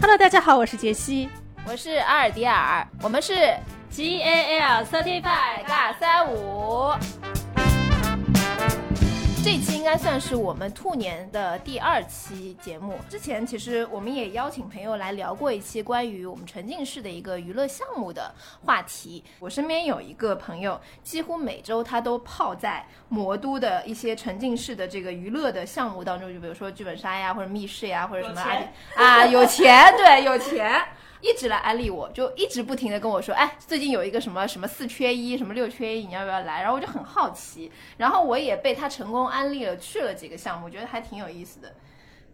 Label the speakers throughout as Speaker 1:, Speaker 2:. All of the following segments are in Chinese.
Speaker 1: Hello，大家好，我是杰西。
Speaker 2: 我是阿尔迪尔，我们是
Speaker 1: G A L
Speaker 2: Certified 尬三五。这期应该算是我们兔年的第二期节目。之前其实我们也邀请朋友来聊过一期关于我们沉浸式的一个娱乐项目的话题。我身边有一个朋友，几乎每周他都泡在魔都的一些沉浸式的这个娱乐的项目当中，就比如说剧本杀呀，或者密室呀，或者什么
Speaker 1: 有
Speaker 2: 阿
Speaker 1: 钱
Speaker 2: 迪啊，有钱，对，有钱。一直来安利我，就一直不停的跟我说，哎，最近有一个什么什么四缺一，什么六缺一，你要不要来？然后我就很好奇，然后我也被他成功安利了，去了几个项目，觉得还挺有意思的。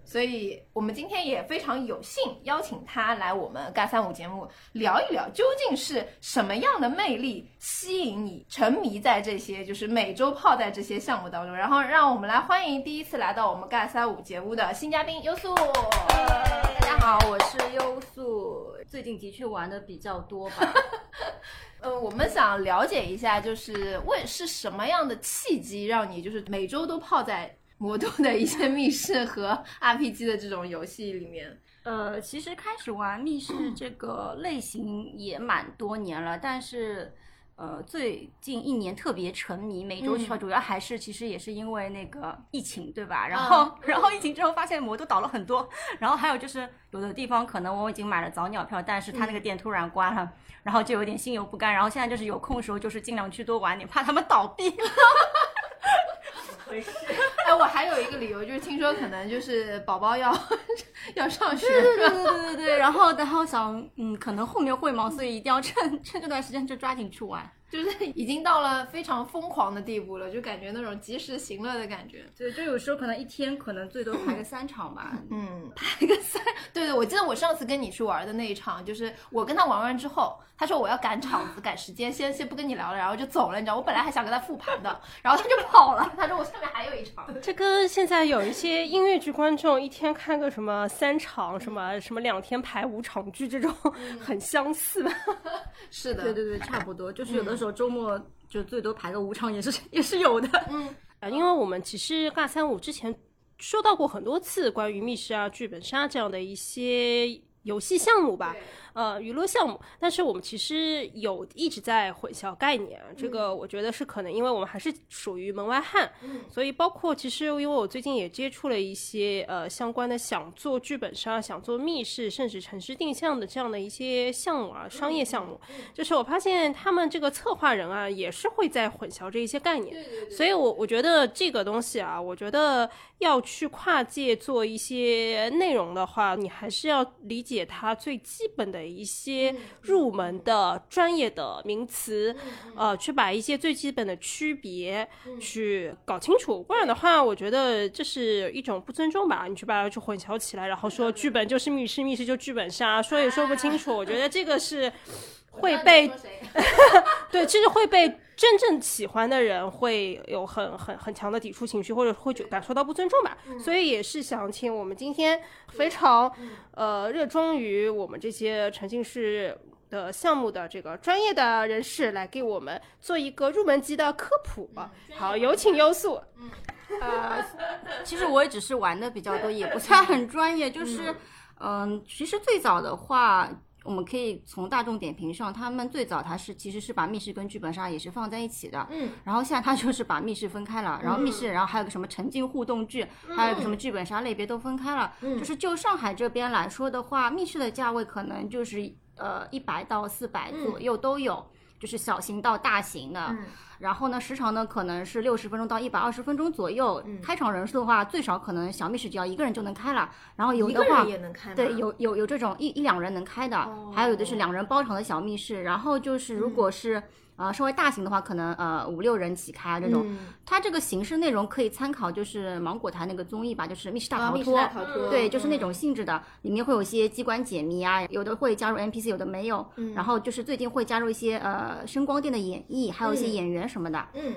Speaker 2: 所以我们今天也非常有幸邀请他来我们尬三五节目聊一聊，究竟是什么样的魅力吸引你沉迷在这些，就是每周泡在这些项目当中。然后让我们来欢迎第一次来到我们尬三五节目的新嘉宾优素。
Speaker 1: 呃大家好，我是优素，最近的确玩的比较多吧。
Speaker 2: 呃，我们想了解一下，就是为是什么样的契机让你就是每周都泡在魔都的一些密室和 RPG 的这种游戏里面？
Speaker 1: 呃，其实开始玩密室这个类型也蛮多年了，但是呃，最近一年特别沉迷，每周去玩，
Speaker 2: 嗯
Speaker 1: 主要还是其实也是因为那个疫情，对吧？然后， 然后疫情之后发现魔都倒了很多，然后还有就是有的地方可能我已经买了早鸟票，但是他那个店突然关了，然后就有点心有不甘，然后现在就是有空的时候就是尽量去多玩点，怕他们倒闭。回事？
Speaker 2: 哎，我还有一个理由就是听说可能就是宝宝要 要上学，
Speaker 1: 对对对对对对，然后然后想，嗯，可能后面会忙，所以一定要趁趁这段时间就抓紧去玩。
Speaker 2: 就是已经到了非常疯狂的地步了，就感觉那种及时行乐的感觉。
Speaker 1: 对，就有时候可能一天可能最多排个三场吧。
Speaker 2: 嗯，排个三，对对，我记得我上次跟你去玩的那一场，就是我跟他玩完之后，他说我要赶场子、赶时间，先先不跟你聊了，然后就走了，你知道，我本来还想跟他复盘的，然后他就跑了，他说我下面还有一场，
Speaker 3: 这跟现在有一些音乐剧观众一天看个什么三场、什么什么两天排五场剧这种
Speaker 1: 嗯
Speaker 3: 很相似吧？
Speaker 2: 是的，
Speaker 4: 对对对，差不多，就是有
Speaker 1: 嗯
Speaker 4: 的时候周末就最多排个五场也是 也是有的。
Speaker 3: 啊，因为我们其实尬三五之前说到过很多次关于密室啊、剧本杀这样的一些游戏项目吧，呃，娱乐项目。但是我们其实有一直在混淆概念，啊这个我觉得是可能，因为我们还是属于门外汉，所以包括其实因为我最近也接触了一些呃相关的想做剧本杀、想做密室，甚至城市定向的这样的一些项目啊，商业项目，就是我发现他们这个策划人啊，也是会在混淆这一些概念。所以我，我觉得这个东西啊，我觉得要去跨界做一些内容的话，你还是要理解它最基本的一些入门的专业的名词，呃，去把一些最基本的区别去搞清楚。不然的话，我觉得这是一种不尊重吧，你去把它去混淆起来，然后说剧本就是密室，密室就剧本杀，说也说不清楚。我觉得这个是会被对，这是会被真正喜欢的人会有很很很强的抵触情绪，或者会觉感受到不尊重吧。所以也是想请我们今天非常呃热衷于我们这些沉浸式的项目的这个专业的人士来给我们做一个入门级的科普。好，有请优素。
Speaker 4: 呃， 其实我也只是玩的比较多，也不算很专业。就是，嗯、其实最早的话，我们可以从大众点评上，他们最早它是其实是把密室跟剧本杀也是放在一起的。
Speaker 2: 嗯，
Speaker 4: 然后现在它就是把密室分开了，然后密室，然后还有个什么沉浸互动剧，还有个什么剧本杀类别都分开了。就是就上海这边来说的话，密室的价位可能就是呃一百到四百左右都有。就是小型到大型的，
Speaker 2: 嗯
Speaker 4: 然后呢，时长呢可能是六十分钟到一百二十分钟左右。
Speaker 2: 嗯
Speaker 4: 开场人数的话，最少可能小密室只要一个人就能开了，然后有
Speaker 2: 一
Speaker 4: 的
Speaker 2: 个
Speaker 4: 话
Speaker 2: 人也能开吗？哦
Speaker 4: 对，有有有这种一一两人能开的，还有有的是两人包场的小密室。然后就是如
Speaker 2: 嗯
Speaker 4: 果是、呃稍微大型的话，可能呃五六人起开这种。
Speaker 2: 嗯
Speaker 4: 它这个形式内容可以参考就是芒果台那个综艺吧，就是密室大
Speaker 2: 啊，
Speaker 4: 逃
Speaker 2: 密室
Speaker 4: 脱。
Speaker 2: 大逃脱，嗯
Speaker 4: 对，就是那种性质的，里面会有一些机关解谜啊，有的会加入 NPC，有的没有。
Speaker 2: 嗯
Speaker 4: 然后就是最近会加入一些呃声光电的演绎，还有一些
Speaker 2: 嗯
Speaker 4: 演员什么的。
Speaker 2: 嗯，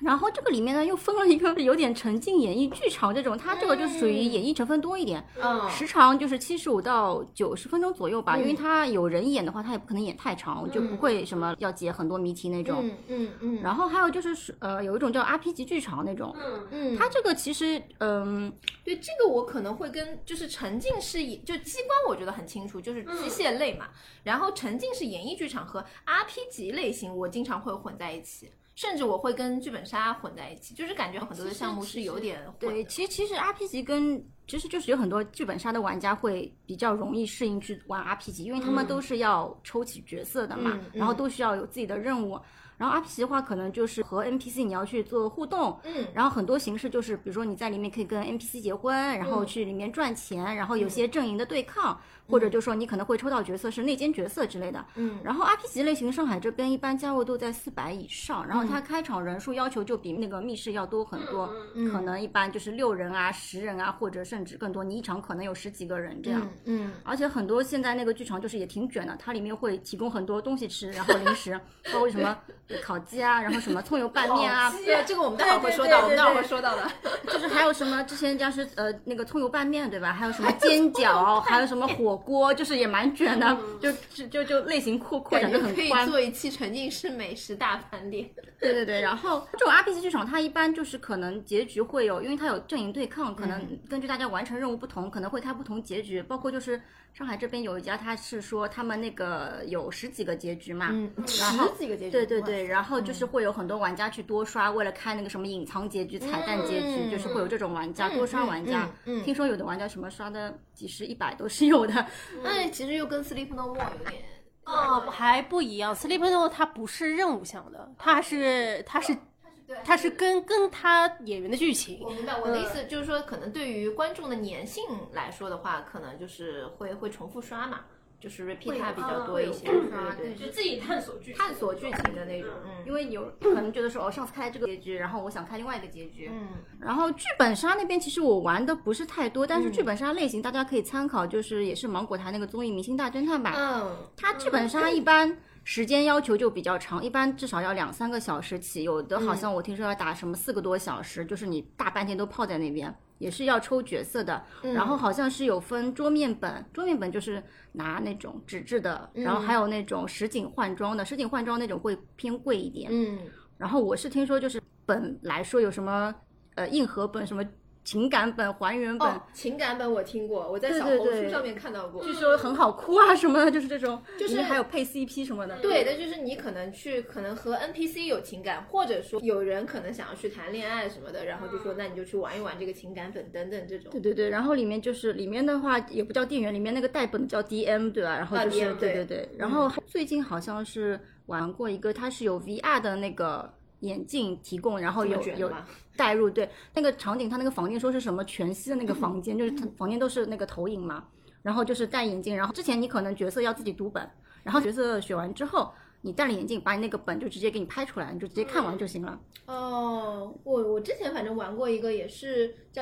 Speaker 1: 然后这个里面呢又分了一个有点沉浸演艺剧场这种，它这个就属于演艺成分多一点，
Speaker 2: 嗯
Speaker 1: 时长就是七十五到九十分钟左右吧，因为它有人演的话，它也不可能演太长，就不会什么要解很多谜题那种。
Speaker 2: 嗯嗯嗯，
Speaker 1: 然后还有就是呃有一种叫 RP 级剧场那种，
Speaker 2: 嗯
Speaker 1: 它这个其实嗯
Speaker 2: 对这个我可能会跟就是沉浸式演就机关我觉得很清楚，就是机械类嘛。然后沉浸式演艺剧场和 RPG 类型我经常会混在一起，甚至我会跟剧本杀混在一起，就是感觉很多的项目是有点混
Speaker 1: 对，
Speaker 2: 的。
Speaker 1: 其实其实 RP 级跟其实就是有很多剧本杀的玩家会比较容易适应去玩 RP 级，因为他们都是要抽起角色的嘛，
Speaker 2: 嗯嗯
Speaker 1: 然后都需要有自己的任务。然后 RP 级的话，可能就是和 NPC 你要去做互动，
Speaker 2: 嗯
Speaker 1: 然后很多形式就是，比如说你在里面可以跟 NPC 结婚，然
Speaker 2: 嗯
Speaker 1: 后去里面赚钱，然后有些阵营的对抗，或者就说你可能会抽到角色是内奸角色之类的。
Speaker 2: 嗯
Speaker 1: 然后 RP 级类型，上海这边一般加入度在四百以上，然后
Speaker 2: 嗯
Speaker 1: 它开场人数要求就比那个密室要多很多，
Speaker 2: 嗯
Speaker 1: 可能一般就是六人啊、十人啊，或者甚至更多，你一场可能有十几个人这样。
Speaker 2: 嗯嗯，
Speaker 1: 而且很多现在那个剧场就是也挺卷的，它里面会提供很多东西吃，然后零食，包括什么烤鸡啊，然后什么葱油拌 面啊，
Speaker 2: 对，呃这个我们待会儿会说到，我们待会儿会说到的。
Speaker 1: 就是还有什么之前人家是呃那个葱油拌面对吧？还有什么煎饺，还有什么火锅，就是也蛮卷的，就就就就类型扩扩展的很
Speaker 2: 嗯可以
Speaker 1: 宽。
Speaker 2: 做一期沉浸式美食大盘点。
Speaker 1: 对对对，然后这种 RPG 剧场，它一般就是可能结局会有，因为它有阵营对抗，可
Speaker 2: 嗯
Speaker 1: 能根据大家完成任务不同，可能会开不同结局。包括就是上海这边有一家，他是说他们那个有十几个结局嘛，
Speaker 2: 嗯
Speaker 1: 然后
Speaker 2: 几个结局
Speaker 1: 对对对，然后
Speaker 2: 嗯
Speaker 1: 就是会有很多玩家去多刷，为了看那个什么隐藏结局、彩蛋结局，就是会有这种玩家多刷玩家。
Speaker 2: 嗯嗯嗯
Speaker 1: 听说有的玩家什么刷的几十、一百都是有的。
Speaker 2: 那哎其实又跟 Sleep No More 有点。
Speaker 3: 哦，还不一样，Sleep No 它不是任务项的，它是它是它是跟跟它演员的剧情
Speaker 2: 我明白我的意思，就是说，可能对于观众的粘性来说的话，可能就是会会重复刷嘛，就是 repeat 它比较多一些，
Speaker 1: 刷
Speaker 2: 对
Speaker 1: 对
Speaker 2: 对，
Speaker 3: 自己探索剧
Speaker 2: 探索剧情的那种，嗯
Speaker 1: 因为有可能觉得说哦，上次开了这个结局，然后我想开另外一个结局。
Speaker 2: 嗯
Speaker 1: 然后剧本杀那边其实我玩的不是太多，但是
Speaker 2: 嗯
Speaker 1: 剧本杀类型大家可以参考，就是也是芒果台那个综艺《明星大侦探》吧。
Speaker 2: 嗯
Speaker 1: 它剧本杀一般时间要求就比较长，一般至少要两三个小时起，有的
Speaker 2: 嗯
Speaker 1: 好像我听说要打什么四个多小时，就是你大半天都泡在那边，也是要抽角色的。
Speaker 2: 嗯
Speaker 1: 然后好像是有分桌面本，桌面本就是拿那种纸质的，
Speaker 2: 嗯
Speaker 1: 然后还有那种实景换装的，实景换装那种会偏贵一点。
Speaker 2: 嗯，
Speaker 1: 然后我是听说，就是本来说有什么呃硬核本、什么情感本、还原本，
Speaker 2: 哦，情感本我听过，我在
Speaker 1: 对
Speaker 2: 小
Speaker 1: 对
Speaker 2: 红书
Speaker 1: 对
Speaker 2: 上面看到过，
Speaker 1: 据说很好哭啊什么的，就是这种，
Speaker 2: 就是
Speaker 1: 里面还有配 CP 什么的。
Speaker 2: 对的，就是你可能去，可能和 NPC 有情感，或者说有人可能想要去谈恋爱什么的，然后就说那你就去玩一玩这个情感本等等这种
Speaker 1: 对。对对，然后里面就是里面的话也不叫店员，里面那个带本叫 DM 对吧？然后就是、
Speaker 2: 啊，DM
Speaker 1: 对
Speaker 2: 对
Speaker 1: 对对，然后最近好像是玩过一个，它是有 VR 的那个眼镜提供，然后
Speaker 2: 这么
Speaker 1: 有
Speaker 2: 卷
Speaker 1: 有
Speaker 2: 吗
Speaker 1: 带入对那个场景，它那个房间说是什么全息的那个房间，就是它
Speaker 2: 嗯
Speaker 1: 房间都是那个投影嘛，然后就是戴眼镜，然后之前你可能角色要自己读本，然后角色选完之后。你戴了眼镜，把你那个本就直接给你拍出来，你就直接看完就行了。
Speaker 2: 哦，我我之前反正玩过一个，也是叫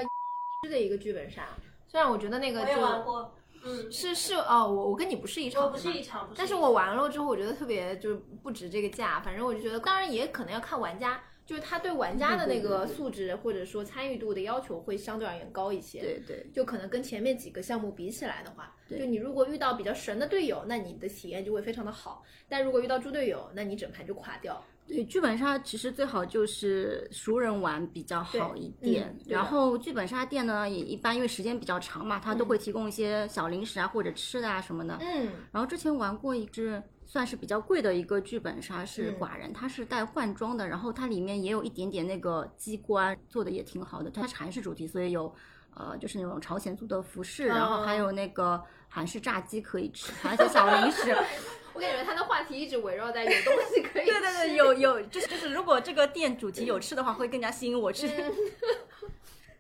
Speaker 2: 的一个剧本杀，虽然我觉得那个就
Speaker 3: 过，嗯，
Speaker 2: 是是哦，我我跟你不是一场的嘛，
Speaker 3: 场
Speaker 2: 但是我玩了之后，我觉得特别就不值这个价。反正我就觉得，当然也可能要看玩家，就是他对玩家的那个素质或者说参与度的要求会相对而言高一些。
Speaker 1: 对对，
Speaker 2: 就可能跟前面几个项目比起来的话，
Speaker 1: 对
Speaker 2: 就你如果遇到比较神的队友，那你的体验就会非常的好；但如果遇到猪队友，那你整盘就垮掉。
Speaker 1: 对，剧本杀其实最好就是熟人玩比较好一点。
Speaker 2: 嗯对的
Speaker 1: 然后剧本杀店呢，也一般因为时间比较长嘛，它都会提供一些小零食啊、或者吃的啊什么的。
Speaker 2: 嗯，
Speaker 1: 然后之前玩过一只算是比较贵的一个剧本杀，是
Speaker 2: 嗯
Speaker 1: 寡人，它是带换装的，然后它里面也有一点点那个机关，做的也挺好的。它是韩式主题，所以有。呃，就是那种朝鲜族的服饰，然
Speaker 2: 哦
Speaker 1: 后还有那个韩式炸鸡可以吃，韩式小零食，
Speaker 2: 我感觉他的话题一直围绕在有东西可以
Speaker 1: 对对对，有有，就是就是，如果这个店主题有吃的话，会更加吸引我去。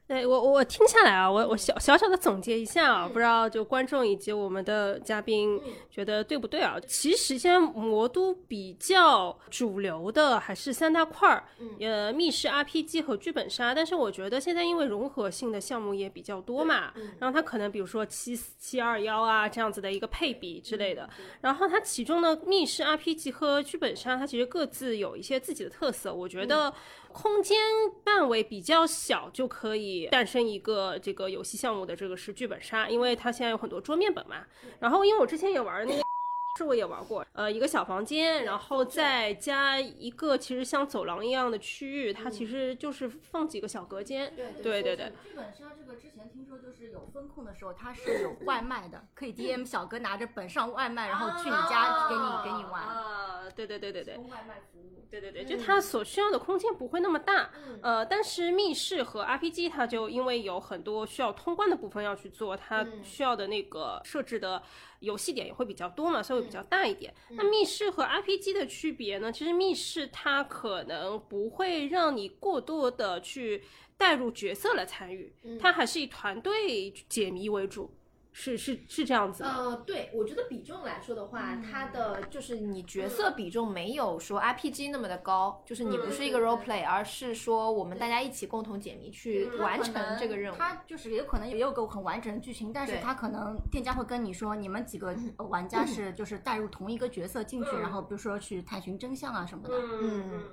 Speaker 3: 对我我听下来啊，我我小小小的总结一下啊，不知道就观众以及我们的嘉宾觉得对不对啊？其实现在魔都比较主流的还是三大块儿，呃，密室、RPG 和剧本杀。但是我觉得现在因为融合性的项目也比较多嘛，然后它可能比如说七七二幺啊这样子的一个配比之类的。然后它其中呢，密室、RPG 嗯和剧本杀，它其实各自有一些自己的特色。我觉得空间范围比较小就可以诞生一个这个游戏项目的这个是剧本杀，因为它现在有很多桌面本嘛。然后因为我之前也玩那个。是我也玩过，呃，一个小房间，然后再加一个其实像走廊一样的区域，它其实就是放几个小隔间，嗯对对对，
Speaker 1: 剧本杀这个之前听说就是有风控的时候，它是有外卖的，可以 DM 小哥拿着本上外卖，然后去你家给你给你玩。
Speaker 3: 啊，对对对对对，
Speaker 1: 外卖服务，
Speaker 3: 对对对，就它所需要的空间不会那么大，
Speaker 1: 嗯
Speaker 3: 呃，但是密室和 RPG 它就因为有很多需要通关的部分要去做，它
Speaker 1: 嗯
Speaker 3: 需要的那个设置的游戏点也会比较
Speaker 1: 嗯
Speaker 3: 多嘛，所以会比较大一点。那密室和 RPG 的区别呢？其实密室它可能不会让你过多的去带入角色来参与，
Speaker 1: 嗯
Speaker 3: 它还是以团队解谜为主，是是是这样子的。
Speaker 2: 呃，对，我觉得比重来说的话，它的就是你角色比重没有说 RPG 那么的高，就是你不是一个 role play，、而是说我们大家一起共同解谜去完成这个任务。
Speaker 1: 它就是也有可能也有个很完整的剧情，但是
Speaker 2: 对
Speaker 1: 它可能店家会跟你说，你们几个呃玩家是就是带入同一个角色进去，然后比如说去探寻真相啊什么的。
Speaker 3: 嗯。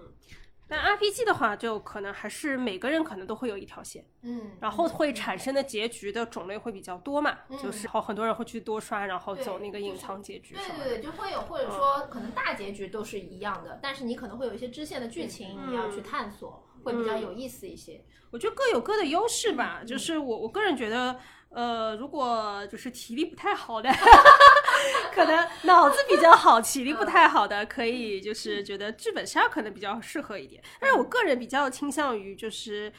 Speaker 3: 但 RPG 的话，就可能还是每个人可能都会有一条线，
Speaker 2: 嗯，
Speaker 3: 然后会产生的结局的种类会比较多嘛，就是好很多人会去多刷，然后走那个隐藏结局
Speaker 2: 对
Speaker 3: 什么的。
Speaker 2: 对对，就会有或者说可能大结局都是一样的，但是你可能会有一些支线的剧情你要去探索，会比较有意思一些。
Speaker 3: 我觉得各有各的优势吧，
Speaker 2: 嗯
Speaker 3: 就是我我个人觉得，呃，如果就是体力不太好 的，可能脑子比较好，体力不太好
Speaker 2: 嗯
Speaker 3: 的，可以就是觉得剧本杀可能比较适合一点。但是我个人比较倾向于就是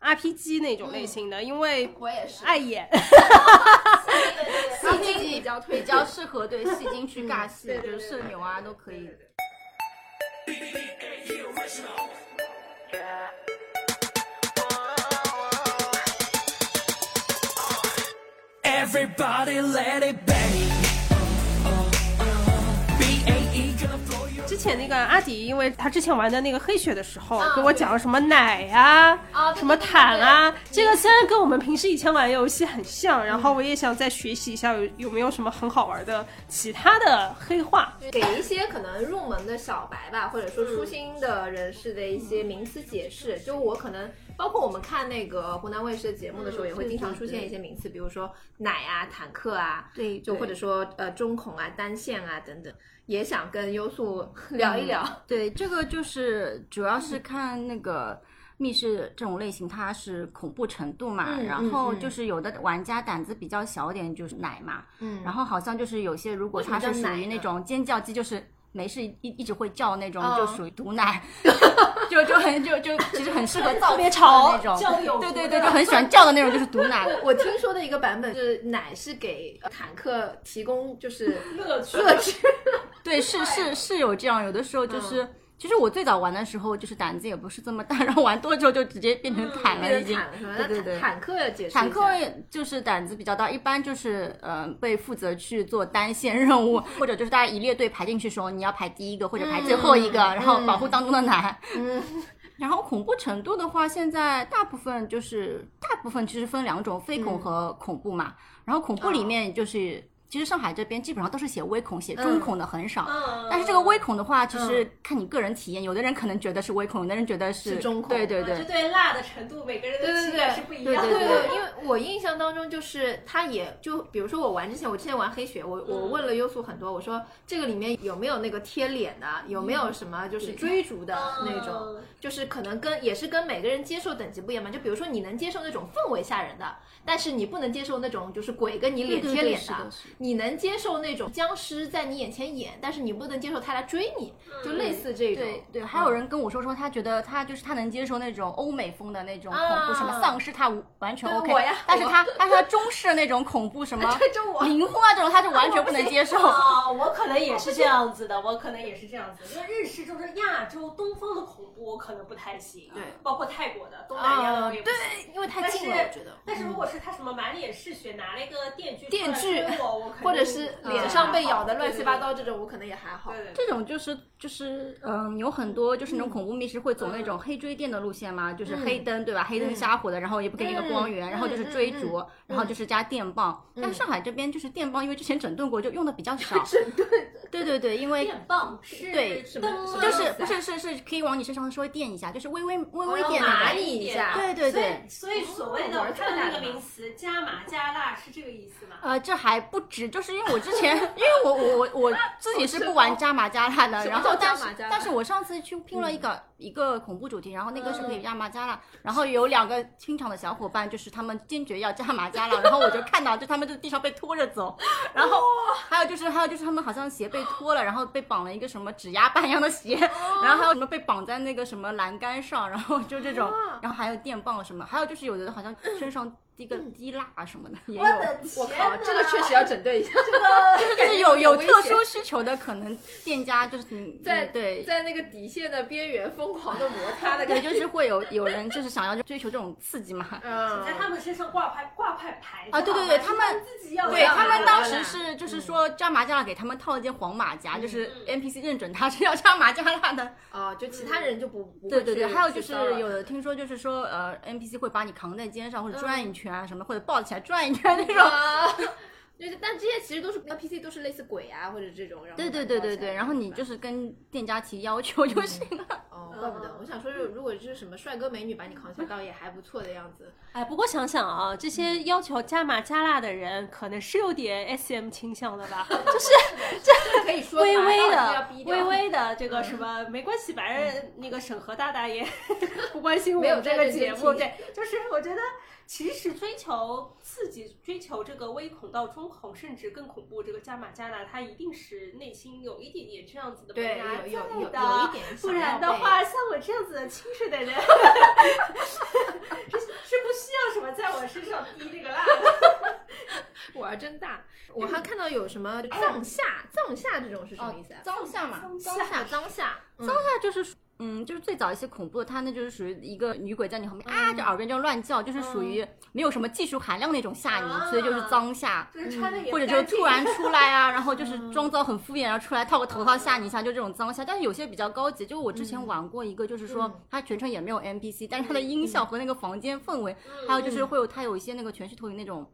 Speaker 3: RPG 那种类型的，因为
Speaker 2: 嗯我也 是，啊
Speaker 3: 碍眼。
Speaker 1: 戏精比较推，比较适合对戏精去尬戏，就是社牛啊都可以。
Speaker 5: Everybody let it bang. B A E gonna blow your
Speaker 3: 之前那个阿迪，因为他之前玩的那个黑雪的时候，
Speaker 2: 啊
Speaker 3: 跟我讲了什么奶呀、
Speaker 2: 啊对对
Speaker 3: 什么坦啊，这个虽然跟我们平时以前玩游戏很
Speaker 2: 嗯
Speaker 3: 像，然后我也想再学习一下有有没有什么很好玩的其他的黑话。
Speaker 2: 给一些可能入门的小白吧，或者说
Speaker 1: 嗯
Speaker 2: 初心的人士的一些名词解释。就我可能包括我们看那个湖南卫视的节目的
Speaker 1: 嗯
Speaker 2: 时候，也会经常出现一些名词，比如说奶啊、坦克啊，
Speaker 1: 对
Speaker 2: 就
Speaker 1: 对
Speaker 2: 或者说呃中孔啊、单线啊等等。也想跟优 素聊
Speaker 1: 嗯
Speaker 2: 一聊，
Speaker 1: 对，这个就是主要
Speaker 2: 嗯
Speaker 1: 是看那个密室这种类型，它是恐怖程度嘛。
Speaker 2: 嗯
Speaker 1: 然后
Speaker 2: 嗯嗯
Speaker 1: 就是有的玩家胆子比较小点，就是奶嘛。
Speaker 2: 嗯
Speaker 1: 然后好像就是有些，如果他是
Speaker 2: 为什么
Speaker 1: 属
Speaker 2: 叫奶
Speaker 1: 于
Speaker 2: 呢
Speaker 1: 那种尖叫鸡，就是没事一一直会叫那种，
Speaker 2: 哦
Speaker 1: 就属于毒奶，就就很就就其实很适合造特别
Speaker 3: 吵
Speaker 1: 那种，
Speaker 3: 叫有
Speaker 1: 对对
Speaker 3: 毒的
Speaker 1: 对，就很喜欢叫的那种，就是毒奶。
Speaker 2: 我听说的一个版本是奶是给呃坦克提供就是
Speaker 3: 乐趣
Speaker 2: 乐 趣，
Speaker 1: 对，是是是有这样，有的时候就是。其实我最早玩的时候，就是胆子也不是这么大，然后玩多了之后就直接变成坦哎了，已经。
Speaker 2: 坦克是吧？
Speaker 1: 对对
Speaker 2: 那
Speaker 1: 对，
Speaker 2: 坦克解释一下
Speaker 1: 坦克就是胆子比较大，一般就是呃被负责去做单线任务， 或者就是大家一列队排进去的时候，你要排第一个或者排最后一个， 然后保护当中的奶。嗯。 然后恐怖程度的话，现在大部分就是大部分其实分两种，非恐和恐怖嘛。然后恐怖里面就是。其实上海这边基本上都是写微恐，写中恐的很少。
Speaker 2: 嗯
Speaker 1: 但是这个微恐的话，其实看你个人体验，有的人可能觉得是微恐，有的人觉得是
Speaker 2: 是中恐
Speaker 1: 对对对，
Speaker 3: 对辣的程度，每个人
Speaker 2: 的对对情感对是
Speaker 3: 不一哦
Speaker 1: 对样的
Speaker 2: 对对，因为我印象当中就是，他也就比如说我玩之前，我之前玩黑雪，我我
Speaker 1: 嗯
Speaker 2: 问了优素很多，我说这个里面有没有那个贴脸的，有没
Speaker 1: 嗯
Speaker 2: 有什么就是追逐的那种，就是可能跟也是跟每个人接受等级不一样嘛。就比如说你能接受那种氛围吓人的，但是你不能接受那种就是鬼跟你脸
Speaker 1: 对对
Speaker 2: 贴
Speaker 1: 对
Speaker 2: 脸
Speaker 1: 是的是的
Speaker 2: 你能接受那种僵尸在你眼前演，但是你不能接受他来追你，就类似这种。
Speaker 1: 嗯对对，还有人跟我说说，他觉得他就是他能接受那种欧美风的那种恐怖，
Speaker 2: 啊
Speaker 1: 什么丧尸他无完全
Speaker 2: 对
Speaker 1: OK，
Speaker 2: 我呀
Speaker 1: 但是
Speaker 2: 我
Speaker 1: 他但是他中式那种恐怖 什么
Speaker 2: 就我
Speaker 1: 灵魂啊这种，他就完全不能接 受。
Speaker 3: 啊，我可能也是这样子的，我可能也是这样子。因为日式就是亚洲东方的恐怖，我可能不太行。对，包括泰国的、东
Speaker 1: 嗯
Speaker 2: 啊，对，因为太近了，我觉得。
Speaker 3: 但是如果是他什么满脸是血，拿了一个电锯
Speaker 2: 电锯
Speaker 3: 出来推我，我啊
Speaker 6: 我肯定
Speaker 2: 或者是啊脸上被咬的乱七八糟这种，我可能也还好。
Speaker 6: 对对对
Speaker 1: 这种就是就是嗯，有很多就是那种恐怖密室会走
Speaker 6: 嗯
Speaker 1: 那种黑追电的路线嘛，就是黑灯对吧？黑灯瞎火的，然后也不给你个光
Speaker 6: 嗯
Speaker 1: 源，然后就是追逐，然后就是加电棒。但上海这边就是电棒，因为之前整顿过，就用的比较 少。整顿。对对对，因为
Speaker 6: 电棒是
Speaker 1: 对
Speaker 6: 什么什么
Speaker 1: 就是
Speaker 6: 意思
Speaker 1: 不
Speaker 6: 啊
Speaker 1: 是是是可以往你身上稍微电一下，就是微微微微
Speaker 6: 哦
Speaker 1: 电
Speaker 6: 麻
Speaker 1: 那
Speaker 6: 一
Speaker 1: 个。
Speaker 6: 一下
Speaker 1: 对对对。
Speaker 6: 所以所谓
Speaker 2: 哦
Speaker 6: 的我看到那个名词加麻加辣是这个意思吗？
Speaker 1: 呃，这还不止，就是因为我之前，因为我我我我自己是不玩加麻加辣的，
Speaker 6: 什么
Speaker 1: 然后
Speaker 6: 叫
Speaker 1: 但
Speaker 6: 加
Speaker 1: 是
Speaker 6: 麻加辣嗯
Speaker 1: 但是我上次去拼了一个、一个恐怖主题，然后那个是可以加麻加辣，然后有两个清场的小伙伴，就是他们坚决要加麻加辣，然后我就看到就他们就地上被拖着走，然后还有就是还有就是他们好像鞋被脱了，然后被绑了一个什么指压板一样的鞋，然后还有什么被绑在那个什么栏杆上，然后就这种，然后还有电棒什么，还有就是有的好像身上滴个
Speaker 6: 嗯
Speaker 1: 滴蜡啊什么的也有。
Speaker 2: 我靠，这个确实要整顿一下。 这个
Speaker 1: 就是有有特殊需求的，可能店家就是嗯
Speaker 2: 在
Speaker 1: 嗯对
Speaker 2: 在那个底线的边缘疯狂的摩擦的
Speaker 1: 对，
Speaker 2: 感觉。
Speaker 1: 就是会有 有人就是想要追求这种刺激嘛。
Speaker 2: 嗯哦
Speaker 6: 在他们身上挂牌挂块牌子
Speaker 1: 啊对对对
Speaker 6: 好吧
Speaker 1: 他们
Speaker 6: 是自己要
Speaker 1: 对
Speaker 6: 干嘛
Speaker 1: 他们
Speaker 6: 的
Speaker 1: 当时是就是说扎麻将给他们套了件黄马
Speaker 2: 嗯
Speaker 1: 甲，就是 NPC 认准他是要扎麻将 辣的。
Speaker 2: 啊，就其他人就不不会
Speaker 1: 对对对，
Speaker 2: 去
Speaker 1: 还有就是
Speaker 2: 去骚扰
Speaker 1: 有的听说就是说呃 NPC 会把你扛在肩上或
Speaker 2: 嗯
Speaker 1: 者转一圈啊什么，或者抱起来转一圈那种。
Speaker 2: 啊， 就是但这些其实都是 NPC 都是类似鬼啊或者这种，然后
Speaker 1: 对对对对
Speaker 2: 把抱起
Speaker 1: 对，
Speaker 2: 来嗯
Speaker 1: 然后你就是跟店家提要求就行了。
Speaker 2: 哦，怪不得我想说，如果是什么帅哥美女把你扛起来，倒也还不错的样子。
Speaker 3: 哎，不过想想啊，这些要求加码加辣的人，可能是有点 S M 倾向的吧，就是
Speaker 2: 可以说
Speaker 3: 微
Speaker 2: 嘛
Speaker 3: 微
Speaker 2: 到底要
Speaker 3: 的
Speaker 2: 逼、掉
Speaker 3: 微微的这个什么没关系，反正那个审核大大爷不关心我
Speaker 2: 没有
Speaker 3: 们这
Speaker 2: 在
Speaker 3: 个
Speaker 2: 认真
Speaker 3: 节目，
Speaker 2: 听
Speaker 3: 对，就是我觉得其实追求刺激、追求这个微恐到中恐，甚至更恐怖，这个加码加辣，他一定是内心有一点点这样子的萌
Speaker 2: 对
Speaker 3: 芽
Speaker 2: 有有
Speaker 3: 在
Speaker 2: 有有
Speaker 3: 的
Speaker 2: 一 点
Speaker 3: 不
Speaker 2: 想要
Speaker 3: 然的
Speaker 2: 被
Speaker 3: 话，像我这样子的清 水的人，是是不需要什么在我身上滴这个蜡的。
Speaker 2: 玩儿真大。我还看到有什么
Speaker 3: 嗯
Speaker 2: 藏下，藏下这种是什么意思啊？
Speaker 1: 脏下嘛，
Speaker 2: 藏下，藏下，藏
Speaker 1: 当下就是，嗯，就是最早一些恐怖的，它那就是属于一个女鬼在你旁边啊，就耳边这样乱叫，就是属于没有什么技术含量那种吓你，
Speaker 2: 啊
Speaker 1: 所以就是脏吓，
Speaker 6: 就是穿的也
Speaker 1: 或者就
Speaker 6: 干
Speaker 1: 是
Speaker 6: 净
Speaker 1: 突然出来啊，然后就是装作很敷衍，然后出来套个头套吓你一下，就这种脏吓。但是有些比较高级，就我之前玩过一个，就是说它全程也没有 NPC，但是它的音效和那个房间氛围，还有就是会有它有一些那个全息投影那种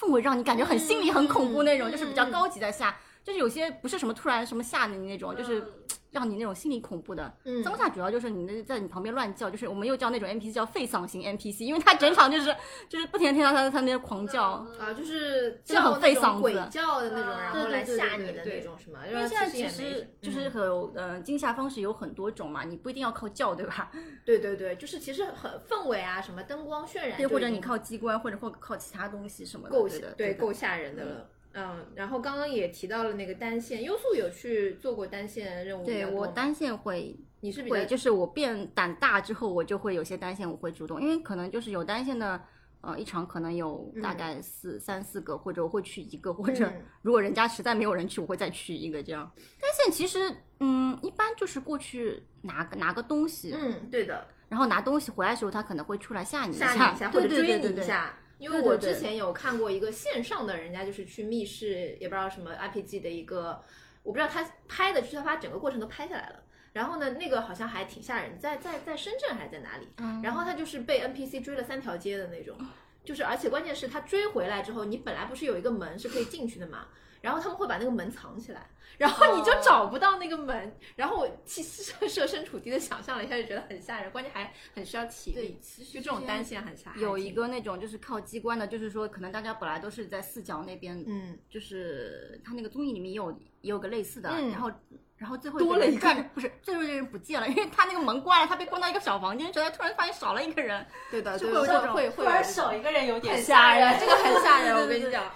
Speaker 1: 氛围，让你感觉很心里很恐怖那种，就是比较高级的吓。就是有些不是什么突然什么吓你那种，就是让你那种心理恐怖的。
Speaker 2: 嗯
Speaker 1: 脏下主要就是你那在你旁边乱叫，就是我们又叫那种 NPC 叫废嗓型 NPC，因为他整场就是就是不停地听到他在他那边狂叫。
Speaker 2: 啊，就是
Speaker 1: 真
Speaker 2: 叫
Speaker 1: 的很费
Speaker 2: 那种
Speaker 1: 嗓
Speaker 2: 鬼
Speaker 1: 子
Speaker 2: 叫的那种，然后
Speaker 1: 对
Speaker 2: 来
Speaker 1: 对对
Speaker 2: 吓
Speaker 1: 对
Speaker 2: 你的
Speaker 1: 对
Speaker 2: 那种，什么？
Speaker 1: 因
Speaker 2: 然后
Speaker 1: 为现在
Speaker 2: 其
Speaker 1: 其
Speaker 2: 实也没什
Speaker 1: 实
Speaker 2: 么嗯
Speaker 1: 就是有呃惊吓方式有很多种嘛，你不一定要靠叫对吧？
Speaker 2: 对对对，就是其实很氛围啊，什么灯光渲染就已经，
Speaker 1: 对，或者你靠机关，或者或靠其他东西什么的。
Speaker 2: 够
Speaker 1: 对的，
Speaker 2: 对
Speaker 1: 对
Speaker 2: 够
Speaker 1: 的。
Speaker 2: 吓人的了。嗯，然后刚刚也提到了那个单线，优素有去做过单线任务比
Speaker 1: 对
Speaker 2: 较多吗，
Speaker 1: 我单线会
Speaker 2: 你是比较
Speaker 1: 会，就是我变胆大之后，我就会有些单线我会主动，因为可能就是有单线的，呃，一场可能有大概四、三四个，或者我会去一个，或者
Speaker 2: 嗯
Speaker 1: 如果人家实在没有人去，我会再去一个这样。单线其实，嗯，一般就是过去拿个拿个东西，
Speaker 2: 嗯，对的，
Speaker 1: 然后拿东西回来的时候，他可能会出来吓你一
Speaker 2: 吓你一下，或
Speaker 1: 对
Speaker 2: 者追
Speaker 1: 对对
Speaker 2: 你
Speaker 1: 对
Speaker 2: 一
Speaker 1: 对。
Speaker 2: 下。因为
Speaker 1: 对对
Speaker 2: 我
Speaker 1: 对
Speaker 2: 之前有看过一个线上的，人家就是去密室，也不知道什么 RPG 的一个，我不知道他拍的，就是他把整个过程都拍下来了。然后呢，那个好像还挺吓人，在在在深圳还是在哪里？
Speaker 1: 嗯
Speaker 2: 然后他就是被 NPC 追了三条街的那种，就是而且关键是他追回来之后，你本来不是有一个门是可以进去的嘛？然后他们会把那个门藏起来，然后你就找不到那个门。然后我其设设身处地的想象了一下，就觉得很吓人，关键还很需要体力。就这种单线很吓人。
Speaker 1: 有一个那种就是靠机关的，就是说可能大家本来都是在四角那边，
Speaker 2: 嗯，
Speaker 1: 就是他那个综艺里面也有也有个类似的，
Speaker 2: 嗯
Speaker 1: 然后然后最后
Speaker 2: 多了一
Speaker 1: 个人，不是最后一个人不见了，因为他那个门关了，他被关到一个小房间，之后，他突然发现少了一个人，
Speaker 2: 对的，
Speaker 1: 就
Speaker 2: 对
Speaker 1: 会有
Speaker 2: 的
Speaker 1: 这种
Speaker 2: 会
Speaker 3: 突
Speaker 2: 会有
Speaker 3: 然
Speaker 2: 这种
Speaker 3: 少一个人有点
Speaker 2: 很
Speaker 3: 吓
Speaker 2: 吓
Speaker 3: 人
Speaker 2: 人，，这个很吓 人，我跟你讲。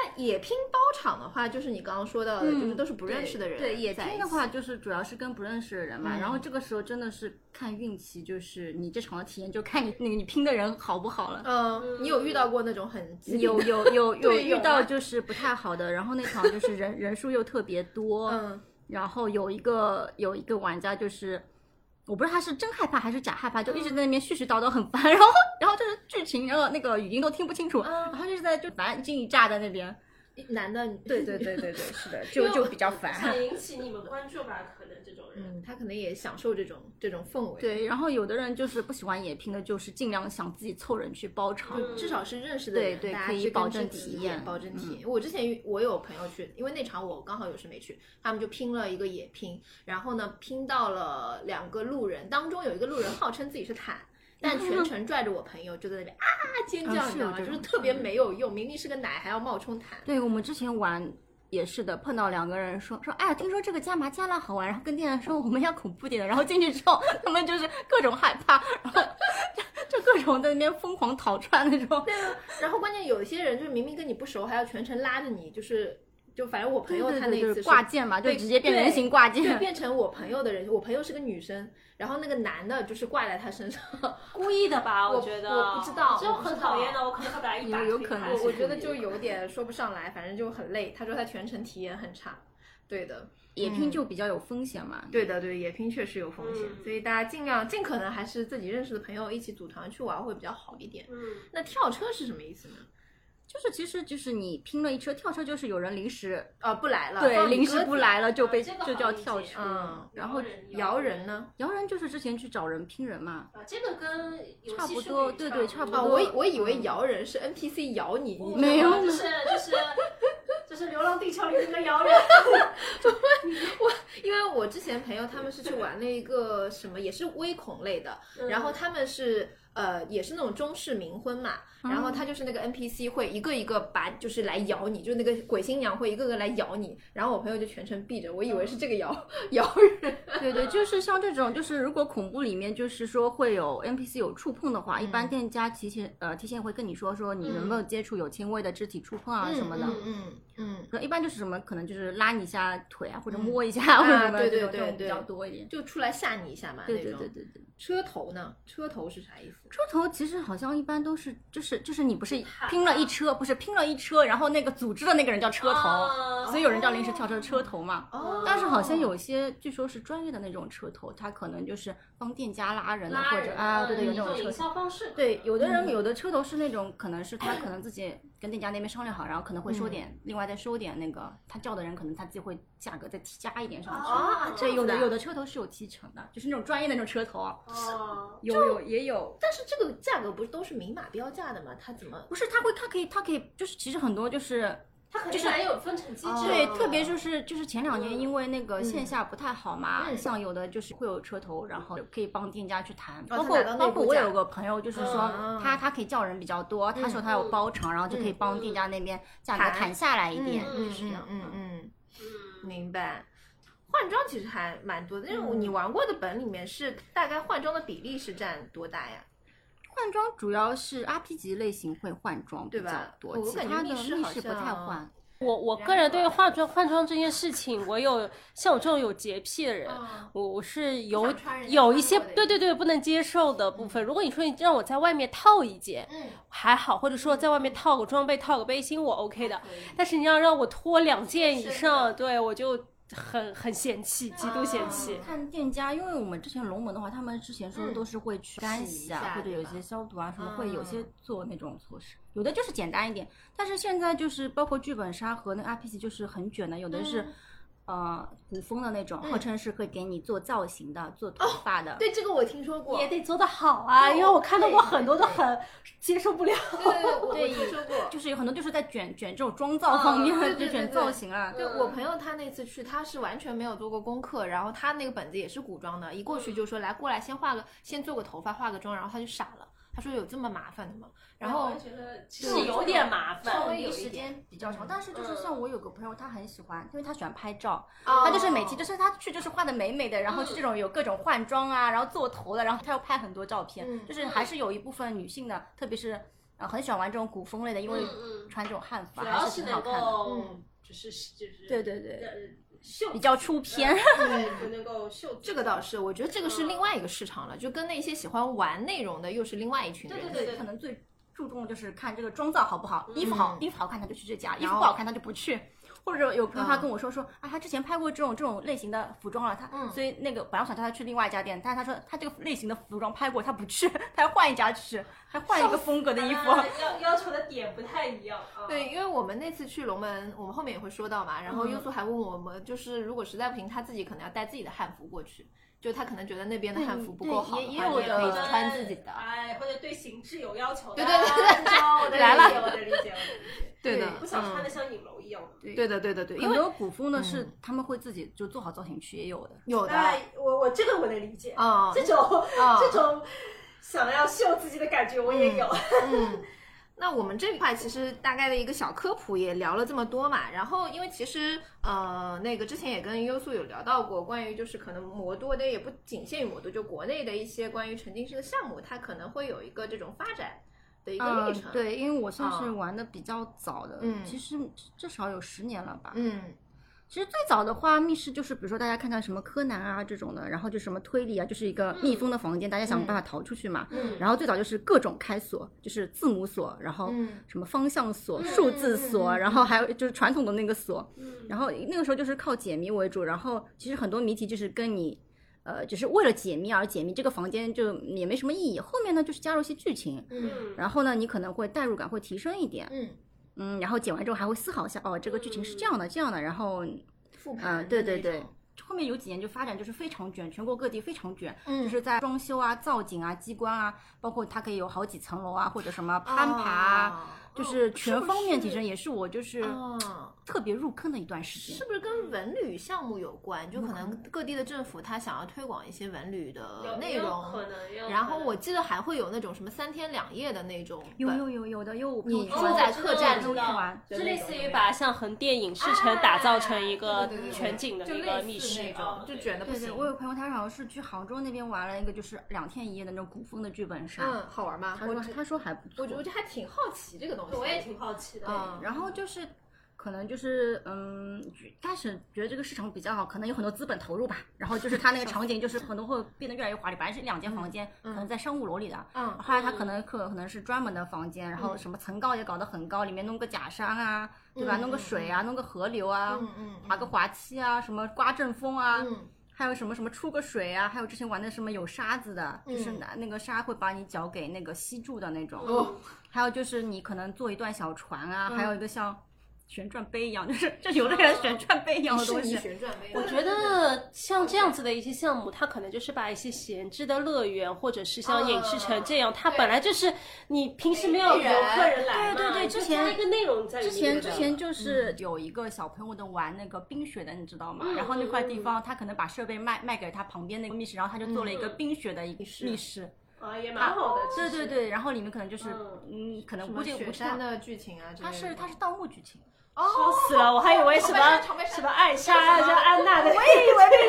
Speaker 2: 那野拼包场的话，就是你刚刚说到的，就是都是不认识的人在一
Speaker 1: 嗯对
Speaker 2: 起。
Speaker 1: 野听的话就是主要是跟不认识的人嘛，然后这个时候真的是看运气，就是你这场的体验就看你那个你拼的人好不好了。
Speaker 2: 嗯，你有遇到过那种很激
Speaker 1: 有有 有有
Speaker 2: 对有
Speaker 1: 遇
Speaker 2: 啊
Speaker 1: 到就是不太好的，然后那场就是人 人数又特别多，
Speaker 2: 嗯
Speaker 1: 然后有一个有一个玩家就是，我不知道他是真害怕还是假害怕，就一直在那边絮絮叨叨，很烦。 然后然后就是剧情，然后那个语音都听不清楚，然后就是在就反正一惊一乍在那边。
Speaker 7: 男的，
Speaker 1: 对对对 对对，是的，
Speaker 7: 因
Speaker 1: 就
Speaker 7: 为
Speaker 1: 就
Speaker 7: 我
Speaker 1: 比较
Speaker 6: 想
Speaker 1: 烦。
Speaker 6: 引起你们关注吧，可能这种人。
Speaker 2: 嗯，他可能也享受这种这种氛围，，
Speaker 1: 对，然后有的人就是不喜欢野拼的，就是尽量想自己凑人去包场。
Speaker 2: 就至少是认识的人，
Speaker 1: 对对
Speaker 2: 大家
Speaker 1: 可以
Speaker 2: 去跟
Speaker 1: 保
Speaker 2: 这
Speaker 1: 证
Speaker 2: 个
Speaker 1: 体
Speaker 2: 体
Speaker 1: 验嗯
Speaker 2: 保证体验。我之前遇我有朋友去，因为那场我刚好有事没去，他们就拼了一个野拼，然后呢拼到了两个路人，当中有一个路人号称自己是坦。但全程拽着我朋友就在那里啊尖
Speaker 1: 啊
Speaker 2: 叫，
Speaker 1: 是
Speaker 2: 你知道
Speaker 1: 有
Speaker 2: 吗？
Speaker 1: 这
Speaker 2: 就是
Speaker 1: 种
Speaker 2: 特别没有用，明明是个奶还要冒充坦。
Speaker 1: 对我们之前玩。也是的，碰到两个人说说，哎，听说这个加麻加辣好玩，然后跟店员说我们要恐怖点的，然后进去之后，他们就是各种害怕，然后 就就各种在那边疯狂逃窜那种。
Speaker 2: 然后关键有一些人就是明明跟你不熟，还要全程拉着你，就是就反正我朋
Speaker 1: 对
Speaker 2: 友
Speaker 1: 对
Speaker 2: 他
Speaker 1: 对
Speaker 2: 那一
Speaker 1: 就
Speaker 2: 次
Speaker 1: 是
Speaker 2: 是
Speaker 1: 挂件嘛，就
Speaker 2: 被
Speaker 1: 直接变
Speaker 2: 对
Speaker 1: 人形挂
Speaker 2: 对，
Speaker 1: 件，
Speaker 2: 变成我朋友的人，我朋友是个女生，然后那个男的就是挂在她身上，
Speaker 6: 故意的吧？
Speaker 2: 我
Speaker 6: 觉得
Speaker 2: 我不知道
Speaker 6: 哦这种
Speaker 2: 我不知
Speaker 6: 很
Speaker 2: 道
Speaker 6: 讨厌的，哦我可能会把他一打
Speaker 1: 有有可能
Speaker 6: 推开
Speaker 1: 是
Speaker 2: 我觉得就有点说不上来，反正就很累。他说他全程体验很差，对的，
Speaker 1: 野拼就比较有风险嘛。
Speaker 2: 对的，对，野拼确实有风险，
Speaker 6: 嗯
Speaker 2: 所以大家尽量尽可能还是自己认识的朋友一起组团去玩会比较好一点。
Speaker 6: 嗯，
Speaker 2: 那跳车是什么意思呢？
Speaker 1: 就是其实就是你拼了一车跳车，就是有人临时
Speaker 2: 呃，不来了，
Speaker 1: 对
Speaker 2: 放你
Speaker 1: 临
Speaker 2: 鸽
Speaker 1: 时
Speaker 2: 子
Speaker 1: 不，来了就被
Speaker 6: 这个好
Speaker 1: 就叫
Speaker 6: 理解
Speaker 1: 跳车。
Speaker 2: 嗯，
Speaker 1: 然后
Speaker 2: 摇人呢？
Speaker 1: 摇人就是之前去找人拼人 嘛，
Speaker 6: 啊，这个跟游戏
Speaker 1: 差不
Speaker 6: 术
Speaker 1: 多
Speaker 6: 语
Speaker 1: 对对差不
Speaker 2: 啊，
Speaker 1: 多
Speaker 2: 我以我以为摇人是 NPC 摇你，你
Speaker 6: 不
Speaker 1: 没有
Speaker 6: 多就是就是就是《流浪地球》里那个摇人，
Speaker 2: 因为我之前朋友他们是去玩了一个什么，也是微恐类的，然后他们是呃也是那种中式冥婚嘛，
Speaker 1: 哦
Speaker 2: 然后他就是那个 NPC 会一个一个把就是来咬你，就那个鬼新娘会一个个来咬你，然后我朋友就全程避着，我以为是这个咬咬人，
Speaker 1: 对对，就是像这种，就是如果恐怖里面就是说会有 NPC 有触碰的话，一般店家提前呃提前会跟你说说你能不能接触有轻微的肢体触碰啊什么的。
Speaker 2: 嗯嗯，
Speaker 1: 然后一般就是什么，可能就是拉你一下腿啊，或者摸一下，
Speaker 2: 啊
Speaker 1: 或者什么
Speaker 2: 对对
Speaker 1: 这种
Speaker 2: 对
Speaker 1: 这种
Speaker 2: 对
Speaker 1: 比较多一点。
Speaker 2: 就出来吓你一下嘛，
Speaker 1: 对对
Speaker 2: 那种
Speaker 1: 对对对。
Speaker 2: 车头呢？车头是啥意思？
Speaker 1: 出头其实好像一般都是，就是就是你不是拼了一车，不是拼了一车，然后那个组织的那个人叫车头，
Speaker 6: 啊
Speaker 1: 所以有人叫临时跳车车头嘛。
Speaker 2: 哦
Speaker 1: 但是好像有些据说是专业的那种车头，他可能就是帮店家拉人啊，
Speaker 6: 拉
Speaker 1: 或
Speaker 6: 人嗯
Speaker 1: 者啊，对对，有
Speaker 6: 一
Speaker 1: 那
Speaker 6: 种
Speaker 1: 种
Speaker 6: 营
Speaker 1: 车头。
Speaker 6: 销方式，
Speaker 1: 对，有的人有的车头是那种，可能是他可能自己跟店家那边商量好，然后可能会收点，另外再收点那个他叫的人，可能他自己会价格再提加一点
Speaker 6: 哦
Speaker 1: 上去。
Speaker 2: 啊，这
Speaker 1: 对，
Speaker 2: 样子
Speaker 1: 有的
Speaker 2: 啊
Speaker 1: 有的车头是有提成的，就是那种专业的那种车头啊，
Speaker 6: 哦，
Speaker 1: 有有也有。
Speaker 2: 但是这个价格不是都是明码标价的吗？他怎么？
Speaker 1: 不是，他会，他可以，他可以，就是其实很多就是。
Speaker 6: 他可
Speaker 1: 就
Speaker 6: 能
Speaker 1: 是
Speaker 6: 还有分成机制，
Speaker 1: 对，
Speaker 2: 哦
Speaker 1: 特别就是就是前两年
Speaker 6: 嗯
Speaker 1: 因为那个线下不太好嘛，
Speaker 2: 嗯
Speaker 1: 像有的就是会有车头，然后可以帮店家去谈，
Speaker 2: 哦他
Speaker 1: 包括
Speaker 2: 拿到内
Speaker 1: 包
Speaker 2: 部
Speaker 1: 括我
Speaker 2: 价
Speaker 1: 有个朋友就是说
Speaker 2: 嗯
Speaker 1: 他他可以叫人比较多，他说他有包场，然后就可以帮店家那边价
Speaker 2: 嗯
Speaker 1: 格
Speaker 2: 谈
Speaker 1: 谈下来一点，
Speaker 2: 嗯
Speaker 1: 就是这样。
Speaker 2: 嗯嗯嗯
Speaker 6: 嗯，
Speaker 2: 明白。换装其实还蛮多的，因为你玩过的本里面是大概换装的比例是占多大呀？
Speaker 1: 换装主要是 RP 级类型会换装比
Speaker 2: 对吧
Speaker 1: 较多，
Speaker 2: 我
Speaker 1: 其
Speaker 2: 感觉
Speaker 1: 他的
Speaker 2: 密室
Speaker 1: 密
Speaker 2: 好
Speaker 1: 室不太
Speaker 2: 像
Speaker 1: 换。
Speaker 3: 我我个人对于化妆换装这件事情，我有像我这种有洁癖的人，我我是有
Speaker 2: 想穿人家
Speaker 3: 有一些
Speaker 2: 穿过的
Speaker 3: 对对对不能接受的部分。如果你说你让我在外面套一件，
Speaker 2: 嗯，
Speaker 3: 还好，或者说在外面套个装备、套个背心，我 OK 的。但是你要让我脱两件以上，对我就很很嫌
Speaker 2: 啊
Speaker 3: 弃，极度嫌弃。
Speaker 1: 看店家，因为我们之前龙门的话，他们之前说的都是会去嗯干
Speaker 2: 洗一
Speaker 1: 洗啊，
Speaker 2: 下
Speaker 1: 或者
Speaker 2: 对
Speaker 1: 有
Speaker 2: 吧
Speaker 1: 些消毒啊什么，
Speaker 2: 嗯
Speaker 1: 会有些做那种措施。有的就是简单一点，但是现在就是包括剧本杀和那个 RPC 就是很卷的，有的是。呃，古风的那种，号称是会给你做造型的，做头发的。
Speaker 2: 对，这个我听说过，
Speaker 3: 也得做得好啊，因为我看到过很多都很接受不了。
Speaker 2: 对对，我我听说过。
Speaker 1: 就是有很多就是在卷卷这种妆造方面，
Speaker 2: 对对
Speaker 1: 就
Speaker 2: 对
Speaker 1: 卷
Speaker 2: 对
Speaker 1: 造型啊。
Speaker 2: 对我朋友他那次去，他是完全没有做过功课，然后他那个本子也是古装的，一过去就说来过来先化个，先做个头发，化个妆，然后他就傻了，他说有这么麻烦的吗？然后
Speaker 6: 我也觉得其实有点麻烦，
Speaker 1: 稍微有
Speaker 6: 一
Speaker 1: 时
Speaker 6: 点，
Speaker 1: 间比较长，但是就是
Speaker 6: 嗯
Speaker 1: 像我有个朋友，他很喜欢，因为他喜欢拍照，
Speaker 2: 哦
Speaker 1: 他就是每期就是他去就是画的美美的，然后就这种有各种换装啊，然后做头的，然后他又拍很多照片，
Speaker 2: 嗯
Speaker 1: 就是还是有一部分女性的，特别是呃很喜欢玩这种古风类的，因为
Speaker 6: 嗯嗯
Speaker 1: 穿这种汉服啊
Speaker 6: 主
Speaker 1: 还
Speaker 6: 要
Speaker 1: 是挺好
Speaker 6: 能
Speaker 1: 看的，
Speaker 6: 够
Speaker 2: 嗯
Speaker 6: 就是就是
Speaker 1: 对对对
Speaker 6: 呃秀
Speaker 1: 比较出片。
Speaker 6: 对不能够秀
Speaker 2: 这个倒是，我觉得这个是另外一个市场了，就跟那些喜欢玩内容的又是另外一群人。
Speaker 6: 对对对
Speaker 1: 可能最注重的就是看这个妆造好不好，衣服好，衣服好看他就去这家，衣
Speaker 2: 嗯然
Speaker 1: 服
Speaker 2: 后嗯
Speaker 1: 不好看他就不去。
Speaker 8: 或者有跟他跟我说说啊，他之前拍过这种这种类型的服装了，他、
Speaker 2: 嗯
Speaker 8: 所以那个本来我想叫他去另外一家店，但是他说他这个类型的服装拍过，他不去，他要换一家去，他换一个风格的衣
Speaker 1: 啊
Speaker 8: 服。
Speaker 6: 要要求的点不太一样啊。
Speaker 2: 对，，因为我们那次去龙门，我们后面也会说到嘛。然后优素还问我们，就是如果实在不行，他自己可能要带自己的汉服过去，就他可能觉得那边的汉服不够好的
Speaker 8: 对
Speaker 2: 话，
Speaker 8: 也也有
Speaker 2: 你可以
Speaker 8: 的
Speaker 2: 穿自己的。
Speaker 6: 哎，或者对形制有要求
Speaker 2: 对
Speaker 6: 的。
Speaker 2: 对对对
Speaker 6: 对，我的理
Speaker 2: 来了
Speaker 6: 解，我的理解，我的理解。
Speaker 2: 对的嗯
Speaker 6: 不想穿的像影楼一样
Speaker 3: 嗯
Speaker 6: 的。
Speaker 2: 对的，对的，对，因
Speaker 8: 很
Speaker 2: 为
Speaker 8: 多古风呢是他们会自己就做好造型去也有的，
Speaker 2: 有的，
Speaker 6: 哎，我我这个我能理
Speaker 3: 哦
Speaker 6: 解，
Speaker 2: 嗯
Speaker 6: 这种
Speaker 2: 嗯
Speaker 6: 这种想要秀自己的感觉我也有。
Speaker 2: 嗯，那我们这块其实大概的一个小科普也聊了这么多嘛，然后因为其实呃那个之前也跟优素有聊到过，关于就是可能魔都的也不仅限于魔都，就国内的一些关于沉浸式的项目，它可能会有一个这种发展的一个
Speaker 1: 嗯
Speaker 2: 历程。，
Speaker 1: 对，因为我算是
Speaker 2: 嗯
Speaker 1: 玩的比较早的，
Speaker 2: 嗯
Speaker 1: 其实至少有十年了吧。
Speaker 2: 嗯
Speaker 1: 其实最早的话，密室就是比如说大家看到什么柯南啊这种的，然后就什么推理啊，就是一个密封的房间，大家想办法逃出去嘛。
Speaker 2: 嗯
Speaker 1: 然后最早就是各种开锁，就是字母锁，然后
Speaker 2: 嗯
Speaker 1: 什么方向锁、数字锁，然后还有就是传统的那个锁。
Speaker 3: 嗯
Speaker 6: 嗯
Speaker 1: 然后那个时候就是靠解谜为主，然后其实很多谜题就是跟你。呃，只是为了解谜而解谜，这个房间就也没什么意义。后面呢，就是加入一些剧情，
Speaker 2: 嗯
Speaker 1: 然后呢，你可能会代入感会提升一点，
Speaker 2: 嗯，
Speaker 1: 嗯，然后解完之后还会思考一下，哦，这个剧情是这样的，这样的，然后
Speaker 2: 复
Speaker 1: 啊
Speaker 2: 盘、
Speaker 1: 对对对，
Speaker 8: 后面有几年就发展就是非常卷，全国各地非常卷，
Speaker 2: 嗯
Speaker 8: 就是在装修啊、造景啊、机关啊，包括它可以有好几层楼啊，或者什
Speaker 2: 哦
Speaker 8: 么攀爬啊，就是全方面提升，也是我就是
Speaker 2: 哦
Speaker 8: 特别入坑的一段时间
Speaker 2: 是。不是跟文旅项目有关？就可能各地的政府他想要推广一些文旅
Speaker 3: 哦
Speaker 2: 的内
Speaker 6: 有
Speaker 2: 容，
Speaker 6: 可能有可能
Speaker 2: 然后我记得还会有那种什么三天两夜的那种
Speaker 8: 有
Speaker 2: 本，
Speaker 8: 有有有的，有我
Speaker 2: 你
Speaker 8: 朋友
Speaker 2: 住
Speaker 8: 圈
Speaker 2: 在
Speaker 6: 哦
Speaker 2: 客栈里
Speaker 8: 我知道我知道
Speaker 2: 面，
Speaker 3: 是类似于把像横店影视城打造成一个
Speaker 2: 对
Speaker 3: 全景的
Speaker 2: 就
Speaker 3: 一
Speaker 2: 类
Speaker 3: 个
Speaker 2: 似
Speaker 3: 密室
Speaker 2: 那。种，就卷的不
Speaker 8: 对对，
Speaker 2: 行。
Speaker 8: 我有朋友，他好像是去杭州那边玩了一个，就是两天一夜的那种古风的剧本杀。
Speaker 2: 嗯，好玩吗？
Speaker 1: 他
Speaker 2: 我
Speaker 1: 说
Speaker 2: 只
Speaker 1: 他说还不
Speaker 2: 我
Speaker 1: 错
Speaker 2: 觉，我觉得还挺好奇这个东西。
Speaker 6: 我也挺好奇的。
Speaker 2: 嗯，
Speaker 1: 然后就是可能就是嗯，开始觉得这个市场比较好，可能有很多资本投入吧。然后就是它那个场景就是可能会变得越来越华丽，本来是两间房间，可能在商务楼里的，
Speaker 2: 嗯
Speaker 1: 后来它可能可可能是专门的房间，然后什么层高也搞得很高，里面弄个假山啊，对吧？
Speaker 2: 嗯
Speaker 1: 弄个
Speaker 2: 嗯
Speaker 1: 水啊，弄个河流啊，
Speaker 2: 嗯嗯嗯
Speaker 1: 划个滑梯啊，什么刮阵风啊。
Speaker 2: 嗯
Speaker 1: 还有什么什么出个水啊，还有之前玩的什么有沙子的，就是
Speaker 2: 嗯
Speaker 1: 拿那个沙会把你脚给那个吸住的那种。
Speaker 2: 哦 嗯
Speaker 1: 还有就是你可能坐一段小船啊，还有一个像旋转杯一样，就是就有的人旋转杯一样的
Speaker 2: 哦是
Speaker 1: 东
Speaker 2: 你
Speaker 1: 西。
Speaker 2: 旋转杯，
Speaker 3: 我觉得像这样子的一些项目，它可能就是把一些闲置的乐园，或者是像影视城这样，它本来就是你平时没有
Speaker 6: 有客人来嘛，
Speaker 1: 对对对
Speaker 6: 你就
Speaker 1: 之前
Speaker 6: 加一个内容在里
Speaker 1: 之
Speaker 6: 面
Speaker 1: 前
Speaker 6: 就
Speaker 2: 嗯
Speaker 1: 之
Speaker 6: 行
Speaker 1: 前
Speaker 6: 了
Speaker 1: 就是有一个小朋友的玩那个冰雪的，你知道
Speaker 2: 嗯
Speaker 1: 吗？然后那块地方他可能把设备卖卖给他旁边那个密室，然后他就做了一
Speaker 2: 嗯
Speaker 1: 个冰雪的一个密室。
Speaker 6: 啊也蛮好的，其
Speaker 1: 对对
Speaker 6: 实
Speaker 1: 对，然后里面可能就是
Speaker 6: 嗯
Speaker 1: 嗯，可能
Speaker 2: 什
Speaker 1: 估
Speaker 2: 么
Speaker 1: 计
Speaker 2: 雪
Speaker 1: 我知
Speaker 2: 山
Speaker 1: 道
Speaker 2: 的剧情啊之类的，
Speaker 1: 它是它是盗墓剧情，
Speaker 2: 哦
Speaker 3: 笑，死了，我还以为什么
Speaker 2: 长白山
Speaker 3: 什么暗杀就安娜的，
Speaker 2: 哦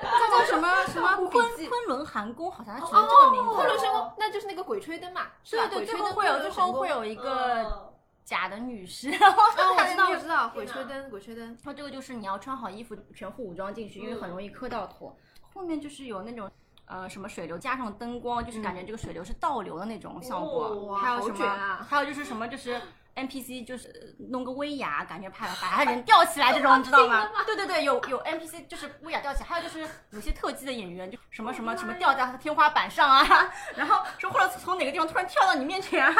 Speaker 1: 它叫什么什么昆
Speaker 2: 笔记哦
Speaker 1: 昆仑寒宫，好像它取了这个名字。
Speaker 2: 昆仑神宫，那就是那个鬼吹灯嘛，是吧？
Speaker 1: 对对，
Speaker 2: 鬼
Speaker 1: 最
Speaker 2: 吹
Speaker 1: 后
Speaker 2: 灯
Speaker 1: 会有
Speaker 2: 昆
Speaker 1: 最
Speaker 2: 仑神
Speaker 1: 后
Speaker 2: 宫
Speaker 1: 会有一个
Speaker 6: 哦
Speaker 1: 假的女尸，然后
Speaker 2: 嗯哦，我
Speaker 1: 她
Speaker 2: 知 道我知道，鬼吹灯，鬼吹灯，
Speaker 1: 然后这个就是你要穿好衣服，全副武装进去，因为
Speaker 2: 嗯
Speaker 1: 很容易磕到头。后面就是有那种呃什么水流加上灯光，就是感觉这个水流是倒流的那种效果，
Speaker 2: 嗯哇
Speaker 1: 还有
Speaker 2: 好
Speaker 1: 什么、
Speaker 2: 卷啊
Speaker 1: 还有就是什么就是 NPC 就是呃弄个威亚，感觉怕把他人吊起来这种，你知 道吗？对对对，有有 NPC 就是威亚吊起来，还有就是有些特技的演员就什么什么什么吊在天花板上啊， 然后说或者从哪个地方突然跳到你面前啊，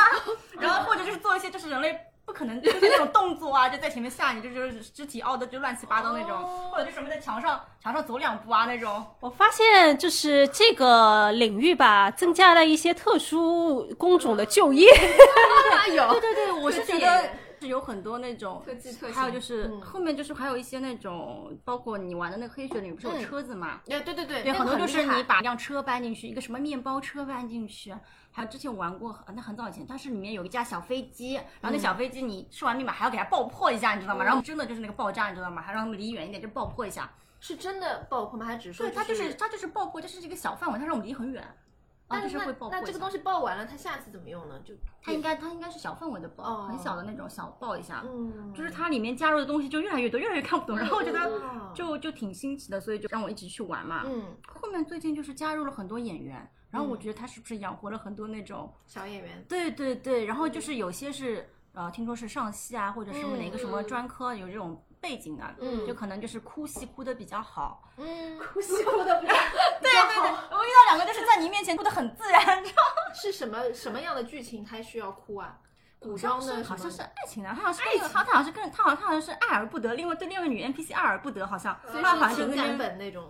Speaker 1: 然后或者就是做一些就是人类。不可能，就是那种动作啊，就在前面吓你，就就是肢体凹的就乱七八糟那种，
Speaker 2: 哦
Speaker 1: 或者就什么在墙上墙上走两步啊那种，
Speaker 3: 我发现就是这个领域吧，增加了一些特殊工种的就业。
Speaker 2: 啊有，
Speaker 1: 对对，我是
Speaker 2: 特技
Speaker 1: 觉得是有很多那种
Speaker 2: 特技特效
Speaker 1: 还有就是、
Speaker 2: 嗯
Speaker 1: 后面就是还有一些那种，包括你玩的那个黑雪里不是有车子嘛？
Speaker 2: 哎对对对，
Speaker 1: 对，
Speaker 2: 那
Speaker 1: 很
Speaker 2: 个
Speaker 1: 多就
Speaker 2: 厉
Speaker 1: 是
Speaker 2: 害
Speaker 1: 你把一辆车搬进去，一个什么面包车搬进去，还有之前玩过，呃那很早以前，但是里面有一架小飞机，然后那小
Speaker 2: 嗯
Speaker 1: 飞机你设完密码还要给它爆破一下，你知道吗？然后真的就是那个爆炸，你知道吗？还让他们离远一点就爆破一下。
Speaker 2: 是真的爆破吗？还是只是说
Speaker 1: 对，它就是是它就是爆破，就是这个小范围，它让我们离很远，啊，
Speaker 2: 但
Speaker 1: 就是
Speaker 2: 那
Speaker 1: 会爆破一下。
Speaker 2: 那这个东西爆完了，它下次怎么用呢？就
Speaker 1: 它应该它应该是小范围的爆，
Speaker 2: 哦
Speaker 1: 很小的那种小爆一下。
Speaker 2: 嗯
Speaker 1: 就是它里面加入的东西就越来越多，越来越看不懂，然后我觉
Speaker 2: 哦
Speaker 1: 得就就挺新奇的，所以就让我一直去玩嘛。
Speaker 2: 嗯，
Speaker 1: 后面最近就是加入了很多演员，然后我觉得他是不是养活了很多那种，
Speaker 2: 小演员，嗯
Speaker 1: 对对对，然后就是有些是。呃，听说是上戏啊，或者是哪个什么专科有这种背景啊，
Speaker 2: 嗯
Speaker 1: 就可能就是哭戏哭的比较好。
Speaker 2: 嗯，
Speaker 6: 哭戏哭的比较
Speaker 1: 对对对，我遇到两个就是在你面前哭的很自然，你知道吗
Speaker 2: 是什么什么样的剧情他需要哭啊？古装的什
Speaker 1: 好像是好
Speaker 2: 么
Speaker 1: 像是爱情啊，他好像是跟他他好像是跟他好像他好像是爱而不得，另外对另外一个女 NPC 爱而不得，好像
Speaker 2: 所以
Speaker 1: 他好
Speaker 2: 说
Speaker 1: 像
Speaker 2: 情
Speaker 1: 就跟那
Speaker 2: 感
Speaker 1: 个
Speaker 2: 本那种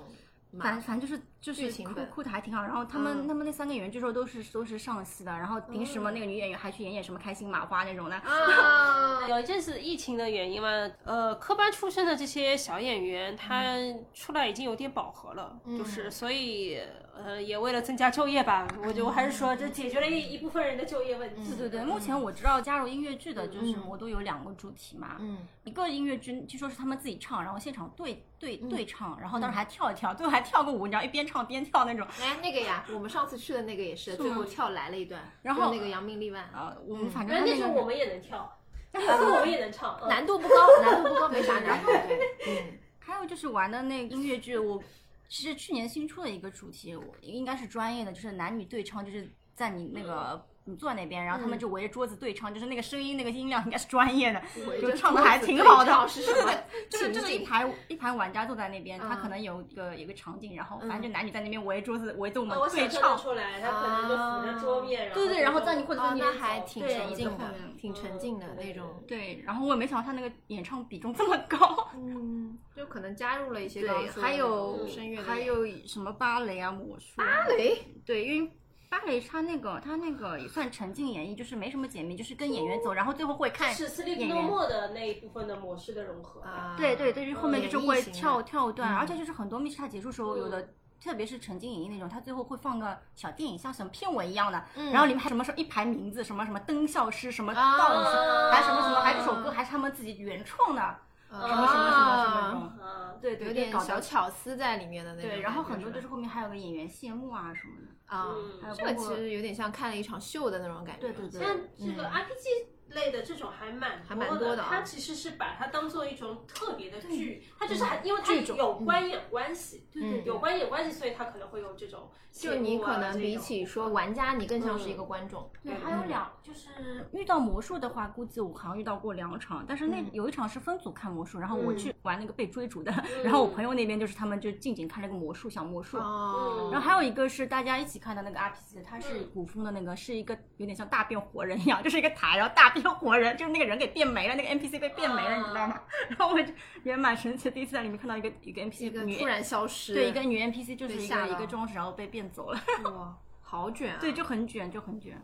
Speaker 2: 嘛。
Speaker 1: 反反正就是就
Speaker 2: 剧
Speaker 1: 是
Speaker 2: 情
Speaker 1: 哭
Speaker 2: 本
Speaker 1: 哭的还挺好，然后他们、
Speaker 2: 嗯
Speaker 1: 他们那三个演员据说都是都是上戏的，然后平时嘛、那个女演员还去演演什么开心麻花那种的，
Speaker 2: 啊，
Speaker 3: 有一阵子疫情的原因嘛，呃，科班出身的这些小演员，他
Speaker 2: 嗯
Speaker 3: 出来已经有点饱和了，就是所以呃，也为了增加就业吧，我就我还是说，
Speaker 2: 嗯
Speaker 3: 这解决了一一部分人的就业问题。
Speaker 1: 对对对，目前我知道加入音乐剧的就是魔都有两个主题嘛，
Speaker 2: 嗯，
Speaker 1: 一个音乐剧据说是他们自己唱，然后现场对对
Speaker 2: 嗯
Speaker 1: 对唱，然后当时还跳一跳，最后还跳个舞，你知道一边唱边跳那种。
Speaker 2: 哎，那个呀，我们上次去的那个也是，最后跳来了一段，
Speaker 1: 然后
Speaker 2: 就那个扬名立万，
Speaker 1: 啊，我
Speaker 2: 嗯
Speaker 1: 们反正
Speaker 6: 关
Speaker 1: 他
Speaker 6: 键
Speaker 1: 那
Speaker 6: 是
Speaker 1: 个
Speaker 6: 我们也能跳， 但是我们也能唱。嗯
Speaker 2: 难度不高，难度不高，没啥难度。对，嗯
Speaker 1: 还有就是玩的那个音乐剧，我其实去年新出的一个主题，我应该是专业的，就是男女对唱，就是在你那个。你坐在那边，然后他们就围着桌子对唱，就是那个声音、那个音量应该是专业的，
Speaker 2: 嗯，
Speaker 1: 就唱的还挺好的。
Speaker 2: 是什 么
Speaker 1: 就是就是
Speaker 2: 情
Speaker 1: 一
Speaker 2: 景？
Speaker 1: 排一排玩家坐在那边，他
Speaker 2: 嗯
Speaker 1: 可能有一个有一个场景，然后反正就男女在那边围桌子围着我们
Speaker 6: 那哦我
Speaker 1: 对
Speaker 6: 想象
Speaker 1: 唱啊
Speaker 6: 得，出来，他可能就扶嗯着桌面，
Speaker 1: 对对对，然后在你或者
Speaker 2: 哦
Speaker 1: 在，你
Speaker 2: 那还挺
Speaker 1: 对
Speaker 2: 沉
Speaker 1: 一
Speaker 2: 静
Speaker 1: 后
Speaker 2: 的
Speaker 1: 面，嗯
Speaker 2: 挺沉静的那种。
Speaker 1: 对，然后我也没想到他那个演唱比重这么高。
Speaker 2: 嗯， 就可能加入了一些刚刚
Speaker 1: 对，
Speaker 2: 说的
Speaker 1: 还有嗯
Speaker 2: 声乐的
Speaker 1: 还有什么芭蕾啊、魔术啊，
Speaker 2: 雷，
Speaker 1: 对，因为芭蕾它那个它那个也算沉浸演绎，就是没什么解密，就是跟演员走，然后最后会看
Speaker 6: 是《Sleep
Speaker 1: 演
Speaker 6: No
Speaker 1: 员。
Speaker 6: More》的那一部分的模式的融合。
Speaker 2: 啊
Speaker 1: 对对对，就是后面
Speaker 2: 演
Speaker 1: 就是
Speaker 2: 绎
Speaker 1: 会
Speaker 2: 型的嗯
Speaker 1: 跳跳段，而且就是很多密室它结束时候有的。特别是沉浸演绎那种，它最后会放个小电影，像什么片尾一样的，然后里面还什么什么一排名字，什么什么灯效师，什么
Speaker 2: 嗯啊
Speaker 1: 道理师，还什么什么，还这首歌还是他们自己原创的，
Speaker 2: 什
Speaker 1: 什么什么什么什么什么，
Speaker 6: 嗯，
Speaker 2: 嗯
Speaker 1: 对
Speaker 2: 啊有
Speaker 1: 对，
Speaker 2: 点
Speaker 1: 就搞
Speaker 2: 小
Speaker 1: 得
Speaker 2: 巧思在里面的那种感觉。
Speaker 1: 对，然后很多就是
Speaker 2: 吧
Speaker 1: 后面还有个演员谢幕啊什么的，
Speaker 2: 啊，
Speaker 6: 嗯
Speaker 1: 还有
Speaker 2: 这
Speaker 1: 包
Speaker 2: 个
Speaker 1: 括
Speaker 2: 其实有点像看了一场秀的那种感觉。
Speaker 1: 对对对，
Speaker 6: 像这个 RPG 类的这种还蛮
Speaker 2: 嗯还
Speaker 6: 多
Speaker 2: 蛮多的
Speaker 6: 的
Speaker 2: 啊
Speaker 6: 它其实是把它当做一种特别的剧，它就是
Speaker 2: 嗯
Speaker 6: 很，因为它有观演关系，
Speaker 2: 对对
Speaker 6: 有观演关系，所以它可能会有这种节目
Speaker 2: 嗯就
Speaker 6: 啊。
Speaker 2: 你可能
Speaker 6: 这
Speaker 2: 比
Speaker 6: 种
Speaker 2: 起嗯说玩家，你更像是一个观众。
Speaker 1: 嗯对，还有两就是遇到魔术的话，估计我好像遇到过两场，但是那
Speaker 2: 嗯
Speaker 1: 有一场是分组看魔术，然后我去玩那个被追逐的， 然后我朋友那边就是他们就静静看那个魔术小魔术，
Speaker 2: 嗯哦，
Speaker 1: 然后还有一个是大家一起看的那个 RPG，它是古风的那个，是一个有点像大变活人一样，就是一个台，然后大变活人，就是那个人给变没了，那个
Speaker 2: 哦
Speaker 1: NPC 被变没了，你知道吗？ 然后我就也蛮神奇的，第一次在里面看到一个一个
Speaker 2: 一
Speaker 1: NPC
Speaker 2: 个
Speaker 1: 女
Speaker 2: 突然消失，
Speaker 1: 对一个女 NPC 就是
Speaker 2: 被
Speaker 1: 一
Speaker 2: 吓
Speaker 1: 个
Speaker 2: 到
Speaker 1: 一个装饰，然后被变走了，
Speaker 2: 哇，好卷啊！
Speaker 1: 对，就很卷，就很卷。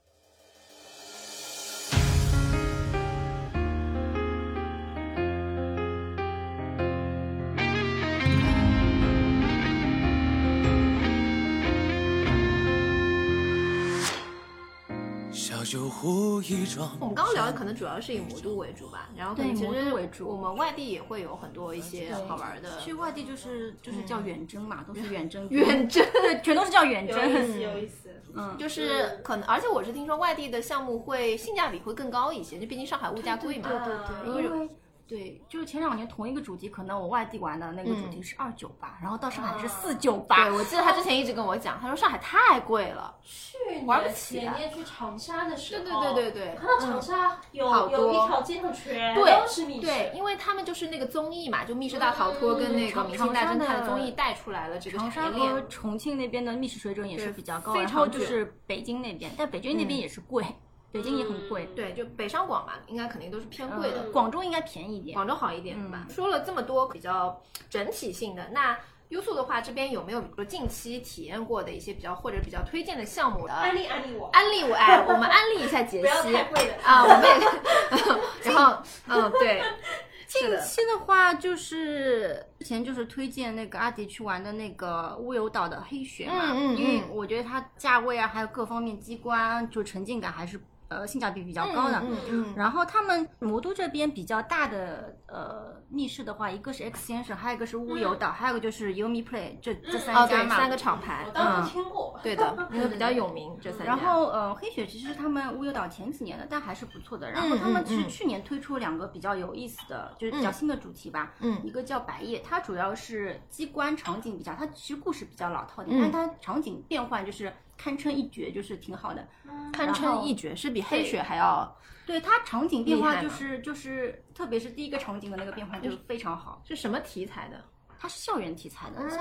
Speaker 5: 小酒壶一装
Speaker 2: 我们刚刚聊的可能主要是以魔都为主吧，然后可能
Speaker 1: 对
Speaker 2: 其
Speaker 1: 魔
Speaker 2: 实
Speaker 1: 都为主
Speaker 2: 我们外地也会有很多一些好玩的
Speaker 1: 去外地就是就是叫远征嘛，都是远征，
Speaker 2: 远征，
Speaker 1: 对，全都是叫远
Speaker 6: 有意思，
Speaker 1: 征。
Speaker 6: 有意思。
Speaker 2: 就是可能，而且我是听说外地的项目会性价比会更高一些，就毕竟上海物价贵嘛。
Speaker 6: 对
Speaker 1: 因为对，就是前两年同一个主题，可能我外地玩的那个主题是二九八，然后到上海是四九八
Speaker 2: 嗯啊对，，我记得他之前一直跟我讲，他说上海太贵了，
Speaker 6: 去
Speaker 2: 玩不
Speaker 6: 年
Speaker 2: 起
Speaker 6: 前年去长沙的哦时
Speaker 2: 对
Speaker 6: 候，
Speaker 2: 对对对对
Speaker 6: 我看到长沙有
Speaker 2: 好多
Speaker 6: 有一条街上全
Speaker 2: 对
Speaker 6: 都是密室，
Speaker 2: 对，因为他们就是那个综艺嘛，就《密室大逃脱》跟那个《明星大侦探》的综艺带出来了这个
Speaker 1: 长沙
Speaker 2: 产业
Speaker 1: 和
Speaker 2: 链。
Speaker 1: 重庆那边的密室水准也是比较高，
Speaker 2: 对非
Speaker 1: 然
Speaker 2: 常
Speaker 1: 后就
Speaker 2: 卷嗯
Speaker 1: 是北京那边，但北京那边也是贵，北京也很
Speaker 6: 嗯
Speaker 1: 贵，呃
Speaker 2: 对，就北上广嘛，应该肯定都是偏嗯贵的，
Speaker 1: 广州应该便宜一点。
Speaker 2: 广州好一点吧。说了这么多比较整体性的，那优速的话，这边有没有比如说近期体验过的一些比较或者比较推荐的项目的？
Speaker 6: 安利安利我，
Speaker 2: 安利我哎，我们安利一下杰
Speaker 6: 不要
Speaker 2: 西
Speaker 6: 太贵的
Speaker 2: 啊，我们也，然后嗯对，是
Speaker 1: 近
Speaker 2: 的，
Speaker 1: 期的话，就是之前就是推荐那个阿迪去玩的那个乌有岛的黑雪嘛，
Speaker 2: 嗯嗯嗯
Speaker 1: 因为我觉得它价位啊，还有各方面机关，就沉浸感还是呃性价比比较高的。
Speaker 2: 嗯嗯
Speaker 1: 然后他们魔都这边比较大的呃密室的话，一个是 X 先生，还有一个是乌有岛，还有一个就是 Umi Play 这这三
Speaker 2: 嗯哦
Speaker 1: 家
Speaker 2: 对，
Speaker 1: 嘛。
Speaker 2: 三个厂牌
Speaker 6: 我，当时听过，
Speaker 2: 对的，因为比较有名这三家。
Speaker 1: 然后呃，黑雪其实是他们乌有岛前几年的，但还是不错的。然后他们其实去年推出两个比较有意思的，就是比较新的主题吧。
Speaker 2: 嗯
Speaker 1: 一个叫百叶，它嗯主要是机关场景比较，它其实故事比较老套点，但它场景变换就是。堪称一绝，就是挺好的。
Speaker 2: 堪称一绝，是比黑雪还要
Speaker 1: 对它场景变
Speaker 2: 厉
Speaker 1: 化
Speaker 2: 害
Speaker 1: 就
Speaker 2: 吗
Speaker 1: 是就是，特别是第一个场景的那个变化就是非常好。
Speaker 2: 是什么题材的？
Speaker 1: 嗯它是校园题材的，校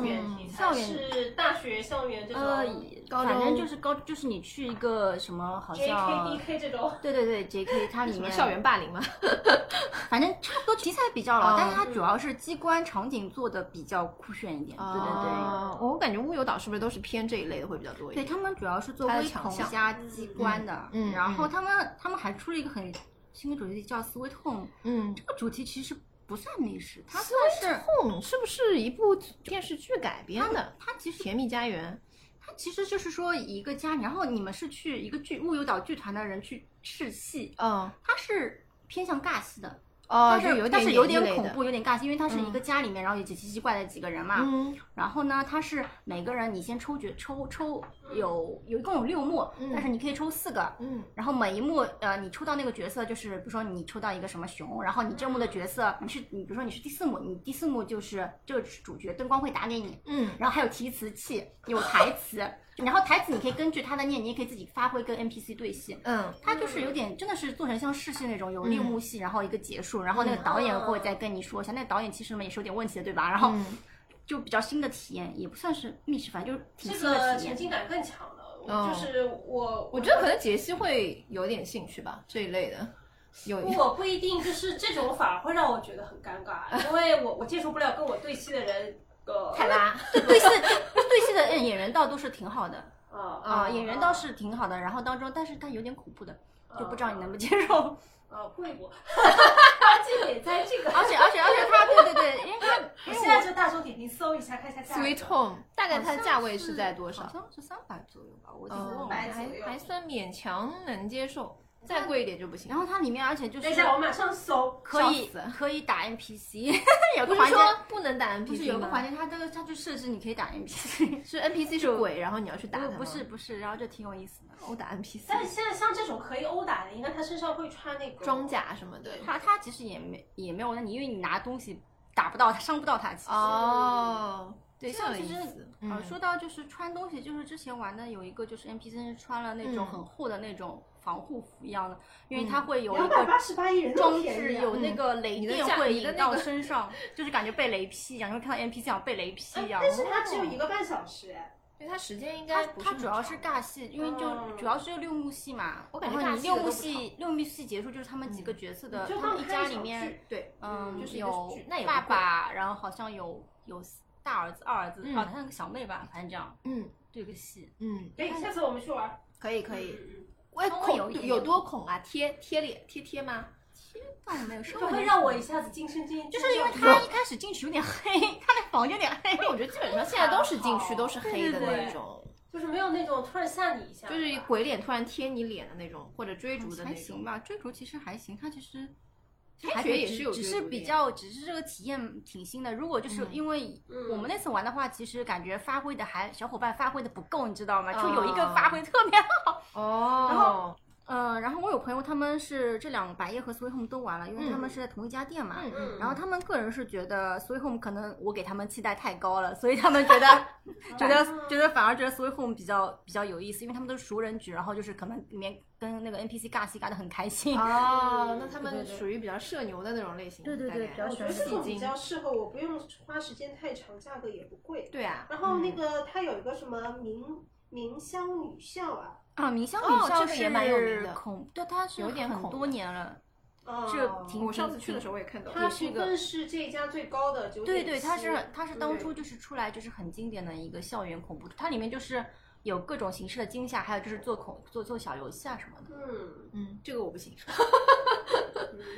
Speaker 1: 园
Speaker 6: 校园题材
Speaker 1: 校园
Speaker 6: 是大学校园这
Speaker 1: 呃
Speaker 6: 种，
Speaker 2: 高
Speaker 1: 反
Speaker 2: 中
Speaker 1: 正就是高，就是你去一个什么好
Speaker 6: J K
Speaker 1: 像
Speaker 6: D。K 这种，
Speaker 1: 对对对，J.K. 它里面
Speaker 2: 校园霸凌吗？
Speaker 1: 反正差不多题材比较老，
Speaker 2: 哦
Speaker 1: 但是它主要是机关场景做的比较酷炫一点。对对对，
Speaker 2: 哦我感觉乌有岛是不是都是偏这一类的会比较多一
Speaker 1: 对
Speaker 2: 点？
Speaker 1: 他们主要是做
Speaker 2: 它的
Speaker 1: 微
Speaker 2: 强
Speaker 1: 童
Speaker 2: 项
Speaker 1: 加机关的，
Speaker 2: 嗯嗯
Speaker 1: 然后
Speaker 2: 嗯
Speaker 1: 他们他们还出了一个很新的主题叫 Sweet Home，
Speaker 2: 嗯，
Speaker 1: 这个主题其实不算历史，它算是
Speaker 2: 痛是不是一部电视剧改编的？
Speaker 1: 它其
Speaker 2: 《
Speaker 1: 实
Speaker 2: 甜蜜家园
Speaker 1: 它其实就是说一个家，然后你们是去一个剧物有岛剧团的人去试戏》，
Speaker 2: 嗯
Speaker 1: 它是偏向尬戏的，
Speaker 2: 哦，
Speaker 1: 但是
Speaker 2: 就有
Speaker 1: 但
Speaker 2: 点
Speaker 1: 是有
Speaker 2: 演绎
Speaker 1: 点
Speaker 2: 类
Speaker 1: 恐
Speaker 2: 的，
Speaker 1: 怖，有点尬戏，因为它是一个家里面，然后有几奇奇怪的几个人嘛，
Speaker 2: 嗯，
Speaker 1: 然后呢，它是每个人你先抽角抽抽有有一共有六幕，但是你可以抽四个，
Speaker 2: 嗯，
Speaker 1: 然后每一幕呃你抽到那个角色就是比如说你抽到一个什么熊，然后你这幕的角色你是你比如说你是第四幕，你第四幕就是这个主角灯光会打给你，
Speaker 2: 嗯，
Speaker 1: 然后还有提词器，有台词， 然后台词你可以根据他的念，你也可以自己发挥跟 NPC 对戏。
Speaker 2: 嗯，
Speaker 1: 它就是有点，真的是做成像试戏那种，有六幕戏，然后一个结束，然后那个导演会再跟你说一下，那个导演其实嘛也是有点问题的，对吧？
Speaker 2: 嗯
Speaker 1: 然后就比较新的体验，也不算是密室，反正就是挺
Speaker 6: 这
Speaker 1: 新的体
Speaker 6: 个沉
Speaker 1: 验。
Speaker 6: 浸感更强了。我
Speaker 2: 哦
Speaker 6: 就是我，
Speaker 2: 我觉得可能杰西会有点兴趣吧，这一类的有
Speaker 6: 我不一定，就是这种反而会让我觉得很尴尬，因为我我接受不了跟我对戏的人，呃，
Speaker 1: 太拉，对戏对戏的嗯演员倒都是挺好的
Speaker 6: 啊
Speaker 1: 啊、演员倒是挺好的，然后当中但是它有点恐怖的，就不知道你能不能接受。
Speaker 6: 呃贵不？ 这点在这个，
Speaker 1: 而且而且而且它对对对，因为它
Speaker 6: 我现在就大众点评搜一下，看一下价格。
Speaker 2: Sweet Home，大概它的价位
Speaker 1: 是
Speaker 2: 是在多
Speaker 1: 好
Speaker 2: 少？
Speaker 1: 像是三百左右吧，我已经
Speaker 2: 嗯，
Speaker 1: 忘了。
Speaker 6: 百
Speaker 2: 还
Speaker 6: 左右
Speaker 2: 还算勉强能接受，再贵一点就不行。
Speaker 1: 然后它里面而且就是
Speaker 6: 等一下，我马上搜。
Speaker 1: 可以
Speaker 2: 笑死
Speaker 1: 可以打 NPC，有
Speaker 2: 不
Speaker 1: 个
Speaker 2: 是
Speaker 1: 环节
Speaker 2: 说不能打 NPC
Speaker 1: 不是有个
Speaker 2: 吗
Speaker 1: 环节，它这个它就设置你可以打 NPC，
Speaker 2: 是 NPC 是鬼，然后你要去打它
Speaker 1: 不
Speaker 2: 吗
Speaker 1: 哦不是不是，然后就挺有意思的。
Speaker 2: 殴打 NPC，
Speaker 6: 但是现在像这种可以殴打的，应该他身上会穿那个
Speaker 2: 装。甲什么的。
Speaker 1: 它它其实也没也没有让你，因为你拿东西打不到它，伤不到它。其实，
Speaker 2: 哦，对，
Speaker 1: 像
Speaker 2: 像有
Speaker 1: 其
Speaker 2: 意
Speaker 1: 实
Speaker 2: 思。
Speaker 1: 呃，
Speaker 2: 嗯，
Speaker 1: 说到就是穿东西，就是之前玩的有一个就是 NPC 是穿了那种很厚的那种防护服一样的，因为它会有一
Speaker 6: 两
Speaker 1: 个
Speaker 6: 百八十八亿人那
Speaker 1: 装
Speaker 6: 么便
Speaker 1: 置
Speaker 6: 宜啊
Speaker 1: 有那个雷
Speaker 2: 你的
Speaker 1: 电
Speaker 2: 价
Speaker 1: 会
Speaker 2: 你的
Speaker 1: 引
Speaker 2: 那
Speaker 1: 到
Speaker 2: 个
Speaker 1: 身上，就是感觉被雷劈一样，你会看到 NPC 像被雷劈一样。
Speaker 6: 啊但是它只有一个半小时，哎，
Speaker 2: 对它时间应
Speaker 1: 它
Speaker 2: 该不
Speaker 1: 它
Speaker 2: 很
Speaker 1: 主要
Speaker 2: 长
Speaker 1: 是尬戏，因为就
Speaker 6: 嗯
Speaker 1: 主要是六幕戏嘛。我
Speaker 2: 感觉
Speaker 1: 然
Speaker 2: 尬
Speaker 1: 后你
Speaker 2: 戏
Speaker 1: 六
Speaker 2: 的
Speaker 1: 幕
Speaker 2: 都不嗯
Speaker 1: 戏，六幕戏结束就是他们几个角色的，
Speaker 6: 就
Speaker 1: 他们
Speaker 6: 当
Speaker 1: 呃一
Speaker 6: 看一
Speaker 1: 家里
Speaker 6: 场
Speaker 1: 面
Speaker 6: 剧，
Speaker 2: 对，
Speaker 1: 嗯，
Speaker 2: 就是一个
Speaker 1: 有
Speaker 2: 剧那也不
Speaker 1: 爸
Speaker 2: 贵
Speaker 1: 爸，然后好像有有大儿子、二儿子，
Speaker 2: 嗯
Speaker 1: 好像有个小妹吧，反正这样
Speaker 2: 嗯
Speaker 1: 对个戏。
Speaker 2: 嗯，
Speaker 6: 哎，下次我们去玩。
Speaker 2: 可以可以。
Speaker 6: 嗯，
Speaker 2: 喂，
Speaker 1: 稍微
Speaker 2: 恐
Speaker 1: 有一点
Speaker 2: 有
Speaker 1: 点
Speaker 2: 多恐啊？贴贴脸贴贴吗？
Speaker 1: 但我没有稍
Speaker 6: 嗯就
Speaker 1: 微
Speaker 6: 会让我一下子晋升进，
Speaker 1: 就是因为他一开始进去有点黑，他那房间有点黑。
Speaker 2: 因为我觉得基本上
Speaker 1: 啊
Speaker 2: 现在都是禁区都是黑的
Speaker 6: 对对对
Speaker 2: 那种，
Speaker 6: 就是没有那种突然吓你一下，
Speaker 2: 就是鬼脸突然贴你脸的那种，或者追逐的那
Speaker 1: 还
Speaker 2: 种。
Speaker 1: 哦行吧，追逐其实还行，它其实
Speaker 2: 追
Speaker 1: 还
Speaker 2: 逐
Speaker 1: 可以
Speaker 2: 也
Speaker 1: 只
Speaker 2: 是有
Speaker 1: 只
Speaker 2: 追
Speaker 1: 是
Speaker 2: 逐
Speaker 1: 比
Speaker 2: 点
Speaker 1: 较，只是这个体验挺新的。如果就是因为我们那次玩的话，其实感觉发挥的还小伙伴发挥的不够，你知道吗？就有一个发挥特别好。
Speaker 2: 哦，
Speaker 1: 嗯，然后我有朋友他们是这两个百叶和 Sweet Home 都玩了，因为他们是在同一家店嘛。
Speaker 2: 嗯嗯
Speaker 1: 然后他们个人是觉得 Sweet Home 可能我给他们期待太高了，所以他们 觉得觉得觉得反而觉得 Sweet Home 比较比较有意思，因为他们都是熟人局，然后就是可能里面跟那个 NPC 尬戏尬的很开心。
Speaker 2: 哦，那他
Speaker 1: 对
Speaker 2: 们
Speaker 1: 对对
Speaker 2: 属于比较社牛的那种类型，
Speaker 1: 对对
Speaker 2: 大
Speaker 1: 对
Speaker 2: 概
Speaker 1: 比较
Speaker 6: 我觉得
Speaker 1: 喜
Speaker 6: 这种
Speaker 2: 戏
Speaker 6: 比
Speaker 2: 精。
Speaker 6: 较适合我，不用花时间太长，价格也不贵。
Speaker 2: 对啊，
Speaker 6: 然
Speaker 1: 嗯
Speaker 6: 后那个它有一个什么明明香女校啊，
Speaker 1: 啊，明香
Speaker 2: 哦
Speaker 1: 女校
Speaker 2: 这个也蛮有名
Speaker 1: 是
Speaker 2: 的
Speaker 1: 恐，对，它是
Speaker 2: 有点
Speaker 1: 很
Speaker 2: 恐
Speaker 1: 多年了，
Speaker 6: 哦
Speaker 1: 这挺
Speaker 2: 我上次去的时候我也看到，
Speaker 6: 它
Speaker 1: 是一
Speaker 6: 评
Speaker 1: 个
Speaker 6: 分是这家最高的，九
Speaker 1: 对对，它是它是当
Speaker 6: 对
Speaker 1: 初就是出来就是很经典的一个校园恐怖，它里面就是有各种形式的惊吓，还有就是做恐做做小游戏啊什么的。
Speaker 6: 嗯，
Speaker 2: 嗯，这个我不行。
Speaker 6: 嗯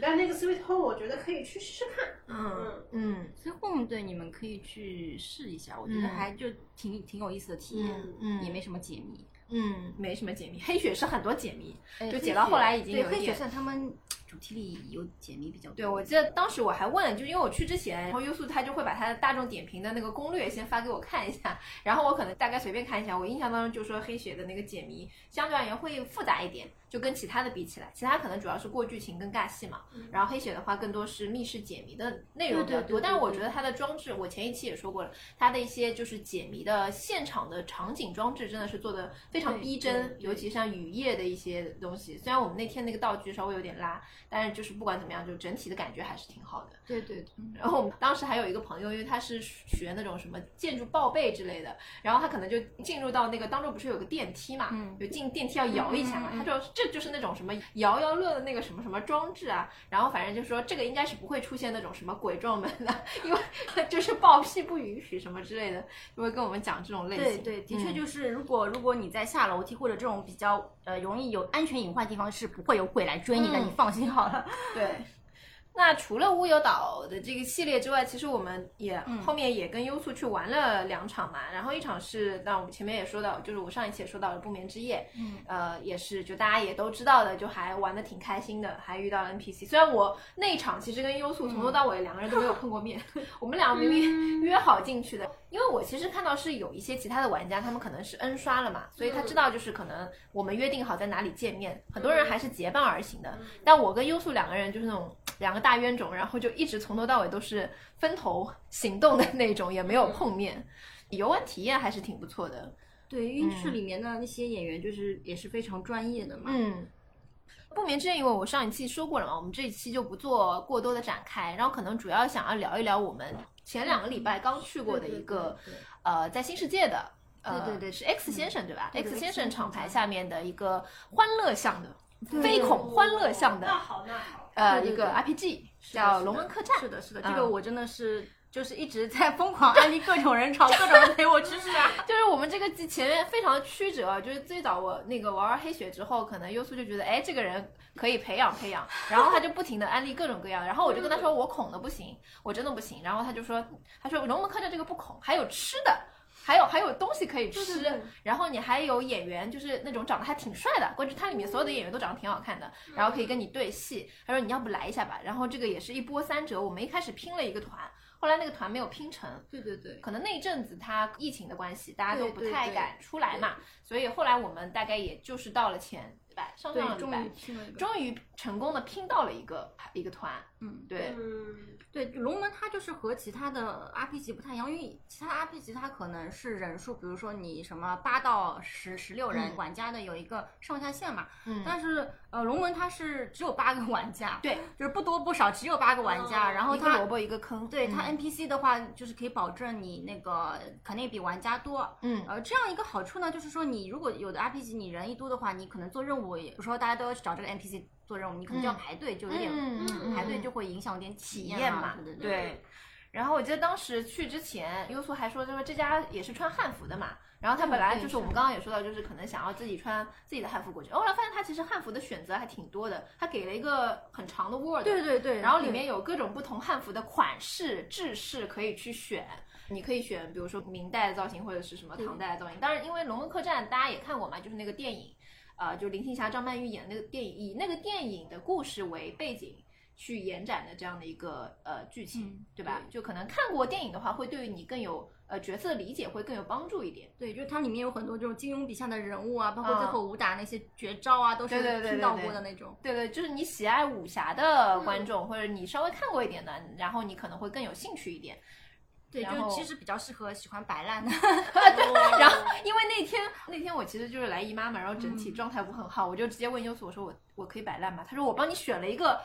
Speaker 6: 但那个 Sweet Home 我觉得可以去试试看。
Speaker 2: 嗯嗯
Speaker 1: 所以 home 对你们可以去试一下，我觉得
Speaker 2: 嗯
Speaker 1: 还就挺挺有意思的体验，
Speaker 2: 嗯
Speaker 1: 也没什么解谜。
Speaker 2: 嗯，没什么解谜，黑雪是很多解谜，
Speaker 1: 哎
Speaker 2: 就
Speaker 1: 黑
Speaker 2: 解到后
Speaker 1: 雪
Speaker 2: 来已经
Speaker 1: 对
Speaker 2: 有一
Speaker 1: 黑雪
Speaker 2: 点
Speaker 1: 算他们
Speaker 4: 主题里有解谜比较多。
Speaker 2: 对，我记得当时我还问了，就因为我去之前，然后优速他就会把他的大众点评的那个攻略先发给我看一下，然后我可能大概随便看一下。我印象当中就说黑雪的那个解谜相对而言会复杂一点，就跟其他的比起来，其他可能主要是过剧情跟尬戏嘛，然后黑雪的话更多是密室解谜的内容比较
Speaker 4: 嗯对对对
Speaker 2: 多。
Speaker 4: 对
Speaker 2: 但是我觉得它的装置，我前一期也说过了，它的一些就是解谜的现场的场景装置真的是做的非常逼真，尤其像雨夜的一些东西。虽然我们那天那个道具稍微有点拉，但是就是不管怎么样，就整体的感觉还是挺好的。
Speaker 4: 对对对，
Speaker 2: 然后我们当时还有一个朋友，因为他是学那种什么建筑报备之类的，然后他可能就进入到那个当中不是有个电梯嘛，
Speaker 1: 嗯
Speaker 2: 就进电梯要摇一下嘛，他就这就是那种什么摇摇乐的那个什么什么装置啊，然后反正就说这个应该是不会出现那种什么鬼撞门的， 因为就是报批不允许什么之类的，就会跟我们讲这种类
Speaker 1: 对
Speaker 2: 型。嗯
Speaker 1: 对，的
Speaker 4: 嗯
Speaker 1: 确就是，如果如果你在下楼梯或者这种比较呃容易有安全隐患的地方，是不会有鬼来追你的，
Speaker 2: 嗯
Speaker 1: 你放心好了。
Speaker 2: 对。那除了乌有岛的这个系列之外，其实我们也、后面也跟优速去玩了两场嘛。然后一场是，那我们前面也说到，就是我上一期也说到了不眠之夜，嗯，呃，也是就大家也都知道的，就还玩的挺开心的，还遇到了 NPC。虽然我那一场其实跟优速从头到尾两个人都没有碰过面，我们俩明明约好进去的，因为我其实看到是有一些其他的玩家，他们可能是 N 刷了嘛，所以他知道就是可能我们约定好在哪里见面，很多人还是结伴而行的。但我跟优素两个人就是那种两个大冤种，然后就一直从头到尾都是分头行动的那种，也没有碰面。游玩体验还是挺不错的，
Speaker 4: 对，因为
Speaker 1: 嗯
Speaker 4: 是里面的那些演员就是也是非常专业的嘛。
Speaker 2: 嗯。不眠之夜，因为我上一期说过了嘛，我们这一期就不做过多的展开，然后可能主要想要聊一聊我们前两个礼拜刚去过的一个，呃，在新世界的，呃，
Speaker 4: 对对对
Speaker 2: 是 X 先生对吧
Speaker 4: 对对
Speaker 2: ？X
Speaker 4: 对
Speaker 2: 先
Speaker 4: X
Speaker 2: 生哦
Speaker 4: 先生
Speaker 2: 厂牌下面的一个欢乐向的、非恐欢乐向的
Speaker 6: 嗯那好那好，
Speaker 2: 呃
Speaker 4: 对对
Speaker 2: 一个
Speaker 4: 对
Speaker 2: RPG，
Speaker 1: 是
Speaker 2: 叫
Speaker 1: 的
Speaker 2: 《龙门客栈》。
Speaker 1: 是的，是的，
Speaker 2: 嗯
Speaker 1: 这个我真的是就是一直在疯狂安利各种人 潮，各种人陪我去 啊。
Speaker 2: 就是我们这个季前面非常的曲折，就是最早我那个玩完黑雪之后，可能优素就觉得，哎，这个人可以培养培养，然后他就不停的安利各种各样，然后我就跟他说，我恐的不行，我真的不行，然后他就说，他说龙门客栈这个不恐，还有吃的。还有还有东西可以吃，然后你还有演员，就是那种长得还挺帅的，关键它里面所有的演员都长得挺好看的，然后可以跟你对戏。他说你要不来一下吧，然后这个也是一波三折。我们一开始拼了一个团，后来那个团没有拼成，
Speaker 4: 对对对，
Speaker 2: 可能那一阵子他疫情的关系，大家都
Speaker 4: 对
Speaker 2: 不
Speaker 4: 对
Speaker 2: 太
Speaker 4: 对
Speaker 2: 敢出来嘛，所以后来我们大概也就是到了前礼拜，上上
Speaker 4: 对，
Speaker 1: 嗯
Speaker 2: 个礼
Speaker 4: 终
Speaker 2: 拜
Speaker 4: 于，去了一个。
Speaker 2: 终于成功的拼到了一个一个团，
Speaker 4: 嗯，
Speaker 2: 对，
Speaker 6: 嗯，
Speaker 4: 对，龙门它就是和其他的 RPG 不太一样，因为其他 RPG 它可能是人数，比如说你什么八到十、十六人、
Speaker 2: 嗯
Speaker 4: 玩家的有一个上下限嘛。
Speaker 2: 嗯
Speaker 4: 但是呃，龙门它是只有八个玩家，
Speaker 2: 对，
Speaker 4: 就是不多不少，只有八个玩家，
Speaker 6: 哦
Speaker 4: 然后
Speaker 2: 一个
Speaker 4: 它
Speaker 2: 萝卜一个坑，
Speaker 4: 对
Speaker 2: 嗯
Speaker 4: 它 NPC 的话，就是可以保证你那个肯定比玩家多。
Speaker 2: 嗯
Speaker 4: 呃，这样一个好处呢，就是说你如果有的 RPG 你人一多的话，你可能做任务也，比如说大家都要去找这个 NPC 做任务，你可能就要
Speaker 2: 嗯
Speaker 4: 排队，就有点、
Speaker 2: 嗯嗯
Speaker 4: 排队
Speaker 2: 嗯
Speaker 4: 就会影响点体
Speaker 2: 体验嘛
Speaker 4: 嘛，对对。
Speaker 2: 对然后我记得当时去之前，优素还说，就是这家也是穿汉服的
Speaker 4: 嗯
Speaker 2: 嘛。然后他本来就是我们刚刚也说到，就是可能想要自己穿自己的汉服过去。哦后来发现他其实汉服的选择还挺多的，他给了一个很长的 word，
Speaker 4: 对对对，
Speaker 2: 然后里面有各种不同汉服的款式、制式可以去选，你可以选，比如说明代的造型或者是什么唐代的造型。当然，因为《龙门客栈》大家也看过嘛，就是那个电影，呃，就林青霞、张曼玉演的那个电影，以那个电影的故事为背景。去延展的这样的一个呃剧情，
Speaker 4: 嗯
Speaker 2: 对吧？就可能看过电影的话，会对于你更有呃角色理解，会更有帮助一点。
Speaker 4: 对，就是它里面有很多这种金庸笔下的人物啊，包括
Speaker 2: 嗯
Speaker 4: 最后武打那些绝招啊，都是
Speaker 2: 对对
Speaker 4: 听
Speaker 2: 对对
Speaker 4: 到
Speaker 2: 对
Speaker 4: 过的那种。
Speaker 2: 对对，就是你喜爱武侠的
Speaker 4: 嗯
Speaker 2: 观众，或者你稍微看过一点的，然后你可能会更有兴趣一点。
Speaker 4: 对，
Speaker 2: 然后
Speaker 4: 就其实比较适合喜欢摆烂的。
Speaker 2: 然后
Speaker 4: 哦
Speaker 2: 因为那天那天我其实就是来姨妈嘛，然后整
Speaker 4: 嗯
Speaker 2: 体状态不很好，我就直接问优素，我说我我可以摆烂吗？他说我帮你选了一个。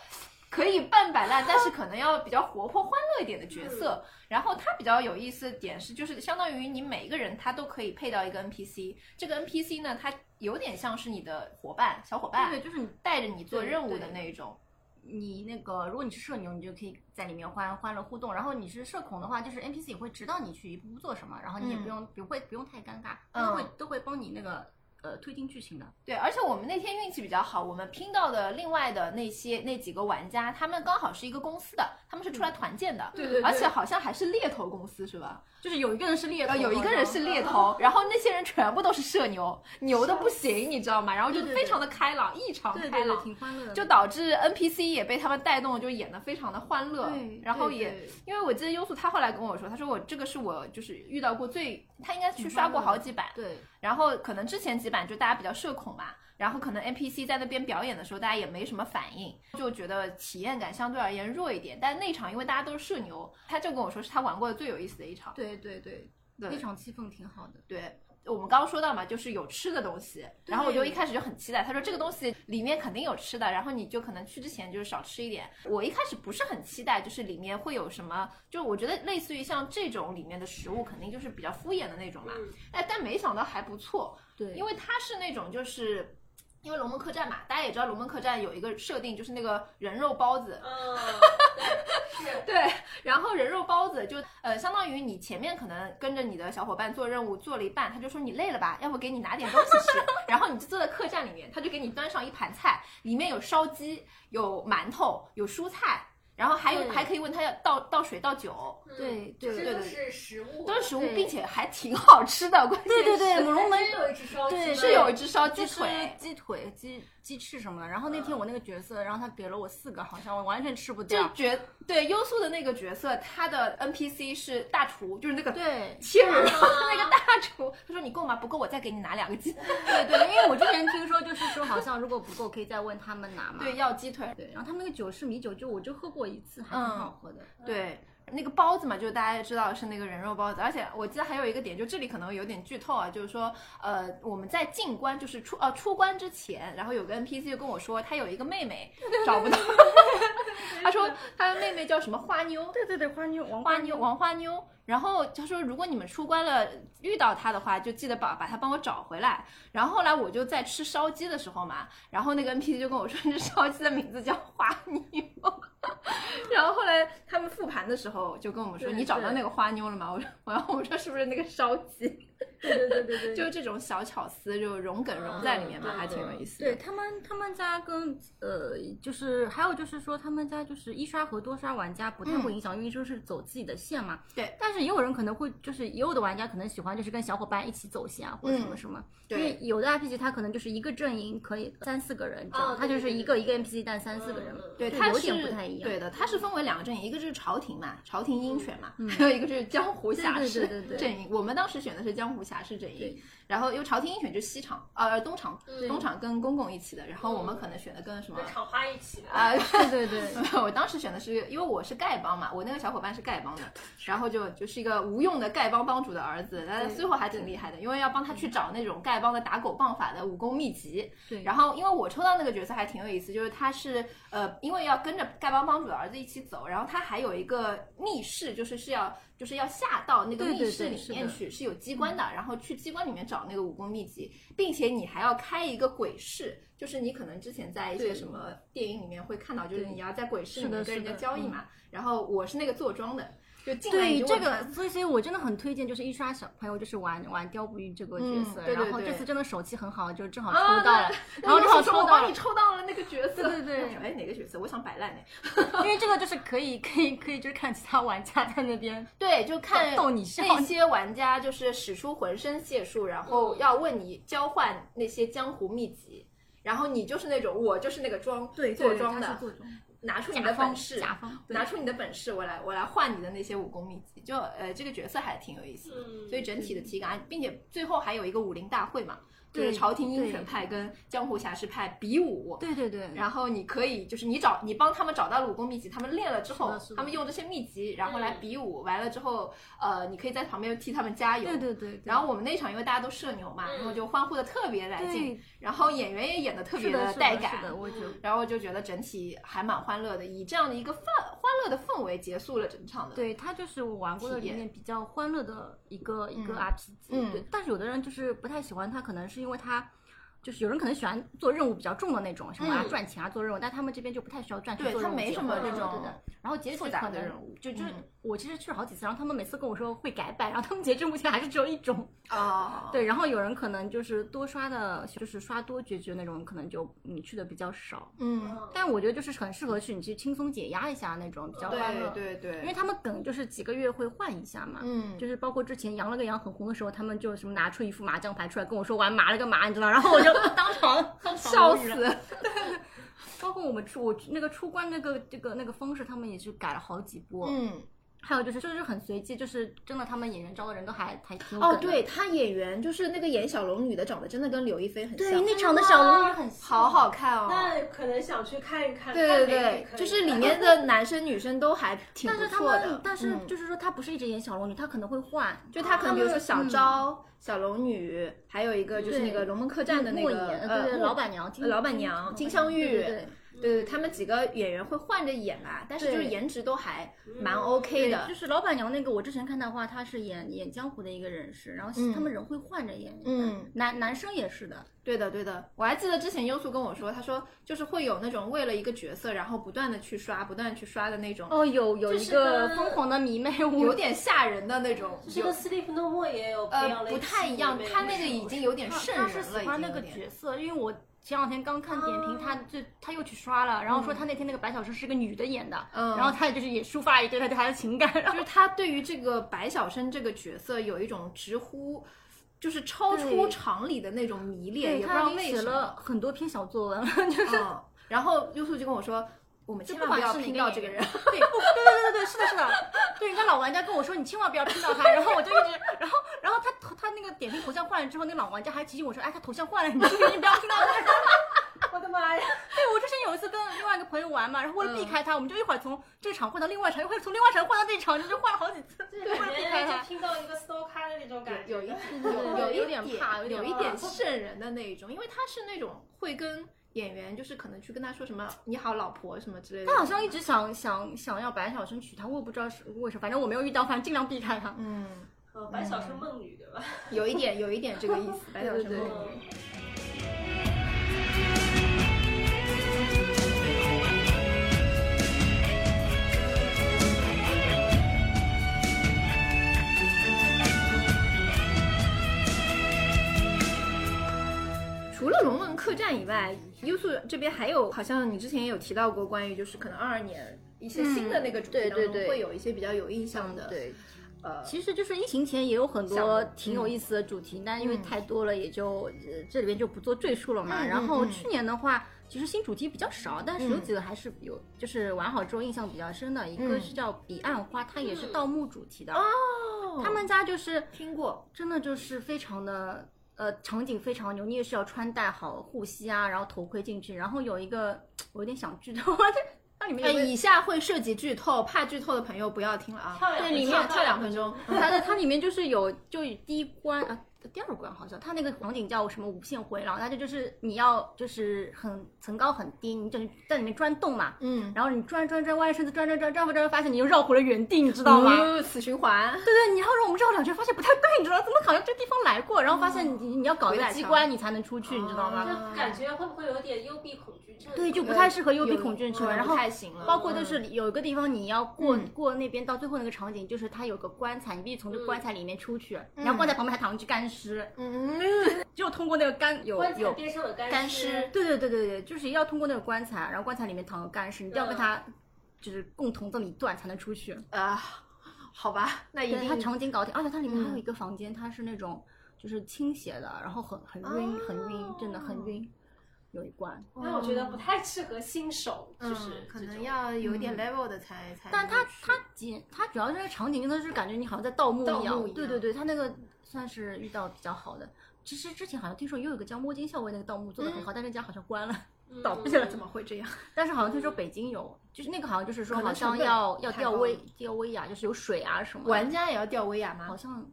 Speaker 2: 可以半摆烂，但是可能要比较活泼、欢乐一点的角
Speaker 4: 嗯
Speaker 2: 色。然后他比较有意思的点是，就是相当于你每一个人他都可以配到一个 NPC，这个 NPC 呢，它有点像是你的伙伴、小伙 伴，
Speaker 4: 对，就是你
Speaker 2: 带着你做
Speaker 4: 对
Speaker 2: 任务的
Speaker 4: 对
Speaker 2: 那一种。
Speaker 4: 你那个，如果你是社牛，你就可以在里面欢欢乐互动；然后你是社恐的话，就是 NPC 也会指导你去一步步做什么，然后你也
Speaker 2: 嗯
Speaker 4: 不用不会不用太尴尬，他都会都会帮你那个
Speaker 1: 呃推进剧情的。
Speaker 2: 对，而且我们那天运气比较好，我们拼到的另外的那些那几个玩家，他们刚好是一个公司的，他们是出
Speaker 4: 嗯
Speaker 2: 来团建的，
Speaker 1: 对对对
Speaker 2: 而且好像还是猎头公司是吧？
Speaker 1: 就是有一个人是猎头，
Speaker 2: 呃，有一个人是猎 头，然后那些人全部都是社牛，
Speaker 1: 啊
Speaker 2: 牛的不行，你知道吗？然后就非常的开朗，异常
Speaker 1: 对对
Speaker 2: 开
Speaker 1: 对，
Speaker 2: 朗，
Speaker 1: 挺欢乐的。
Speaker 2: 就导致 NPC 也被他们带动，就演的非常的欢乐
Speaker 1: 对，
Speaker 2: 然后
Speaker 1: 对
Speaker 2: 也
Speaker 1: 对
Speaker 2: 因为我记得优素他后来跟我说，他说我这个是我就是遇到过最，他应该去刷过好几版，
Speaker 1: 对，
Speaker 2: 然后可能之前几版就大家比较社恐嘛，然后可能 NPC 在那边表演的时候，大家也没什么反应，就觉得体验感相对而言弱一点。但那场因为大家都是社牛，他就跟我说是他玩过的最有意思的一场。
Speaker 1: 对对对，
Speaker 2: 对
Speaker 1: 那场气氛挺好的。
Speaker 2: 对，我们刚刚说到嘛，就是有吃的东西，然后我就一开始就很期待。他说这个东西里面肯定有吃的，然后你就可能去之前就是少吃一点。我一开始不是很期待，就是里面会有什么，就我觉得类似于像这种里面的食物，肯定就是比较敷衍的那种嘛。哎，但没想到还不错，
Speaker 1: 对
Speaker 2: 因为它是那种就是。因为龙门客栈嘛，大家也知道龙门客栈有一个设定，就是那个人肉包子，
Speaker 6: 嗯，
Speaker 2: 对，然后人肉包子就呃，相当于你前面可能跟着你的小伙伴做任务做了一半，他就说你累了吧，要不给你拿点东西 吃，然后你就坐在客栈里面，他就给你端上一盘菜，里面有烧鸡、有馒头、有蔬菜，然后还有
Speaker 1: 对嗯
Speaker 2: 还可以问他要倒倒水倒酒，
Speaker 1: 对
Speaker 2: 对
Speaker 1: 对对
Speaker 2: 对
Speaker 7: 这
Speaker 2: 对
Speaker 7: 都是食物，
Speaker 2: 都是食物，
Speaker 1: 对
Speaker 2: 并且还挺好吃的，关键
Speaker 1: 对对对，
Speaker 2: 是
Speaker 1: 母龙门
Speaker 7: 还真有一只烧鸡，
Speaker 1: 对
Speaker 2: 是有一只烧鸡
Speaker 1: 就是
Speaker 2: 腿。
Speaker 1: 鸡腿、鸡鸡翅什么的。然后那天我那个角色，然后他给了我四个，好像我完全吃不
Speaker 2: 就
Speaker 1: 掉。
Speaker 2: 角对优素的那个角色，他的 NPC 是大厨，就是那个
Speaker 1: 对啊
Speaker 2: 切人肉的那个大厨。他说你够吗？不够，我再给你拿两个鸡腿。
Speaker 1: 对对，因为我之前听说，就是说好像如果不够，可以再问他们拿嘛。
Speaker 2: 对，要鸡腿。
Speaker 1: 对，然后他们那个酒是米酒，就我就喝过一次，还挺好喝的。
Speaker 2: 对，那个包子嘛，就是大家也知道是那个人肉包子，而且我记得还有一个点，就这里可能有点剧透啊，就是说，呃，我们在进关，就是出呃出关之前，然后有个 NPC 就跟我说，他有一个妹 妹找不到，他说他的妹妹叫什么花妞，
Speaker 1: 对对对，花妞王
Speaker 2: 花妞王花妞，然后他说如果你们出关了遇到她的话，就记得把把她帮我找回来。然后后来我就在吃烧鸡的时候嘛，然后那个 NPC 就跟我说这烧鸡的名字叫花妞， 然后后来他们复盘的时候就跟我们说
Speaker 1: 对
Speaker 2: 你找到
Speaker 1: 对
Speaker 2: 那个花妞了吗？我说 然后我说是不是那个烧鸡？
Speaker 1: 对对对对对，
Speaker 2: 就是这种小巧思，就融梗融在里面嘛，还挺有意思的。
Speaker 1: 嗯对他们，他们家跟呃，就是还有就是说，他们家就是一刷和多刷玩家不太会影响，因为就是走自己的线嘛。
Speaker 2: 对。
Speaker 1: 但是也有人可能会，就是也有的玩家可能喜欢就是跟小伙伴一起走线啊，或者什么什么。
Speaker 2: 对
Speaker 1: 因为有的 RPG 它可能就是一个阵营可以三四个人这样，
Speaker 6: 哦对
Speaker 1: 它就是
Speaker 6: 对对
Speaker 1: 一个一个 NPC 但三四个人。
Speaker 2: 对，
Speaker 1: 就
Speaker 2: 它
Speaker 1: 有
Speaker 2: 是
Speaker 1: 点不太一样。嗯
Speaker 2: 对的，它是分为两个阵营，一个就是朝廷嘛，朝廷鹰犬嘛，还有一个就是江湖侠
Speaker 1: 对
Speaker 2: 士
Speaker 1: 对对对对
Speaker 2: 阵营。我们当时选的是江湖侠士阵营，然后因为朝廷鹰犬就是西厂呃东厂，东厂跟公公一起的，然后我们可能选的跟什么
Speaker 6: 跟厂花一起的，
Speaker 2: 啊。
Speaker 1: 对对对，
Speaker 2: 我当时选的是，因为我是丐帮嘛，我那个小伙伴是丐帮的，然后就就是一个无用的丐帮帮主的儿子，但是最后还挺厉害的，因为要帮他
Speaker 1: 嗯
Speaker 2: 去找那种丐帮的打狗棒法的武功秘籍。
Speaker 1: 对
Speaker 2: 然后因为我抽到那个角色还挺有意思，就是他是呃，因为要跟着丐帮帮主的儿子一起走，然后他还有一个密室，就是是要就是要下到那个
Speaker 1: 对
Speaker 2: 密
Speaker 1: 对
Speaker 2: 室
Speaker 1: 对
Speaker 2: 里
Speaker 1: 是
Speaker 2: 面
Speaker 1: 的嗯
Speaker 2: 去，是有机关的，然后去机关里面找那个武功秘籍，并且你还要开一个鬼市。就是你可能之前在一些
Speaker 1: 对
Speaker 2: 什么电影里面会看到，就是
Speaker 1: 对
Speaker 2: 你要在鬼市里
Speaker 1: 是的
Speaker 2: 面跟人家
Speaker 1: 是的嗯
Speaker 2: 交易嘛。然后我是那个坐庄的，就进来
Speaker 1: 对
Speaker 2: 你就
Speaker 1: 这
Speaker 2: 问他
Speaker 1: 个，所以所以我真的很推荐，就是一刷小朋友就是玩玩雕不鱼这个角色，
Speaker 2: 嗯对对
Speaker 1: 然后
Speaker 2: 对
Speaker 1: 这次真的手气很好，就正好抽
Speaker 2: 啊
Speaker 1: 到了， 然后正好
Speaker 2: 我
Speaker 1: 抽
Speaker 2: 说我
Speaker 1: 到
Speaker 2: 帮
Speaker 1: 了
Speaker 2: 你，抽到了那个角色，
Speaker 1: 对对对
Speaker 2: 我说哎，哪个角色？我想摆烂呢。
Speaker 1: 因为这个就是可以可以可以，就是看其他玩家在那边，
Speaker 2: 对，就 看
Speaker 1: 逗你笑
Speaker 2: 那些玩家就是使出浑身解数，然后
Speaker 1: 嗯
Speaker 2: 要问你交换那些江湖秘籍，然后你就是那种我就是那个庄坐庄的，拿出你的本事，
Speaker 1: 甲方甲方对
Speaker 2: 拿出你的本事，我来我来换你的那些武功秘籍。就呃，这个角色还挺有意思的，
Speaker 6: 嗯
Speaker 2: 所以整体的体感，并且最后还有一个武林大会嘛，就是
Speaker 1: 对
Speaker 2: 朝廷鹰
Speaker 1: 对
Speaker 2: 犬派跟江湖侠士派比武。
Speaker 1: 对对对，
Speaker 2: 然后你可以就是你找你帮他们找到了武功秘籍，他们练了之后
Speaker 1: 是的是，的
Speaker 2: 他们用这些秘籍，然后来比武，完了之后，呃，你可以在旁边替他们加油。
Speaker 1: 对对对，
Speaker 2: 然后我们那场因为大家都社牛嘛，
Speaker 6: 嗯
Speaker 2: 然后就欢呼的特别来劲
Speaker 1: 对，
Speaker 2: 然后演员也演的特
Speaker 1: 是
Speaker 2: 别
Speaker 1: 的是
Speaker 2: 带
Speaker 1: 的
Speaker 2: 感
Speaker 1: 是。的，我觉得。
Speaker 2: 然后就觉得整体还蛮欢乐的，以这样的一个氛欢乐的氛围结束了整场的。
Speaker 1: 对，它就是我玩过的
Speaker 2: 体
Speaker 1: 里
Speaker 2: 验
Speaker 1: 面比较欢乐的一个一个
Speaker 2: 嗯
Speaker 1: RPG。
Speaker 2: 嗯
Speaker 1: 对，但是有的人就是不太喜欢它，可能是因为它。就是有人可能喜欢做任务比较重的那种，什么啊
Speaker 6: 嗯
Speaker 1: 赚钱啊做任务，但他们这边就不太需要赚钱
Speaker 2: 对
Speaker 1: 做
Speaker 2: 它
Speaker 1: 任务
Speaker 2: 没
Speaker 1: 结
Speaker 2: 什
Speaker 1: 婚
Speaker 2: 么
Speaker 1: 对
Speaker 2: 这
Speaker 1: 的
Speaker 2: 种
Speaker 1: 对的然后截止
Speaker 2: 复杂
Speaker 1: 可
Speaker 2: 的
Speaker 1: 能
Speaker 2: 任务
Speaker 1: 就就是
Speaker 2: 嗯
Speaker 1: 我其实去了好几次，然后他们每次跟我说会改版，然后他们截至目前还是只有一种。
Speaker 2: 哦，
Speaker 1: 对，然后有人可能就是多刷的，就是刷多结局那种，可能就你去的比较少。
Speaker 2: 嗯，
Speaker 1: 但我觉得就是很适合去你去轻松解压一下那种比较欢乐，
Speaker 2: 对对对，
Speaker 1: 因为他们梗就是几个月会换一下嘛。
Speaker 2: 嗯
Speaker 1: 就是包括之前杨了个羊很红的时候，他们就什么拿出一副麻将牌出来跟我说玩麻了个麻，你知道？然后 我就当 场当场
Speaker 2: 笑
Speaker 1: 无语了
Speaker 2: 死，
Speaker 1: 包括我们出我那个出关那个这个那个方式，他们也是改了好几波。
Speaker 2: 嗯，
Speaker 1: 还有就是就是很随机，就是真的他们演员招的人都还还挺有
Speaker 2: 哦，
Speaker 1: 梗的
Speaker 2: 对，她演员就是那个演小龙女的，长得真的跟刘亦菲很像，
Speaker 1: 对，那场的小龙女很
Speaker 2: 好好看哦。
Speaker 6: 那可能想去看一看。
Speaker 2: 对
Speaker 6: 看
Speaker 2: 对
Speaker 6: 美女
Speaker 2: 对
Speaker 6: 可，以
Speaker 2: 就是里 面的男生女生都还挺
Speaker 1: 但
Speaker 2: 不
Speaker 1: 是他
Speaker 2: 错
Speaker 1: 们
Speaker 2: 的，。
Speaker 1: 但是
Speaker 2: 嗯
Speaker 1: 就是说他不是一直演小龙女，他可能会换，
Speaker 2: 就他可能比如说小
Speaker 1: 嗯
Speaker 2: 昭、小龙女，还有一个就是那
Speaker 1: 对
Speaker 2: 个龙门客栈的那
Speaker 1: 莫
Speaker 2: 个
Speaker 1: 言，
Speaker 2: 呃
Speaker 1: 对对，
Speaker 2: 莫
Speaker 1: 老板娘，
Speaker 2: 呃老板娘金镶玉，
Speaker 1: 对对对
Speaker 2: 对对，他们几个演员会换着演吧，但是就是
Speaker 1: 对嗯
Speaker 2: 颜值都还蛮 OK 的
Speaker 1: 对，就是老板娘那个，我之前看到的话，她是演演江湖的一个人士，然后
Speaker 2: 嗯
Speaker 1: 他们人会换着演，
Speaker 2: 嗯，
Speaker 1: 男男生也是的，
Speaker 2: 对的，对的，我还记得之前优素跟我说，他说就是会有那种为了一个角色，然后不断的去刷，不断地去刷的那种，
Speaker 1: 哦，有有
Speaker 6: 就
Speaker 1: 一
Speaker 6: 是
Speaker 1: 个
Speaker 6: 跟
Speaker 1: 疯狂的迷妹，
Speaker 2: 有
Speaker 1: 我
Speaker 2: 点吓人的那种。
Speaker 6: 就是
Speaker 2: 有
Speaker 6: 跟 Sleep No More 也有培养
Speaker 2: 呃，
Speaker 6: 了
Speaker 2: 不太一样，他那个已经有点
Speaker 1: 她
Speaker 2: 瘆
Speaker 1: 她
Speaker 2: 人
Speaker 1: 是
Speaker 2: 了，
Speaker 1: 喜
Speaker 2: 已经
Speaker 1: 欢那
Speaker 2: 有
Speaker 1: 个
Speaker 2: 点。
Speaker 1: 角色，因为我前两天刚看点评，她就她又去刷了，然后说她那天那个白小生是个女的演的，
Speaker 2: 嗯
Speaker 1: 然后她就是也抒发了一堆她对她的情感，然
Speaker 2: 就
Speaker 1: 后
Speaker 2: 是他对于这个白晓生这个角色有一种直呼，就是超出
Speaker 1: 对
Speaker 2: 常理的那种迷恋，
Speaker 1: 对
Speaker 2: 也不知
Speaker 1: 她
Speaker 2: 道
Speaker 1: 已经
Speaker 2: 为
Speaker 1: 写
Speaker 2: 什么。
Speaker 1: 了很多篇小作文了，
Speaker 2: 嗯，然后优素就跟我说，我们千
Speaker 1: 不
Speaker 2: 万不
Speaker 1: 管
Speaker 2: 要
Speaker 1: 是
Speaker 2: 拼
Speaker 1: 你
Speaker 2: 到
Speaker 1: 跟
Speaker 2: 这个
Speaker 1: 演
Speaker 2: 人。
Speaker 1: 对，不，对对对对对，是的，是的，对，人家老玩家跟我说你千万不要听到他，然后我就一直，然后然后他他那个点评头像换了之后，那个老玩家还提醒我说，哎，他头像换了，你注意你不要听到他。
Speaker 6: 我的妈呀！ 嗯
Speaker 1: 对我之前有一次跟另外一个朋友玩嘛，然后为了避开他，我们就一会儿从这场换到另外一场，一会儿从另外一场换到这场，就是换了好几次，
Speaker 6: 对，
Speaker 1: 为了避开
Speaker 6: 哎就
Speaker 1: 他。
Speaker 6: 听到一个 stalker 的那种感觉，
Speaker 2: 有一
Speaker 1: 对
Speaker 2: 有
Speaker 1: 有
Speaker 2: 有
Speaker 1: 点
Speaker 2: 点
Speaker 1: 怕有
Speaker 2: 有
Speaker 1: 点
Speaker 2: 一
Speaker 1: 怕
Speaker 2: 点瘆人的那一种，因为他是那种会跟演员就是可能去跟他说什么“你好，老婆”什么之类的。
Speaker 1: 他好像一直想想想要白小生娶她，我也不知道是为什么，反正我没有遇到，反正尽量避开他。
Speaker 2: 嗯，
Speaker 6: 呃，白小生梦女对吧？
Speaker 2: 有一点有一点这个 意思，白小生
Speaker 1: 对
Speaker 2: 梦
Speaker 6: 嗯
Speaker 2: 女。除了龙门客栈以外，优素这边还有，好像你之前也有提到过关于就是可能二二年一些新的那个主题
Speaker 1: 嗯对
Speaker 2: 当中
Speaker 1: 对对
Speaker 2: 会有一些比较有印象的，
Speaker 1: 对，
Speaker 2: 呃，
Speaker 1: 其实就是疫情前也有很
Speaker 2: 项
Speaker 1: 多
Speaker 2: 目
Speaker 1: 挺有意思的主题，但因为
Speaker 2: 嗯
Speaker 1: 太多了，也就呃这里边就不做赘述了嘛。
Speaker 2: 嗯
Speaker 1: 然后
Speaker 2: 嗯嗯
Speaker 1: 去年的话，其实新主题比较少，但是有
Speaker 2: 嗯
Speaker 1: 几个还是有，就是玩好之后印象比较深的，一个
Speaker 2: 嗯
Speaker 1: 是叫彼岸花，它也是盗墓主题的。
Speaker 2: 哦
Speaker 1: 他们家就是
Speaker 2: 听过，
Speaker 1: 真的就是非常的呃场景非常牛，你也是要穿戴好护膝啊，然后头盔进去，然后有一个我有点想剧透， 那里面
Speaker 2: 呃，
Speaker 1: 有一个
Speaker 2: 以下会涉及剧透，怕剧透的朋友不要听了啊。
Speaker 6: 跳两分钟
Speaker 2: 对，里面跳两分钟。
Speaker 1: 它的它里面就是有，就第一关啊，第二关好像它那个场景叫什么无限回廊，它就就是你要就是很层高很低，你就是在里面钻洞嘛，
Speaker 2: 嗯，
Speaker 1: 然后你转转转，弯着身子转转转，转吧转吧，发现你又绕回了原地，你知道吗？
Speaker 2: 嗯死循环。
Speaker 1: 对对，你要让我们绕两圈，发现不太对，你知道怎么好像这地方来过，然后发现你你要搞一个机关你才能出去，你知道
Speaker 2: 啊嗯
Speaker 1: 吗？
Speaker 6: 就感觉会不会有点幽闭恐惧症？
Speaker 1: 对，就不太适合幽闭
Speaker 2: 有
Speaker 1: 恐惧症，
Speaker 2: 嗯
Speaker 1: 然
Speaker 2: 不
Speaker 1: 后
Speaker 2: 太行了
Speaker 1: 包括就是有一个地方你要过、过那边到最后那个场景，就是它有个棺材，你必须从这个棺材里面出去，然后棺材旁边还躺着干尸，
Speaker 2: 嗯，
Speaker 1: 只有通过那个干有
Speaker 6: 棺材
Speaker 1: 有。
Speaker 6: 边上的
Speaker 2: 干
Speaker 6: 干
Speaker 2: 尸
Speaker 6: 尸，
Speaker 1: 对对对对对，就是要通过那个棺材，然后棺材里面躺个干尸，你一定要跟他就是共同这么一段才能出去。
Speaker 2: 啊，好吧，那一
Speaker 1: 对，它
Speaker 2: 定
Speaker 1: 场景搞定，而且它里面还有一个房间，它是那种就是倾斜的，然后很很晕，很晕，真的很晕，有一关。
Speaker 6: 那我觉得不太适合新手，就是
Speaker 2: 嗯，可
Speaker 6: 这
Speaker 2: 能
Speaker 6: 种
Speaker 2: 要有点 level 的才才。
Speaker 1: 但它它几它主要是那个场景，真的是感觉你好像在盗墓
Speaker 2: 盗
Speaker 1: 一样
Speaker 2: 墓一。
Speaker 1: 对
Speaker 2: 样
Speaker 1: 对对，它那个算是遇到比较好的。其实之前好像听说也有一个叫摸金校尉那个盗墓做的很
Speaker 2: 嗯
Speaker 1: 好，但那家好像关了，倒闭了。
Speaker 2: 怎么会这样？
Speaker 1: 但是好像听说北京有，就是那个好像就是说
Speaker 2: 可能
Speaker 1: 好像
Speaker 2: 成本
Speaker 1: 要要
Speaker 2: 太
Speaker 1: 吊
Speaker 2: 高
Speaker 1: 威
Speaker 2: 了
Speaker 1: 吊威亚，就是有水啊什么的。
Speaker 2: 玩家也要吊威亚
Speaker 1: 好
Speaker 2: 吗？
Speaker 1: 像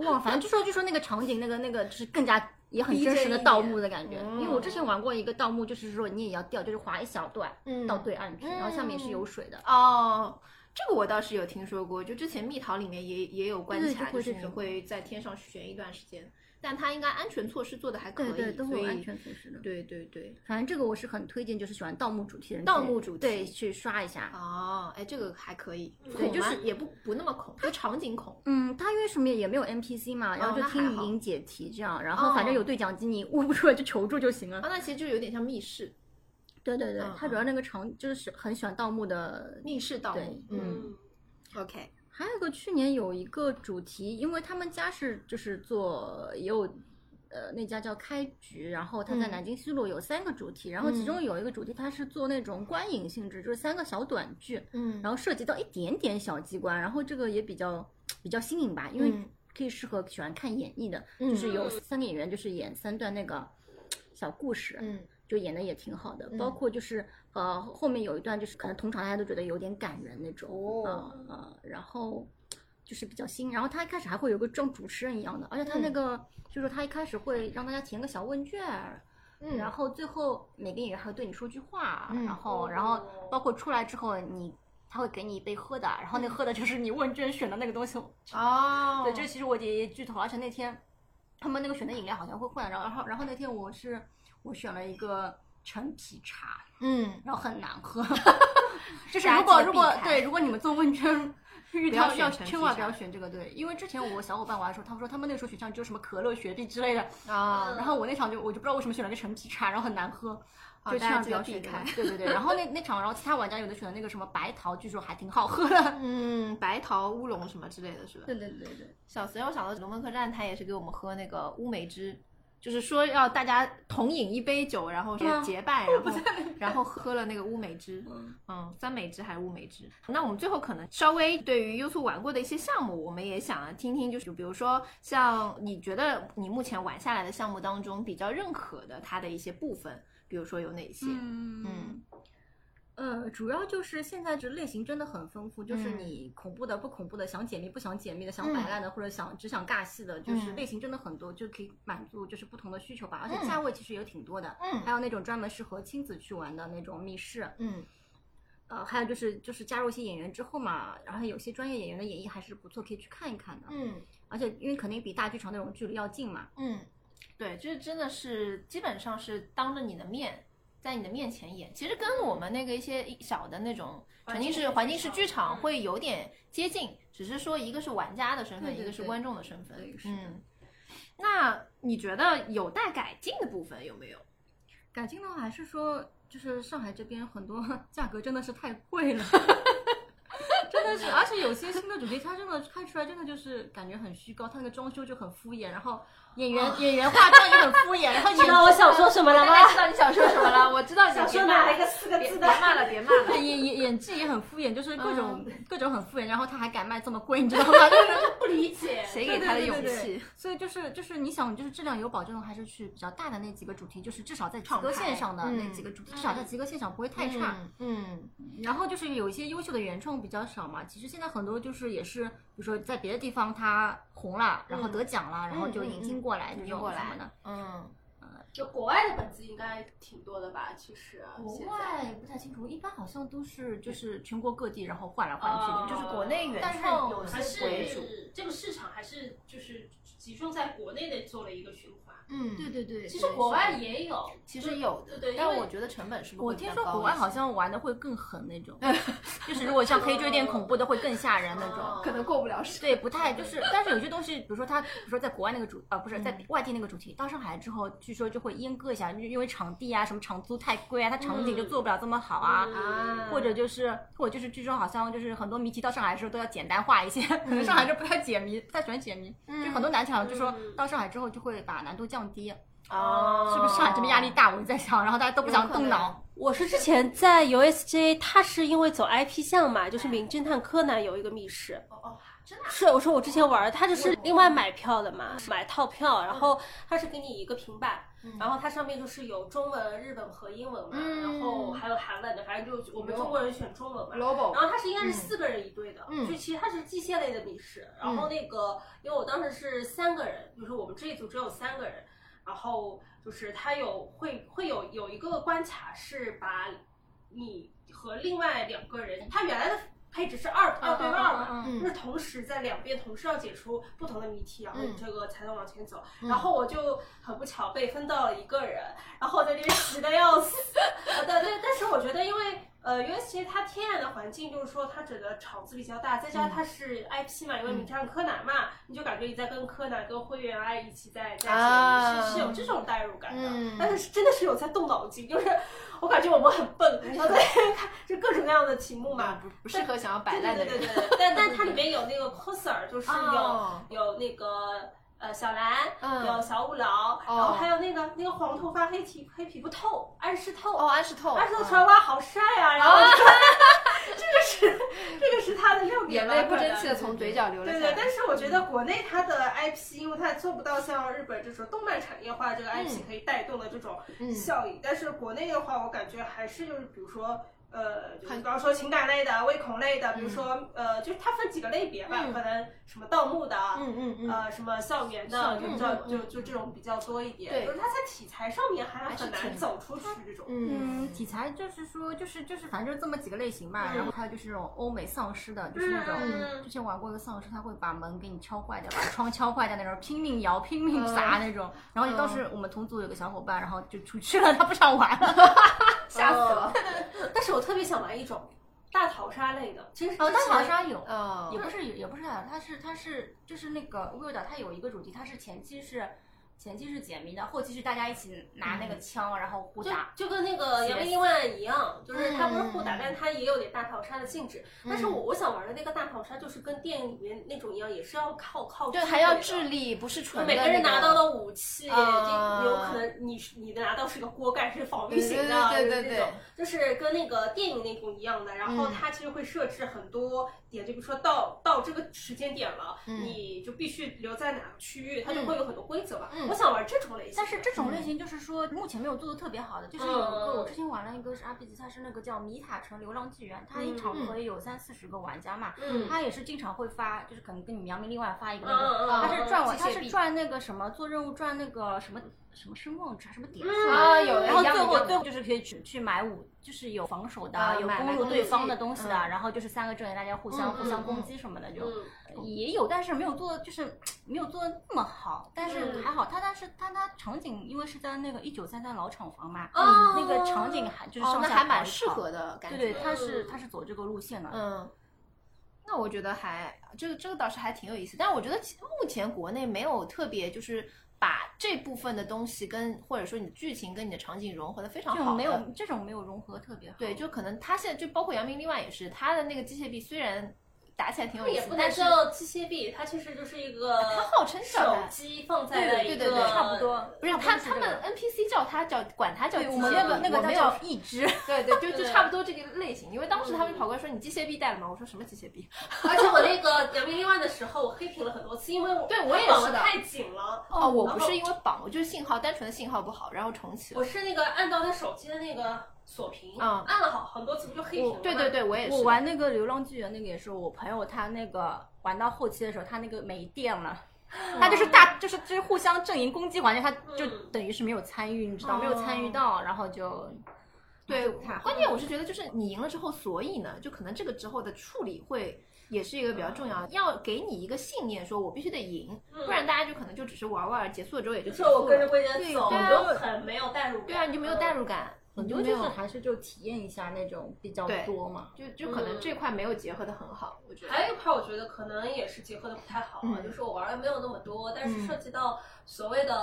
Speaker 1: 忘了，反正就说就说那个场景，那个那个就是更加也很
Speaker 2: 逼
Speaker 1: 真
Speaker 2: 真
Speaker 1: 实
Speaker 2: 一
Speaker 1: 的
Speaker 2: 点
Speaker 1: 盗墓的感觉。
Speaker 2: 嗯
Speaker 1: 因为我之前玩过一个盗墓，就是说你也要掉，就是划一小段、
Speaker 2: 嗯
Speaker 1: 到对岸去，然后下面也是有水的。
Speaker 2: 哦。这个我倒是有听说过，就之前蜜桃里面也也有关
Speaker 1: 对对
Speaker 2: 卡，
Speaker 1: 就会
Speaker 2: 就是
Speaker 1: 这
Speaker 2: 你
Speaker 1: 种
Speaker 2: 会在天上悬一段时间，但它应该安全措施做的还可以，
Speaker 1: 对对，都会
Speaker 2: 所
Speaker 1: 有
Speaker 2: 以
Speaker 1: 安全措施的。
Speaker 2: 对对对，
Speaker 1: 反正这个我是很推荐，就是喜欢盗墓主题的人可以，
Speaker 2: 盗墓主题
Speaker 1: 对去刷一下。
Speaker 2: 哦，哎，这个还可以，
Speaker 1: 对
Speaker 2: 恐
Speaker 1: 就
Speaker 2: 吗
Speaker 1: 是
Speaker 2: 也不不那么恐，就场景恐。
Speaker 1: 嗯，他因为什么也没有 NPC 嘛，然后
Speaker 2: 哦
Speaker 1: 就
Speaker 2: 那还
Speaker 1: 听语
Speaker 2: 好
Speaker 1: 音解题这样，然后反正
Speaker 2: 哦
Speaker 1: 有对讲机，你悟不出来就求助就行
Speaker 2: 啊，
Speaker 1: 了。
Speaker 2: 那其实就有点像密室，
Speaker 1: 对对对
Speaker 2: 嗯，
Speaker 1: 他主要那个场就是很喜欢盗墓的。
Speaker 2: 密室盗墓
Speaker 1: 对。
Speaker 2: 嗯
Speaker 6: 嗯，
Speaker 2: ，OK，
Speaker 1: 还有一个去年有一个主题，因为他们家是就是做也有。呃，那家叫开局，然后他在
Speaker 2: 嗯
Speaker 1: 南京西路有三个主题，然后其中有一个主题它是做那种观影性质，就是三个小短剧，
Speaker 2: 嗯，
Speaker 1: 然后涉及到一点点小机关，然后这个也比较比较新颖吧，因为
Speaker 2: 嗯
Speaker 1: 可以适合喜欢看演绎的，
Speaker 2: 嗯
Speaker 1: 就是有三个演员就是演三段那个小故事，
Speaker 2: 嗯
Speaker 1: 就演的也挺好的，
Speaker 2: 嗯
Speaker 1: 包括就是呃后面有一段就是可能同场大家都觉得有点感人那种，
Speaker 2: 哦
Speaker 1: 呃呃，然后就是比较新，然后他一开始还会有个像主持人一样的，而且他那
Speaker 2: 嗯
Speaker 1: 个、就是他一开始会让大家填个小问卷，
Speaker 2: 嗯，
Speaker 1: 然后最后每个演员还会对你说句话，啊
Speaker 2: 嗯
Speaker 1: 然后然后包括出来之后你他会给你一杯喝的，然后那喝的就是你问卷选的那个东西。
Speaker 2: 嗯哦，
Speaker 1: 对，这个其实我也剧透，而且那天他们那个选的饮料好像会换，然后然后然后那天我是我选了一个陈皮茶，
Speaker 2: 嗯，
Speaker 1: 然后很难 喝。就是
Speaker 2: 大家记得
Speaker 1: 如果如
Speaker 2: 避
Speaker 1: 果
Speaker 2: 开
Speaker 1: 对，如果你们做问卷 遇
Speaker 2: 不要
Speaker 1: 到
Speaker 2: 选
Speaker 1: 要
Speaker 2: 陈皮
Speaker 1: 千万不
Speaker 2: 茶
Speaker 1: 要选这个，对，因为之前我小伙伴玩的时候，他们说他们那个时候选项就是什么可乐、雪碧之类的，
Speaker 2: 啊，
Speaker 1: 然后我那场就我就不知道为什么选了个陈皮茶，然后很难喝，就千
Speaker 2: 大家
Speaker 1: 万
Speaker 2: 记
Speaker 1: 不
Speaker 2: 得
Speaker 1: 要
Speaker 2: 避
Speaker 1: 选这个
Speaker 2: 开。
Speaker 1: 对 对对，然后那那场，然后其他玩家有的选的那个什么白桃，据说还挺好喝的。
Speaker 2: 嗯，白桃乌龙什么之类的是吧？
Speaker 1: 对对对对，
Speaker 2: 小时候想到《龙门客栈》，他也是给我们喝那个乌梅汁，就是说要大家同饮一杯酒，然后结结伴，然后然后喝了那个乌梅汁，嗯，酸梅汁还是乌梅汁。那我们最后可能稍微对于优速玩过的一些项目，我们也想啊听听，就是比如说像你觉得你目前玩下来的项目当中比较认可的它的一些部分，比如说有哪些？嗯
Speaker 1: 嗯。呃，主要就是现在这类型真的很丰富，就是
Speaker 2: 嗯
Speaker 1: 你恐怖的、不恐怖的，想解密不想解密的，想摆烂的，或者想只想尬戏的，就是
Speaker 2: 嗯
Speaker 1: 类型真的很多，就可以满足就是不同的需求吧。而
Speaker 2: 嗯
Speaker 1: 且价位其实也挺多的，
Speaker 2: 嗯
Speaker 1: 还有那种专门适合亲子去玩的那种密室，
Speaker 2: 嗯
Speaker 1: 呃，还有就是就是加入一些演员之后嘛，然后有些专业演员的演绎还是不错，可以去看一看的。
Speaker 2: 嗯
Speaker 1: 而且因为肯定比大剧场那种距离要近嘛。
Speaker 2: 嗯，对，这真的是基本上是当着你的面，在你的面前演，其实跟我们那个一些小的那种沉浸式环境式剧
Speaker 1: 嗯
Speaker 2: 场会有点接近，只是说一个是玩家的身份，
Speaker 1: 对对
Speaker 2: 一个是
Speaker 1: 对
Speaker 2: 观众的身份。
Speaker 1: 对是的
Speaker 2: 嗯，那你觉得有待改进的部分有没有？
Speaker 1: 感情呢，还是说就是上海这边很多 价格真的是太贵了。 真的是，而且有些新的主题，它真的拍出来真的就是感觉很虚高，它那个装修就很敷衍，然后演员、演员化妆也很敷衍，然后演
Speaker 3: 知
Speaker 2: 哦
Speaker 3: 道我想说什么了吗？
Speaker 2: 知道你想说什么了，我知道你想
Speaker 6: 说哪一个四个字的？
Speaker 2: 别骂了，别骂了。
Speaker 1: 对演演演技也很敷衍，就是各种、各种很敷衍，然后他还敢卖这么贵，你知道吗？ 就是
Speaker 6: 不理解，
Speaker 2: 谁给他的勇气？
Speaker 1: 对对对对所以就是就是你想就是质量有保证的，还是去比较大的那几个主题，就是至少在及格线上的那几个主题，至少在及格线上不会太差。
Speaker 2: 嗯，
Speaker 1: 然后就是有一些优秀的原创比较少嘛，其实现在很多就是也是，比如说在别的地方他红了，然后得奖了，然后就引进过来这
Speaker 2: 嗯，
Speaker 1: 种
Speaker 2: 过
Speaker 1: 什
Speaker 2: 来
Speaker 1: 么的。，
Speaker 2: 嗯，
Speaker 6: 就国外的本子应该挺多的吧？其实啊
Speaker 1: 国
Speaker 6: 现在
Speaker 1: 外不太清楚，一般好像都是就是全国各地，然后换来换去的，
Speaker 6: 哦
Speaker 1: 就
Speaker 2: 就是
Speaker 1: 是
Speaker 2: 国内原
Speaker 1: 但是
Speaker 2: 创
Speaker 1: 有
Speaker 6: 还
Speaker 2: 些为主。
Speaker 6: 是这个市场还是就是集中在国内的做了一个循环。
Speaker 2: 嗯，
Speaker 1: 对对对。
Speaker 6: 其实国外也有，
Speaker 2: 其实有的，
Speaker 6: 对对
Speaker 2: 但
Speaker 6: 因为
Speaker 2: 我觉得成本是不是
Speaker 1: 我
Speaker 2: 会比
Speaker 1: 听
Speaker 2: 较
Speaker 1: 说
Speaker 2: 高
Speaker 1: 国
Speaker 2: 一
Speaker 1: 外
Speaker 2: 些
Speaker 1: 好像玩的会更狠 那种，就是如果像黑追店恐怖的会更吓人那种。
Speaker 2: 可能过不了审。
Speaker 1: 对，不太就是，但是有些东西，比如说他，比如说在国外那个主，呃，不是
Speaker 2: 嗯
Speaker 1: 在外地那个主题，到上海之后，据说就会阉割一下，因为因为场地啊，什么场租太贵啊，它场景就
Speaker 2: 嗯
Speaker 1: 做不了这么好啊，
Speaker 6: 啊
Speaker 1: 或者就是，或者就是，据说好像就是很多谜题到上海的时候都要简单化一些，可能上海这不太解谜，不太喜欢解谜，就很多难题好像就说
Speaker 6: 嗯
Speaker 1: 到上海之后就会把难度降低，
Speaker 2: 哦
Speaker 1: 是不是上海这边压力？大？我就在想，然后大家都不想动脑，
Speaker 3: 我是之前在 USJ，它是因为走 IP 项嘛，就是《名侦探柯南》有一个密室。
Speaker 6: 哦哦，真的啊
Speaker 3: 是，我说我之前玩儿，它就是另外买票的嘛，买套票，然
Speaker 6: 嗯
Speaker 3: 后它是给你一个平板，然后它上面就是有中文、日本和英文嘛，
Speaker 6: 嗯
Speaker 3: 然后还有韩文的，反正就我们中国人选中文嘛。
Speaker 2: Global，
Speaker 6: 然后它是应该是四个人一队的，
Speaker 2: 嗯
Speaker 6: 就其实它是机械类的密室。然后那个，因为我当时是三个人，就是我们这一组只有三个人，然后就是它有会会有有一个关卡是把你和另外两个人，它原来的。配置是二二对
Speaker 9: 嗯
Speaker 6: 二
Speaker 9: 嗯
Speaker 6: 嘛
Speaker 9: 嗯，
Speaker 6: 就是同时在两边同时要解出不同的谜题，然后你
Speaker 2: 嗯
Speaker 6: 这个才能往前走。然后我就很不巧被分到了一个人，然后我在那边急得要死。 呃但但但是我觉得，因为呃，USJ 它天然的环境就是说它整个场子比较大，
Speaker 2: 嗯
Speaker 6: 再加上它是 IP 嘛，因为名侦探柯南嘛，你就感觉你在跟柯南、跟灰原哀一起在在
Speaker 2: 啊
Speaker 6: 是是有这种代入感的。
Speaker 2: 嗯
Speaker 6: 但是是真的是有在动脑筋，就是我感觉我们很笨，
Speaker 2: 哎
Speaker 6: 然后在看就各种各样的题目嘛。
Speaker 2: 啊不不适合想要摆
Speaker 6: 对
Speaker 2: 烂的
Speaker 6: 对
Speaker 2: 人。
Speaker 6: 对对对，但但它里面有那个 coser，就是有
Speaker 2: 哦
Speaker 6: 有那个。呃，小兰、
Speaker 2: 嗯哦
Speaker 6: 有小五郎，然后还有那个那个黄头发黑皮黑皮肤透安室透
Speaker 2: 哦，安哦室透，
Speaker 6: 而且他
Speaker 2: 嗯
Speaker 6: 穿哇好帅啊，然后这个是这个是他的亮点
Speaker 2: 眼
Speaker 6: 吧，
Speaker 2: 泪不
Speaker 6: 可能
Speaker 2: 争气的嗯从嘴角流了
Speaker 6: 对
Speaker 2: 下来，。
Speaker 6: 对但是我觉得国内它的 IP，因为它也做不到像日本这种动漫产业化这个 IP 可以带动的这种
Speaker 2: 嗯
Speaker 6: 效应，但是国内的话，我感觉还是就是比如说。呃，就是
Speaker 2: 很
Speaker 6: 比方说情感类的、微恐类的，比如说、呃，就是它分几个类别吧，
Speaker 2: 嗯
Speaker 6: 可能什么盗墓的，
Speaker 2: 嗯嗯嗯，
Speaker 6: 呃，什么校园的，就比较就就这种比较多一点。
Speaker 2: 对
Speaker 6: 就是它在题材上面还
Speaker 2: 还是
Speaker 6: 很难
Speaker 2: 挺
Speaker 6: 走出去这种。
Speaker 2: 嗯
Speaker 1: 嗯，题材就是说，就是就是，反正就这么几个类型吧。然后还有就是那种欧美丧尸的，就是那种、
Speaker 6: 嗯
Speaker 1: 之前玩过一个丧尸，他会把门给你敲坏掉，把窗敲坏掉那种，拼命摇、拼命
Speaker 6: 嗯
Speaker 1: 砸那种。然后当时我们同组有个小伙伴，然后就出去了，他不想玩了。
Speaker 2: 吓死了。
Speaker 6: 但是我特别想玩一种大逃杀类的，其实
Speaker 1: 哦，但
Speaker 6: 之前
Speaker 1: 好像有，
Speaker 2: 嗯
Speaker 1: 也不是也不是啊，它是它是就是那个 w i l d 它有一个主题，它是前期是前期是解谜的，后期是大家一起拿那个枪然后互
Speaker 6: 就
Speaker 1: 打。
Speaker 6: 就跟那个《杨另外》一样，就是它不是互打，
Speaker 2: 嗯
Speaker 6: 但它也有点大逃杀的性质。但是我我想玩的那个大逃杀，就是跟电影里面那种一样，也是要靠靠
Speaker 2: 对，
Speaker 6: 智
Speaker 2: 还要
Speaker 6: 慧的
Speaker 2: 智。力，不是
Speaker 6: 就
Speaker 2: 纯的
Speaker 6: 每个人
Speaker 2: 那
Speaker 6: 拿
Speaker 2: 个
Speaker 6: 到的武器，
Speaker 2: 啊
Speaker 6: 就有可能你你的拿到是个锅盖，是防御型的，啊
Speaker 2: 对对对对对
Speaker 6: 就是那种，就是跟那个电影那种一样的。然后
Speaker 2: 嗯
Speaker 6: 它其实会设置很多点，就比如说到到这个时间点了，
Speaker 2: 嗯
Speaker 6: 你就必须留在哪个区域，它就会有很多规则吧。
Speaker 2: 嗯
Speaker 6: 我想玩这种类型的，
Speaker 1: 但是这种类型就是说，目前没有做的特别好的，就是有一个
Speaker 6: 嗯
Speaker 1: 我之前玩了一个是 RPG，它是那个叫《米塔城流浪纪元》，它
Speaker 2: 嗯
Speaker 1: 一场可以有三四十个玩家嘛，
Speaker 6: 嗯
Speaker 1: 它也是经常会发，就是可能跟你们杨明另外发一个那个，
Speaker 6: 嗯
Speaker 1: 它
Speaker 6: 嗯
Speaker 1: 是赚完，
Speaker 2: 机械
Speaker 1: 它
Speaker 2: 币
Speaker 1: 是赚那个什么做任务赚那个什么什么声望值什么点数
Speaker 6: 嗯
Speaker 2: 啊，有的
Speaker 1: 然后
Speaker 2: 一样
Speaker 1: 最
Speaker 2: 的
Speaker 1: 后
Speaker 2: 一
Speaker 1: 最
Speaker 2: 样的
Speaker 1: 后就是可以去去买武，就是有防守的，
Speaker 2: 啊
Speaker 1: 有
Speaker 2: 买买
Speaker 1: 攻入
Speaker 2: 攻
Speaker 1: 对
Speaker 2: 击
Speaker 1: 方的东西的，
Speaker 2: 嗯
Speaker 1: 然后就是三个阵营大家互
Speaker 6: 嗯
Speaker 1: 相、
Speaker 6: 嗯
Speaker 1: 互相
Speaker 2: 嗯
Speaker 1: 攻击什么的就，
Speaker 6: 嗯
Speaker 1: 也有，但是没有做的就是没有做的那么好，但是
Speaker 6: 嗯
Speaker 1: 还好，它但是它它场景因为是在那个一九三三老厂房嘛，嗯
Speaker 6: 哦
Speaker 1: 那个场景还就是
Speaker 2: 哦
Speaker 1: 上，
Speaker 2: 那
Speaker 1: 下
Speaker 2: 还
Speaker 1: 跑
Speaker 2: 蛮
Speaker 1: 一
Speaker 2: 适
Speaker 1: 跑，
Speaker 2: 合的感觉。
Speaker 1: 对对，它是
Speaker 6: 嗯
Speaker 1: 它是走这个路线的，
Speaker 2: 嗯，那我觉得还这个这个倒是还挺有意思，但我觉得其目前国内没有特别就是把这部分的东西跟或者说你的剧情跟你的场景融合的非常好
Speaker 1: 就
Speaker 2: 的，
Speaker 1: 没有这种没有融合特别好，
Speaker 2: 对，就可能他现在就包括杨明，另外也是他的那个机械臂虽然打起来挺有意
Speaker 6: 也
Speaker 2: 思
Speaker 6: 不，能
Speaker 2: 但是
Speaker 6: 叫机械臂，它其实就是一个
Speaker 2: 他号称叫
Speaker 6: 手
Speaker 2: 他。
Speaker 6: 机放在了一
Speaker 2: 对对对
Speaker 6: 个
Speaker 2: 对
Speaker 1: 差不。多，
Speaker 2: 不是
Speaker 1: 差
Speaker 2: 他，他
Speaker 1: 多这
Speaker 2: 们
Speaker 1: 个
Speaker 2: NPC 叫他叫管他叫
Speaker 1: 对
Speaker 2: 机
Speaker 1: 我
Speaker 2: 械
Speaker 1: 们
Speaker 2: 臂
Speaker 1: 那个那个
Speaker 2: 我
Speaker 1: 它
Speaker 2: 没有
Speaker 1: 叫一只，
Speaker 2: 对对，就就
Speaker 6: 对
Speaker 2: 差不多这个类型。因为当时他们跑过来说：“你机械臂带了吗？”我说：“什么机械臂
Speaker 6: 而且我那个扬名立万的时候，我黑屏了很多次，因为我
Speaker 2: 对我也
Speaker 6: 绑
Speaker 2: 是
Speaker 6: 得
Speaker 2: 的
Speaker 6: 太紧了？”。
Speaker 2: 哦，我
Speaker 6: 然
Speaker 2: 不
Speaker 6: 后
Speaker 2: 是因为绑，我就是信号单纯的信号不好，然后重启了
Speaker 6: 我。是那个按到他手机的那个锁屏，
Speaker 2: 嗯
Speaker 6: 按了好很多次，不就黑屏了吗？
Speaker 2: 对对对，我也是。
Speaker 1: 我玩那个《流浪纪元》那个也是，我朋友他那个玩到后期的时候，他那个没电了。他就是大，就是就是互相阵营攻击环节，他就
Speaker 6: 嗯
Speaker 1: 等于是没有参与，你知道，
Speaker 2: 哦
Speaker 1: 没有参与到，然后就
Speaker 2: 对，
Speaker 1: 太好
Speaker 2: 关键我是觉得就是你赢了之后，所以呢，就可能这个之后的处理会也是一个比较重要的，要给你一个信念，说我必须得赢，不然大家就可能就只是玩玩，结束了之后也就
Speaker 6: 就
Speaker 2: 结束
Speaker 6: 是嗯我跟着
Speaker 2: 了。
Speaker 6: 规则走，
Speaker 2: 对啊
Speaker 6: 我都很没有代入感。
Speaker 2: 对啊，你就没有代入感，
Speaker 1: 很
Speaker 2: 你就
Speaker 1: 多
Speaker 2: 没
Speaker 1: 就是
Speaker 6: 嗯
Speaker 2: 有，
Speaker 1: 还是就体验一下那种比较
Speaker 2: 对
Speaker 1: 多嘛。
Speaker 2: 就就可能这块没有结合的很好，我觉得。
Speaker 6: 嗯还有一块，我觉得可能也是结合的不太好啊，
Speaker 2: 嗯
Speaker 6: 就是我玩的没有那么多，但
Speaker 2: 嗯
Speaker 6: 是涉及到所谓的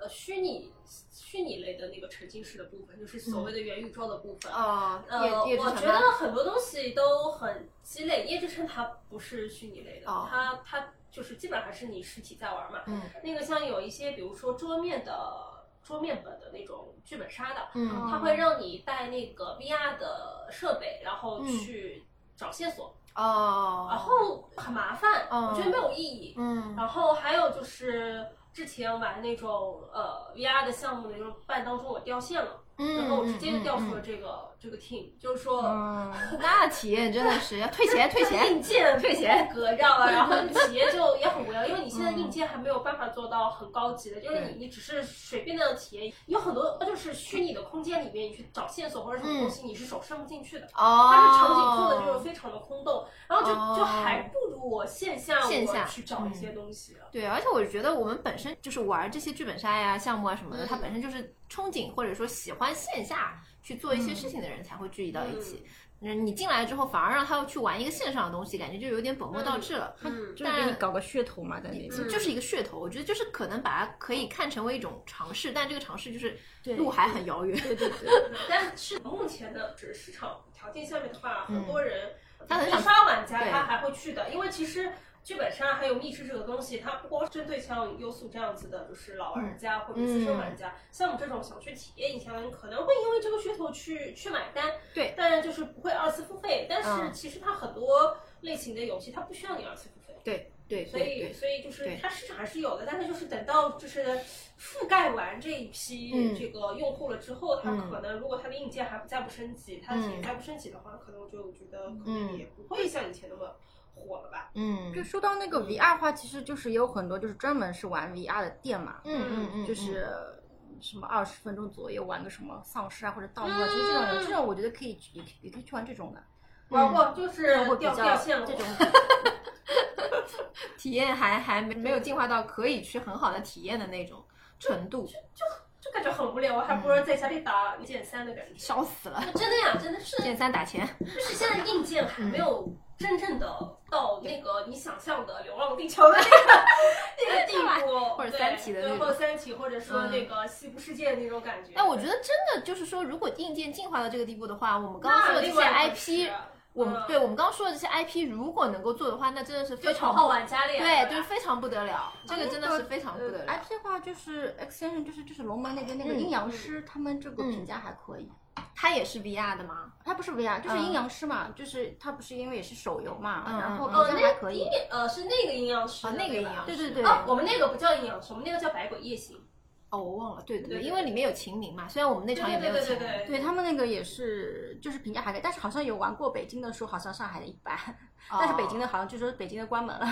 Speaker 6: 呃虚拟虚拟类的那个沉浸式的部分，就是所谓的元宇宙的部分。
Speaker 2: 哦，
Speaker 6: 呃，
Speaker 2: 也也
Speaker 6: 我觉得很多东西都很鸡肋，夜之城它不是虚拟类的，
Speaker 2: 哦
Speaker 6: 它它就是基本上还是你实体在玩嘛。
Speaker 2: 嗯
Speaker 6: 那个像有一些，比如说桌面的桌面本的那种剧本杀的，
Speaker 2: 嗯
Speaker 6: 它会让你带那个 VR 的设备，然后去找线索，
Speaker 2: 嗯哦，
Speaker 6: 然后很麻烦，
Speaker 2: 哦
Speaker 6: 我觉得没有意义。
Speaker 2: 嗯
Speaker 6: 然后还有就是之前玩那种呃 VR 的项目的那种半当中我掉线了，
Speaker 2: 嗯
Speaker 6: 然后我直接
Speaker 2: 嗯
Speaker 6: 就
Speaker 2: 嗯
Speaker 6: 调
Speaker 2: 嗯
Speaker 6: 出了这个这个 team，就是说。
Speaker 2: 嗯，那体验真的是要退钱，退 钱
Speaker 6: 硬，件
Speaker 2: 退钱
Speaker 6: 格调了，然后企业就也很无聊，因为你现在硬件还没有办法做到很高级的，就是
Speaker 2: 对
Speaker 6: 你你只是随便的体验，有很多就是虚拟的空间里面你去找线索或者什么东
Speaker 2: 嗯
Speaker 6: 西，你是手伸不进去的。
Speaker 2: 哦
Speaker 6: 它是场景做的就是非常的空洞，然后就、
Speaker 2: 哦
Speaker 6: 就还不如我线下
Speaker 2: 线下嗯
Speaker 6: 我去找一些东西。
Speaker 2: 对，而且我觉得我们本身就是玩这些剧本杀呀、项目啊什么的，
Speaker 6: 嗯
Speaker 2: 它本身就是憧憬或者说喜欢线下去做一些
Speaker 6: 嗯
Speaker 2: 事情的人才会聚集到一起。那你进来之后，反而让他要去玩一个线上的东西，感觉就有点本末倒置了。
Speaker 6: 嗯，
Speaker 10: 就是给你搞个噱头嘛，在那
Speaker 6: 嗯
Speaker 10: 边。
Speaker 2: 就是一个噱头，我觉得就是可能把它可以看成为一种尝试，但这个尝试就是
Speaker 10: 对
Speaker 2: 路还很遥远。
Speaker 6: 但是目前的市市场条件下面的话，很多人
Speaker 2: 嗯他很想
Speaker 6: 想刷玩家，
Speaker 2: 对
Speaker 6: 他还会去的，因为其实。剧本杀还有密室这个东西，它不光针对像优速这样子的，就是老玩家或者资深玩
Speaker 2: 嗯
Speaker 6: 家，像我们这种想去体验一下的人，可能会因为这个噱头去去买单。
Speaker 2: 对
Speaker 6: 但就是不会二次付费。但是
Speaker 2: 嗯
Speaker 6: 其实它很多类型的游戏，它不需要你二次付费。
Speaker 2: 对对
Speaker 6: 所
Speaker 2: 对
Speaker 6: 以，
Speaker 2: 对，
Speaker 6: 所以就是
Speaker 2: 对
Speaker 6: 它市场还是有的，但是就是等到就是覆盖完这一批
Speaker 2: 嗯
Speaker 6: 这个用户了之后，它
Speaker 2: 嗯
Speaker 6: 可能如果它的硬件还不再不升级，它的体验再不升级的话，可能我就觉得可能也不会像以前那么火了吧。
Speaker 2: 嗯
Speaker 1: 就说到那个 VR 的话，其实就是有很多就是专门是玩 VR 的店嘛，
Speaker 2: 嗯嗯，
Speaker 1: 就是什么二十分钟左右玩个什么丧尸啊或者盗墓
Speaker 2: 嗯
Speaker 1: 啊，其实这种人这种我觉得可以去也可以也可以去玩这种的。
Speaker 6: 玩过就是
Speaker 1: 会比
Speaker 6: 掉
Speaker 1: 较
Speaker 6: 掉线了，
Speaker 1: 这种
Speaker 2: 体验还还没没有进化到可以去很好的体验的那种程度，
Speaker 6: 就感觉很无聊，啊我还不
Speaker 2: 嗯
Speaker 6: 如在家里打一键三的感觉。
Speaker 2: 烧死了。
Speaker 6: 真的呀，真的是，
Speaker 2: 剑三打钱，
Speaker 6: 就是现在硬件还
Speaker 2: 嗯
Speaker 6: 没有真正的到那个你想象的《流浪地球》的 那个那个地步，
Speaker 2: 或者
Speaker 6: 对
Speaker 2: 三体的那种
Speaker 6: 对或者三体，或者说
Speaker 2: 嗯
Speaker 6: 那个西部世界的那种感觉。
Speaker 2: 但我觉得真的就是说，如果硬件进化到这个地步的话，我们刚刚
Speaker 6: 那
Speaker 2: 说的这
Speaker 6: 另
Speaker 2: 些
Speaker 6: 外一个
Speaker 2: IP，
Speaker 6: 是
Speaker 2: 我们
Speaker 6: 嗯
Speaker 2: 对我们刚刚说的这些 IP，如果能够做的话，那真的是非
Speaker 6: 就
Speaker 2: 常
Speaker 6: 头
Speaker 2: 不
Speaker 6: 号玩家了呀，
Speaker 2: 对，
Speaker 6: 吧
Speaker 2: 就是非常不得
Speaker 6: 啊
Speaker 2: 了，这个真的嗯是非常不
Speaker 6: 呃
Speaker 2: 得了。
Speaker 1: IP 的话就是 Extension，就是就是龙门那边那个阴阳师，他们这个
Speaker 2: 嗯
Speaker 1: 评价还可以。
Speaker 2: 它也是 VR 的吗？
Speaker 6: 呃
Speaker 1: 它不是 VR，就是
Speaker 2: 嗯
Speaker 1: 阴阳师嘛，就是它不是因为也是手游嘛，
Speaker 2: 嗯
Speaker 1: 然后
Speaker 2: 嗯
Speaker 1: 评
Speaker 6: 哦，
Speaker 1: 价还
Speaker 6: 那
Speaker 1: 可
Speaker 6: 个
Speaker 1: 以
Speaker 6: 阴。呃是那个阴阳师
Speaker 2: 哦
Speaker 6: 的，
Speaker 2: 那个
Speaker 6: 对
Speaker 2: 阴
Speaker 6: 吧
Speaker 2: 阳
Speaker 1: 对
Speaker 2: 师
Speaker 1: 对对，
Speaker 6: 哦，我们那个不叫阴阳师，我们那个叫百鬼夜行。
Speaker 2: 哦，我忘了，对对
Speaker 6: 对
Speaker 2: 对，
Speaker 6: 对
Speaker 2: 因为里面有秦明嘛，虽然我们那场也没有
Speaker 6: 对
Speaker 2: 秦
Speaker 6: 对对
Speaker 2: 明，
Speaker 1: 对
Speaker 6: 对
Speaker 1: 他们那个也是，就是评价还可以，但是好像有玩过北京的说，好像上海的一般，
Speaker 2: 哦
Speaker 1: 但是北京的好像据说北京的关门了，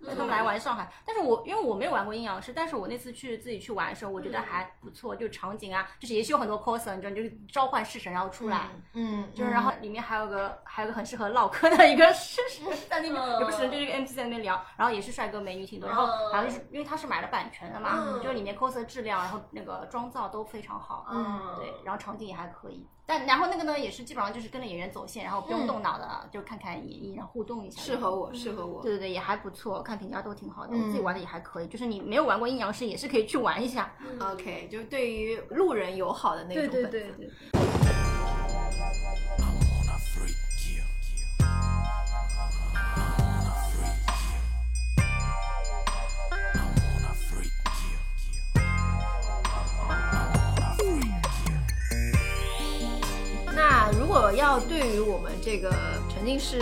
Speaker 1: 他们来玩上海。但是我因为我没有玩过阴阳师，但是我那次去自己去玩的时候，我觉得还不错，就场景啊，就是也是有很多 coser，你知道，就是召唤式神然后出来。
Speaker 6: 哦
Speaker 2: 嗯，
Speaker 1: 就是，然后里面还有个还有个很适合唠嗑的一个是是在那边，
Speaker 6: 嗯
Speaker 1: 也不是就是一个 MC 在那边聊，然后也是帅哥美女挺多，然后
Speaker 6: 嗯
Speaker 1: 好像就是因为他是买了版权的嘛，
Speaker 6: 嗯
Speaker 1: 就是里面 coser 质量，然后那个妆造都非常好，
Speaker 6: 嗯
Speaker 1: 对，然后场景也还可以，但然后那个呢也是基本上就是跟着演员走线，然后不用动脑的，就看看演绎，然后互动一下，
Speaker 2: 嗯适合我，适合
Speaker 6: 嗯
Speaker 2: 我。
Speaker 1: 对对对，也还不错，看评价都挺好的，
Speaker 2: 嗯
Speaker 1: 我自己玩的也还可以，就是你没有玩过阴阳师也是可以去玩一下，
Speaker 6: 嗯
Speaker 2: OK，就是对于路人友好的那种本子。
Speaker 1: 对。
Speaker 5: I'm on a free kill. I'm on a free kill. I'm on a free kill. I'm on a free kill.
Speaker 2: 那如果要对于我们这个沉浸式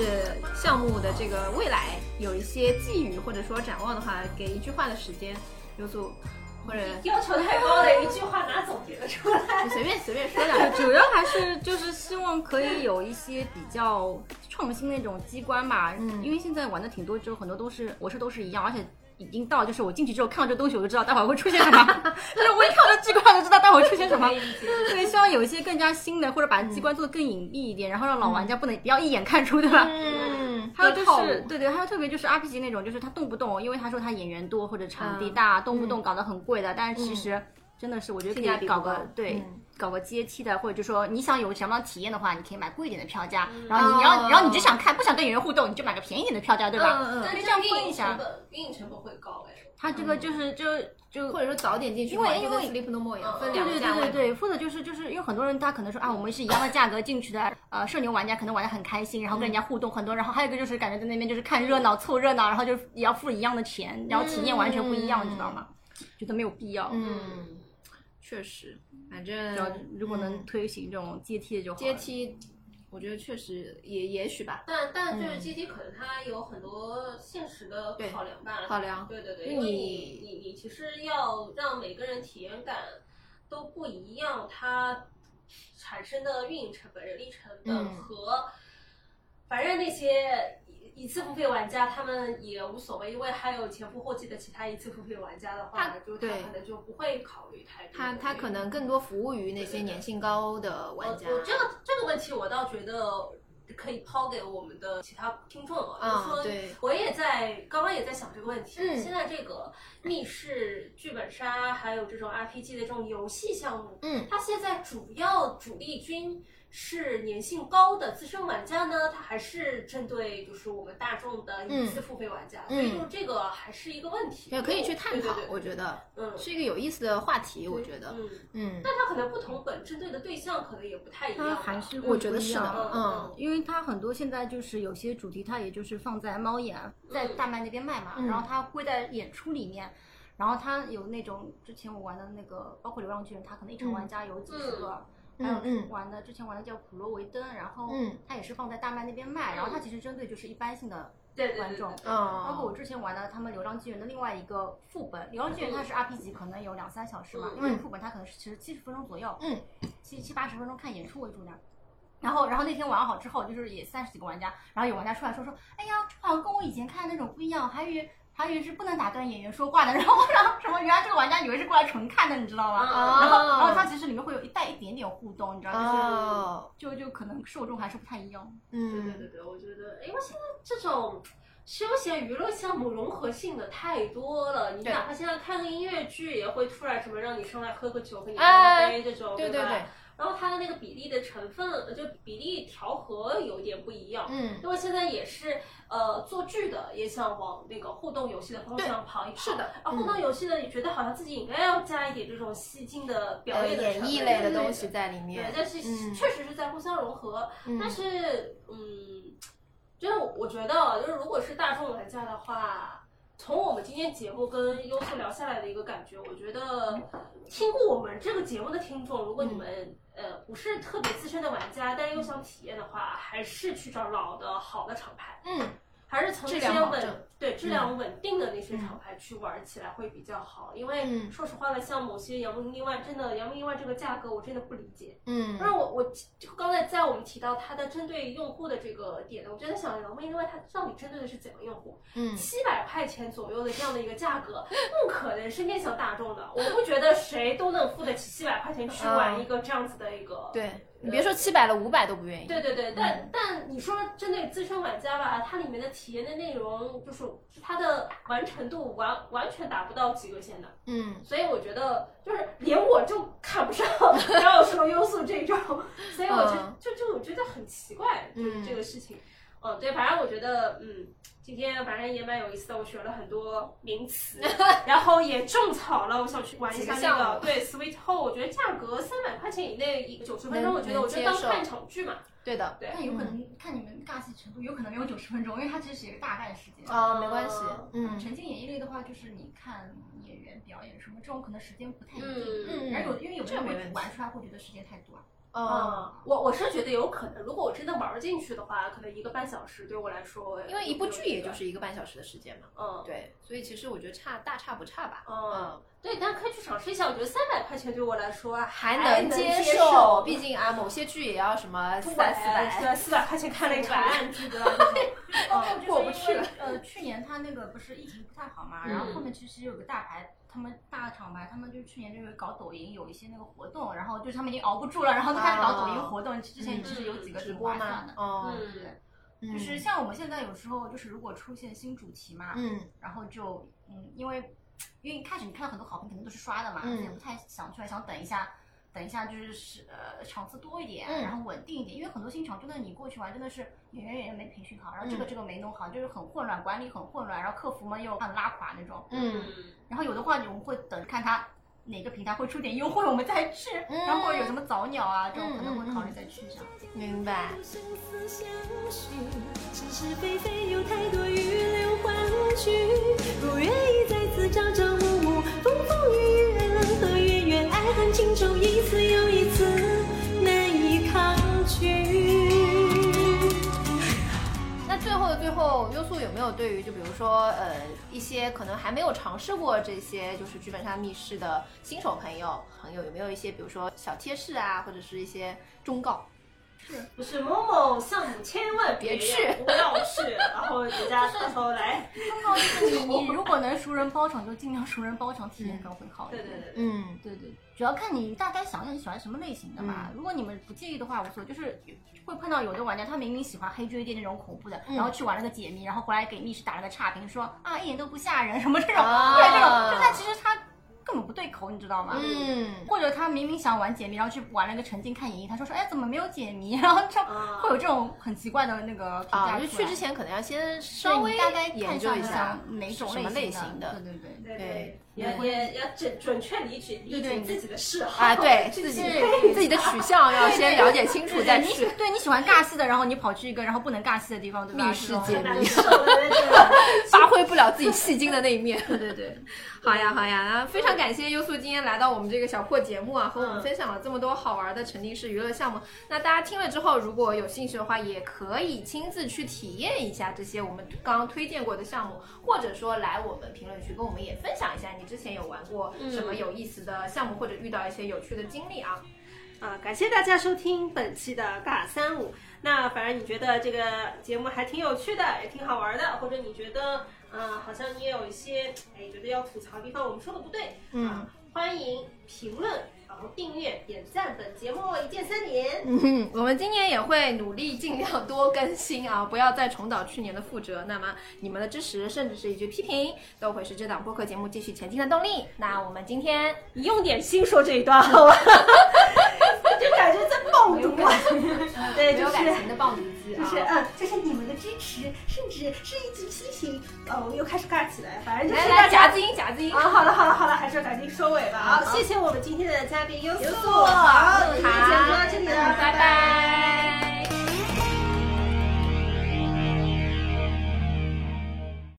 Speaker 2: 项目的这个未来有一些寄语或者说展望的话，给一句话的时间，刘组或者
Speaker 6: 要求太高的一句话哪总结得出来？
Speaker 2: 就随便随便说两 句。
Speaker 1: 主要还是就是希望可以有一些比较创新那种机关吧，
Speaker 2: 嗯
Speaker 1: 因为现在玩的挺多，就是很多都是我是都是一样，而且。已经到，就是我进去之后看到这东西，我就知道待会儿会出现什么。 就是我一看到机关，我就知道待会儿出现什么。对，希望有一些更加新的，或者把
Speaker 2: 嗯
Speaker 1: 机关做得更隐蔽一点，然后让老玩家不能不要一眼看出，对吧？
Speaker 2: 嗯，
Speaker 1: 还有就
Speaker 2: 套
Speaker 1: 是
Speaker 2: 路，
Speaker 1: 对对，还有特别就是 RPG 那种，就是他动不动，因为他说他演员多或者
Speaker 2: 嗯
Speaker 1: 场地大，动不动搞得很贵的，但是其实真的是我觉得
Speaker 2: 性价
Speaker 1: 可
Speaker 2: 比
Speaker 1: 以
Speaker 2: 不
Speaker 1: 搞
Speaker 2: 高
Speaker 1: 个对
Speaker 2: 嗯。
Speaker 1: 搞个阶梯的，或者就说你想有什么样的体验的话，你可以买贵一点的票价，
Speaker 2: 嗯
Speaker 1: 然
Speaker 2: 哦
Speaker 1: 后你然后然后你只想看，不想跟演员互动，你就买个便宜一点的票价，对吧？
Speaker 2: 嗯嗯
Speaker 1: 就
Speaker 6: 但
Speaker 1: 这样
Speaker 6: 运
Speaker 1: 分
Speaker 6: 营
Speaker 1: 一
Speaker 6: 成
Speaker 1: 下。
Speaker 6: 本，运营成本会高哎。
Speaker 1: 他这个就是就就
Speaker 2: 或者说早点进去
Speaker 1: 因为
Speaker 2: 玩，就跟
Speaker 1: 因
Speaker 2: Sleep No More 一样，分
Speaker 1: 对
Speaker 2: 两
Speaker 1: 对
Speaker 2: 个价
Speaker 1: 对对
Speaker 2: 位。
Speaker 1: 对，或者就是就是因为很多人他可能说啊，我们是一样的价格进去的，呃，社牛玩家可能玩的很开心，然后跟人家互动很多，然后还有一个就是感觉在那边就是看热闹凑热闹，然后就是也要付一样的钱，然后体验完全不一样，你知道吗？觉得没有必要。
Speaker 2: 嗯，确实，反
Speaker 1: 然后
Speaker 2: 正
Speaker 1: 如果能推行这种阶梯的就好了。
Speaker 2: 阶梯，我觉得确实也也许吧，
Speaker 6: 但但就是阶梯可能它有很多现实的
Speaker 2: 对
Speaker 6: 考量吧。
Speaker 2: 考量。
Speaker 6: 对对对，
Speaker 2: 就
Speaker 6: 因为
Speaker 2: 你
Speaker 6: 你你你其实要让每个人体验感都不一样，它产生的运营成本、人力成
Speaker 2: 嗯
Speaker 6: 本和，反正那些一一次付费玩家他们也无所谓，因为还有前赴后继的其他一次付费玩家的话，就他
Speaker 1: 对
Speaker 6: 可能就不会考虑太多。
Speaker 1: 他他可能更多服务于那些粘性高的
Speaker 6: 我
Speaker 1: 玩家。
Speaker 6: 呃我这个这个问题，我倒觉得可以抛给我们的其他听众啊，
Speaker 1: 啊
Speaker 6: 就是说，
Speaker 1: 对
Speaker 6: 我也在刚刚也在想这个问题。
Speaker 2: 嗯
Speaker 6: 现在这个密室、剧本杀还有这种 RPG 的这种游戏项目，
Speaker 2: 嗯，
Speaker 6: 它现在主要主力军是粘性高的资深玩家呢，它还是针对就是我们大众的一次付费玩家，所以就是这个还是一个问题，
Speaker 1: 嗯对，可以去探讨
Speaker 6: 对，对对
Speaker 1: 我觉得
Speaker 6: 嗯
Speaker 1: 是一个有意思的话题，我觉得，
Speaker 6: 嗯，
Speaker 1: 嗯，
Speaker 6: 但它可能不同本针对的对象可能也不太一样吧，
Speaker 1: 我觉得是的
Speaker 6: 嗯，嗯
Speaker 1: 嗯，因为它很多现在就是有些主题，它也就是放在猫眼在大麦那边卖嘛，然后它会在演出里面。然后它有那种之前我玩的那个，包括流浪巨人，它可能一场玩家有几十个，
Speaker 2: 嗯
Speaker 1: 还有
Speaker 2: 嗯
Speaker 1: 玩的之前玩的叫普罗维登，然后
Speaker 2: 嗯
Speaker 1: 它也是放在大麦那边卖，然后它其实针对就是一般性的
Speaker 6: 对对对
Speaker 1: 观众，
Speaker 6: 对对
Speaker 1: 包括我
Speaker 2: 哦，
Speaker 1: 之前玩的他们《流浪纪元》的另外一个副本，《流浪纪元》它是 RPG，可能有两三小时吧，
Speaker 6: 嗯
Speaker 1: 另外一个副本它可能是其实七十分钟左右，
Speaker 2: 嗯，
Speaker 1: 七七八十分钟看演出为主的。然后，然后那天玩好之后，就是也三十几个玩家，然后有玩家出来说说，哎呀，好像跟我以前看的那种不一样，还以为还以为是不能打断演员说话的， 然后然后什么，原来这个玩家以为是过来纯看的，你知道吗？
Speaker 6: 啊
Speaker 1: 然后，然后它其实里面会有一带一点点互动，你知道，就是、
Speaker 2: 哦，
Speaker 1: 就就可能受众还是不太一样。
Speaker 6: 对对
Speaker 2: 嗯
Speaker 6: 对对，我觉得，因为现在这种休闲娱乐项目融合性的太多了，你
Speaker 2: 对
Speaker 6: 哪怕现在看个音乐剧，也会突然什么让你上来喝个酒，给你
Speaker 2: 哎
Speaker 6: 干杯这种，
Speaker 2: 对对
Speaker 6: 吧？
Speaker 2: 对，
Speaker 6: 然后它的那个比例的成分，呃就比例调和有点不一样。
Speaker 2: 嗯，
Speaker 6: 因为现在也是，呃，做剧的也想往那个互动游戏的方向跑一跑。
Speaker 2: 是的嗯
Speaker 6: 啊，互动游戏的，你觉得好像自己应该要加一点这种戏精的表
Speaker 2: 呃
Speaker 6: 演的
Speaker 2: 演
Speaker 6: 成
Speaker 2: 绎
Speaker 6: 分
Speaker 2: 类
Speaker 6: 对
Speaker 2: 的
Speaker 6: 对
Speaker 2: 东
Speaker 6: 对
Speaker 2: 西在里
Speaker 6: 对
Speaker 2: 面，，
Speaker 6: 但是
Speaker 2: 嗯
Speaker 6: 确实是在互相融合。
Speaker 2: 嗯
Speaker 6: 但是，嗯，就是我觉得，就是如果是大众玩家的话，从我们今天节目跟优秀聊下来的一个感觉，我觉得听过我们这个节目的听众，如果你
Speaker 2: 嗯
Speaker 6: 们、呃不是特别资深的玩家，但又想体验的话，还是去找老的好的厂牌。
Speaker 2: 嗯，
Speaker 6: 还是从
Speaker 2: 质
Speaker 6: 那
Speaker 2: 量嗯
Speaker 6: 些
Speaker 2: 保证
Speaker 6: 稳对质量稳定的那些厂牌去玩起来会比较好，因为
Speaker 2: 嗯
Speaker 6: 说实话的，像某些阳明另外真的阳明另外这个价格我真的不理解，
Speaker 2: 嗯
Speaker 6: 但是我我就刚才在我们提到它的针对用户的这个点呢，我就在想，杨幂另外它到底针对的是怎样用户？
Speaker 2: 嗯，
Speaker 6: 七百块钱左右的这样的一个价格，不可能是面向大众的。我不觉得谁都能付得起七百块钱去玩一个这样子的一个。
Speaker 2: 啊对嗯你别说七百了，五百都不愿意，
Speaker 6: 对对对，但但你说针对资深玩家吧，它里面的体验的内容就是它的完成度完完全达不到及格线的。
Speaker 2: 嗯，
Speaker 6: 所以我觉得就是连我就看不上 哪有什么优速这种，所以我就、
Speaker 2: 嗯
Speaker 6: 就就我觉得很奇怪，就是
Speaker 2: 嗯
Speaker 6: 这个事情。嗯，对，反正我觉得，嗯，今天反正也蛮有意思的，我学了很多 名词，然后也种草了，我想去玩一下
Speaker 2: 几个
Speaker 6: 那
Speaker 2: 项
Speaker 6: 个
Speaker 2: 目
Speaker 6: 对 Sweet Home，我觉得价格三百块钱以内，九十分钟，
Speaker 2: 能
Speaker 6: 我觉得我就
Speaker 2: 能
Speaker 6: 当
Speaker 2: 接受
Speaker 6: 看一场剧嘛。
Speaker 2: 对嗯的，
Speaker 6: 对
Speaker 1: 但有可能看你们尬戏程度，有可能没有九十分钟，因为它其实也是大概时间。
Speaker 2: 啊，没关系，嗯
Speaker 1: 沉浸演绎类的话，就是你看演员表演什么，这种可能时间不太一定。
Speaker 6: 嗯
Speaker 2: 嗯
Speaker 1: 而有因为有的人
Speaker 2: 这没
Speaker 1: 会
Speaker 2: 问题
Speaker 1: 玩出来会觉得时间太短。
Speaker 2: 哦，
Speaker 6: 我我是觉得有可能，如果我真的玩进去的话，可能一个半小时对我来说，
Speaker 2: 因为一部剧也就是一个半小时的时间嘛，
Speaker 6: 嗯，
Speaker 2: 对，所以其实我觉得差大差不差吧，嗯
Speaker 6: 哦，对，但是可以去尝试一下。我觉得三百块钱对我来说
Speaker 3: 啊
Speaker 2: 还能
Speaker 6: 能接
Speaker 2: 接
Speaker 6: 受，
Speaker 2: 毕竟啊，某些剧也要什么
Speaker 6: 四
Speaker 2: 三四
Speaker 6: 百对
Speaker 2: 百，
Speaker 6: 四百块钱看了一场烂剧的，
Speaker 1: 哦，
Speaker 2: 过不去了。嗯
Speaker 1: 呃，去年他那个不是疫情不太好嘛，然后后面其实有个大牌，他们大厂牌，他们就是去年就是搞抖音有一些那个活动，然后就是他们已经熬不住了，然后就开始搞抖音活动。之前其实有几个
Speaker 2: 直
Speaker 1: 挺
Speaker 2: 播
Speaker 1: 划算
Speaker 2: 吗
Speaker 1: 的？，
Speaker 3: 嗯
Speaker 2: 哦，
Speaker 1: 对，就是像我们现在有时候就是如果出现新主题嘛，
Speaker 2: 嗯
Speaker 1: 然后就嗯，因为因为一开始你看到很多好评，肯定都是刷的嘛，
Speaker 2: 嗯
Speaker 1: 也不太想出来，想等一下，等一下就是是呃场次多一点，
Speaker 2: 嗯
Speaker 1: 然后稳定一点，因为很多新场真的你过去玩真的是演员演员没培训好，然后这个
Speaker 2: 嗯
Speaker 1: 这个没弄好，就是很混乱，管理很混乱，然后客服们又很拉垮那种，
Speaker 2: 嗯
Speaker 1: 然后有的话我们会等看他。哪个平台会出点优惠，我们再去，
Speaker 2: 嗯
Speaker 1: 然后或者有什么早鸟啊，这种可能会考虑再去这样。
Speaker 2: 明白。
Speaker 3: 生死相许，是是非非有太多余留换取。若愿意再次朝朝暮暮，风风雨雨，爱冷和月月，爱恨情仇，一次又一次难以抗拒。
Speaker 2: 那最后的最后，优素有没有对于就比如说呃一些可能还没有尝试过这些就是剧本杀密室的新手朋友朋友有没有一些比如说小贴士啊，或者是一些忠告？
Speaker 3: 不是某某项目千万
Speaker 2: 别
Speaker 3: 去，
Speaker 2: 去
Speaker 3: 不要去，然后人家到时候来，
Speaker 1: 忠 告就是你，你如果能熟人包场，就尽量熟人包场，体验感会好一
Speaker 3: 对
Speaker 1: 点。
Speaker 3: 对对对，
Speaker 2: 嗯，
Speaker 1: 对对，主要看你大概想想你喜欢什么类型的嘛。如果你们不介意的话，无所谓。就是会碰到有的玩家，他明明喜欢黑追店那种恐怖的，
Speaker 2: 嗯
Speaker 1: 然后去玩了个解谜，然后回来给密室打了个差评，说啊一点都不吓人什么这种，
Speaker 2: 啊
Speaker 1: 对这种，就但其实他根本不对口，你知道吗？
Speaker 2: 嗯，
Speaker 1: 或者他明明想玩解谜，然后去玩了个沉浸看演绎，他说说哎怎么没有解谜，然后就会有这种很奇怪的那个评价
Speaker 2: 啊，
Speaker 1: 出
Speaker 2: 就
Speaker 1: 来。
Speaker 2: 去之前可能要先稍微
Speaker 1: 对你嗯大概
Speaker 2: 研
Speaker 1: 看
Speaker 2: 究一
Speaker 1: 你
Speaker 2: 下
Speaker 1: 想哪种
Speaker 2: 什么类型
Speaker 1: 型
Speaker 2: 的
Speaker 1: 对对对。
Speaker 3: 对
Speaker 2: 对
Speaker 3: 对，也也要准准确理解理解自己的嗜好
Speaker 2: 啊，对自己自己的取向要先了解清楚再
Speaker 1: 你
Speaker 2: 去。
Speaker 1: 对你喜欢尬戏的，然后你跑去一个然后不能尬戏的地方，对吧？
Speaker 2: 密室
Speaker 1: 这种
Speaker 2: 解
Speaker 3: 难受的 那
Speaker 2: 发挥不了自己戏精的那一面。 对对对，好呀好呀，那非常感谢优素今天来到我们这个小破节目啊，和我们分享了这么多好玩的沉浸式娱乐项目。那大家听了之后，如果有兴趣的话，也可以亲自去体验一下这些我们刚刚推荐过的项目，或者说来我们评论区跟我们也分享一下你之前有玩过什么有意思的项目，或者遇到一些有趣的经历啊。
Speaker 3: 种啊，感谢大家收听本期的尬三五。那反正你觉得这个节目还挺有趣的，也挺好玩的，或者你觉得嗯、呃好像你也有一些哎觉得要吐槽的地方，我们说的不对，嗯、欢迎评论，然后订阅、点赞本节目，一键三连。
Speaker 2: 嗯，我们今年也会努力尽量多更新啊，不要再重蹈去年的覆辙。那么你们的支持，甚至是一句批评，都会是这档播客节目继续前进的动力。那我们今天
Speaker 3: 你用点心说这一段好吧？ 就感觉在棒读啊。 对，
Speaker 2: 没
Speaker 3: 就
Speaker 2: 有感
Speaker 3: 是
Speaker 2: 情的棒子机啊，
Speaker 3: 就是嗯，这是你们的支持，甚至是一句批评。呃，我们又开始尬起来，反正就
Speaker 2: 来
Speaker 3: 是
Speaker 2: 来
Speaker 3: 大家。
Speaker 2: 夹子音夹子音
Speaker 3: 啊，，好了好了好了，还是赶紧啊收尾吧。好，谢谢我们今天的嘉宾优素，好，今天节目到这里了，
Speaker 2: 拜拜。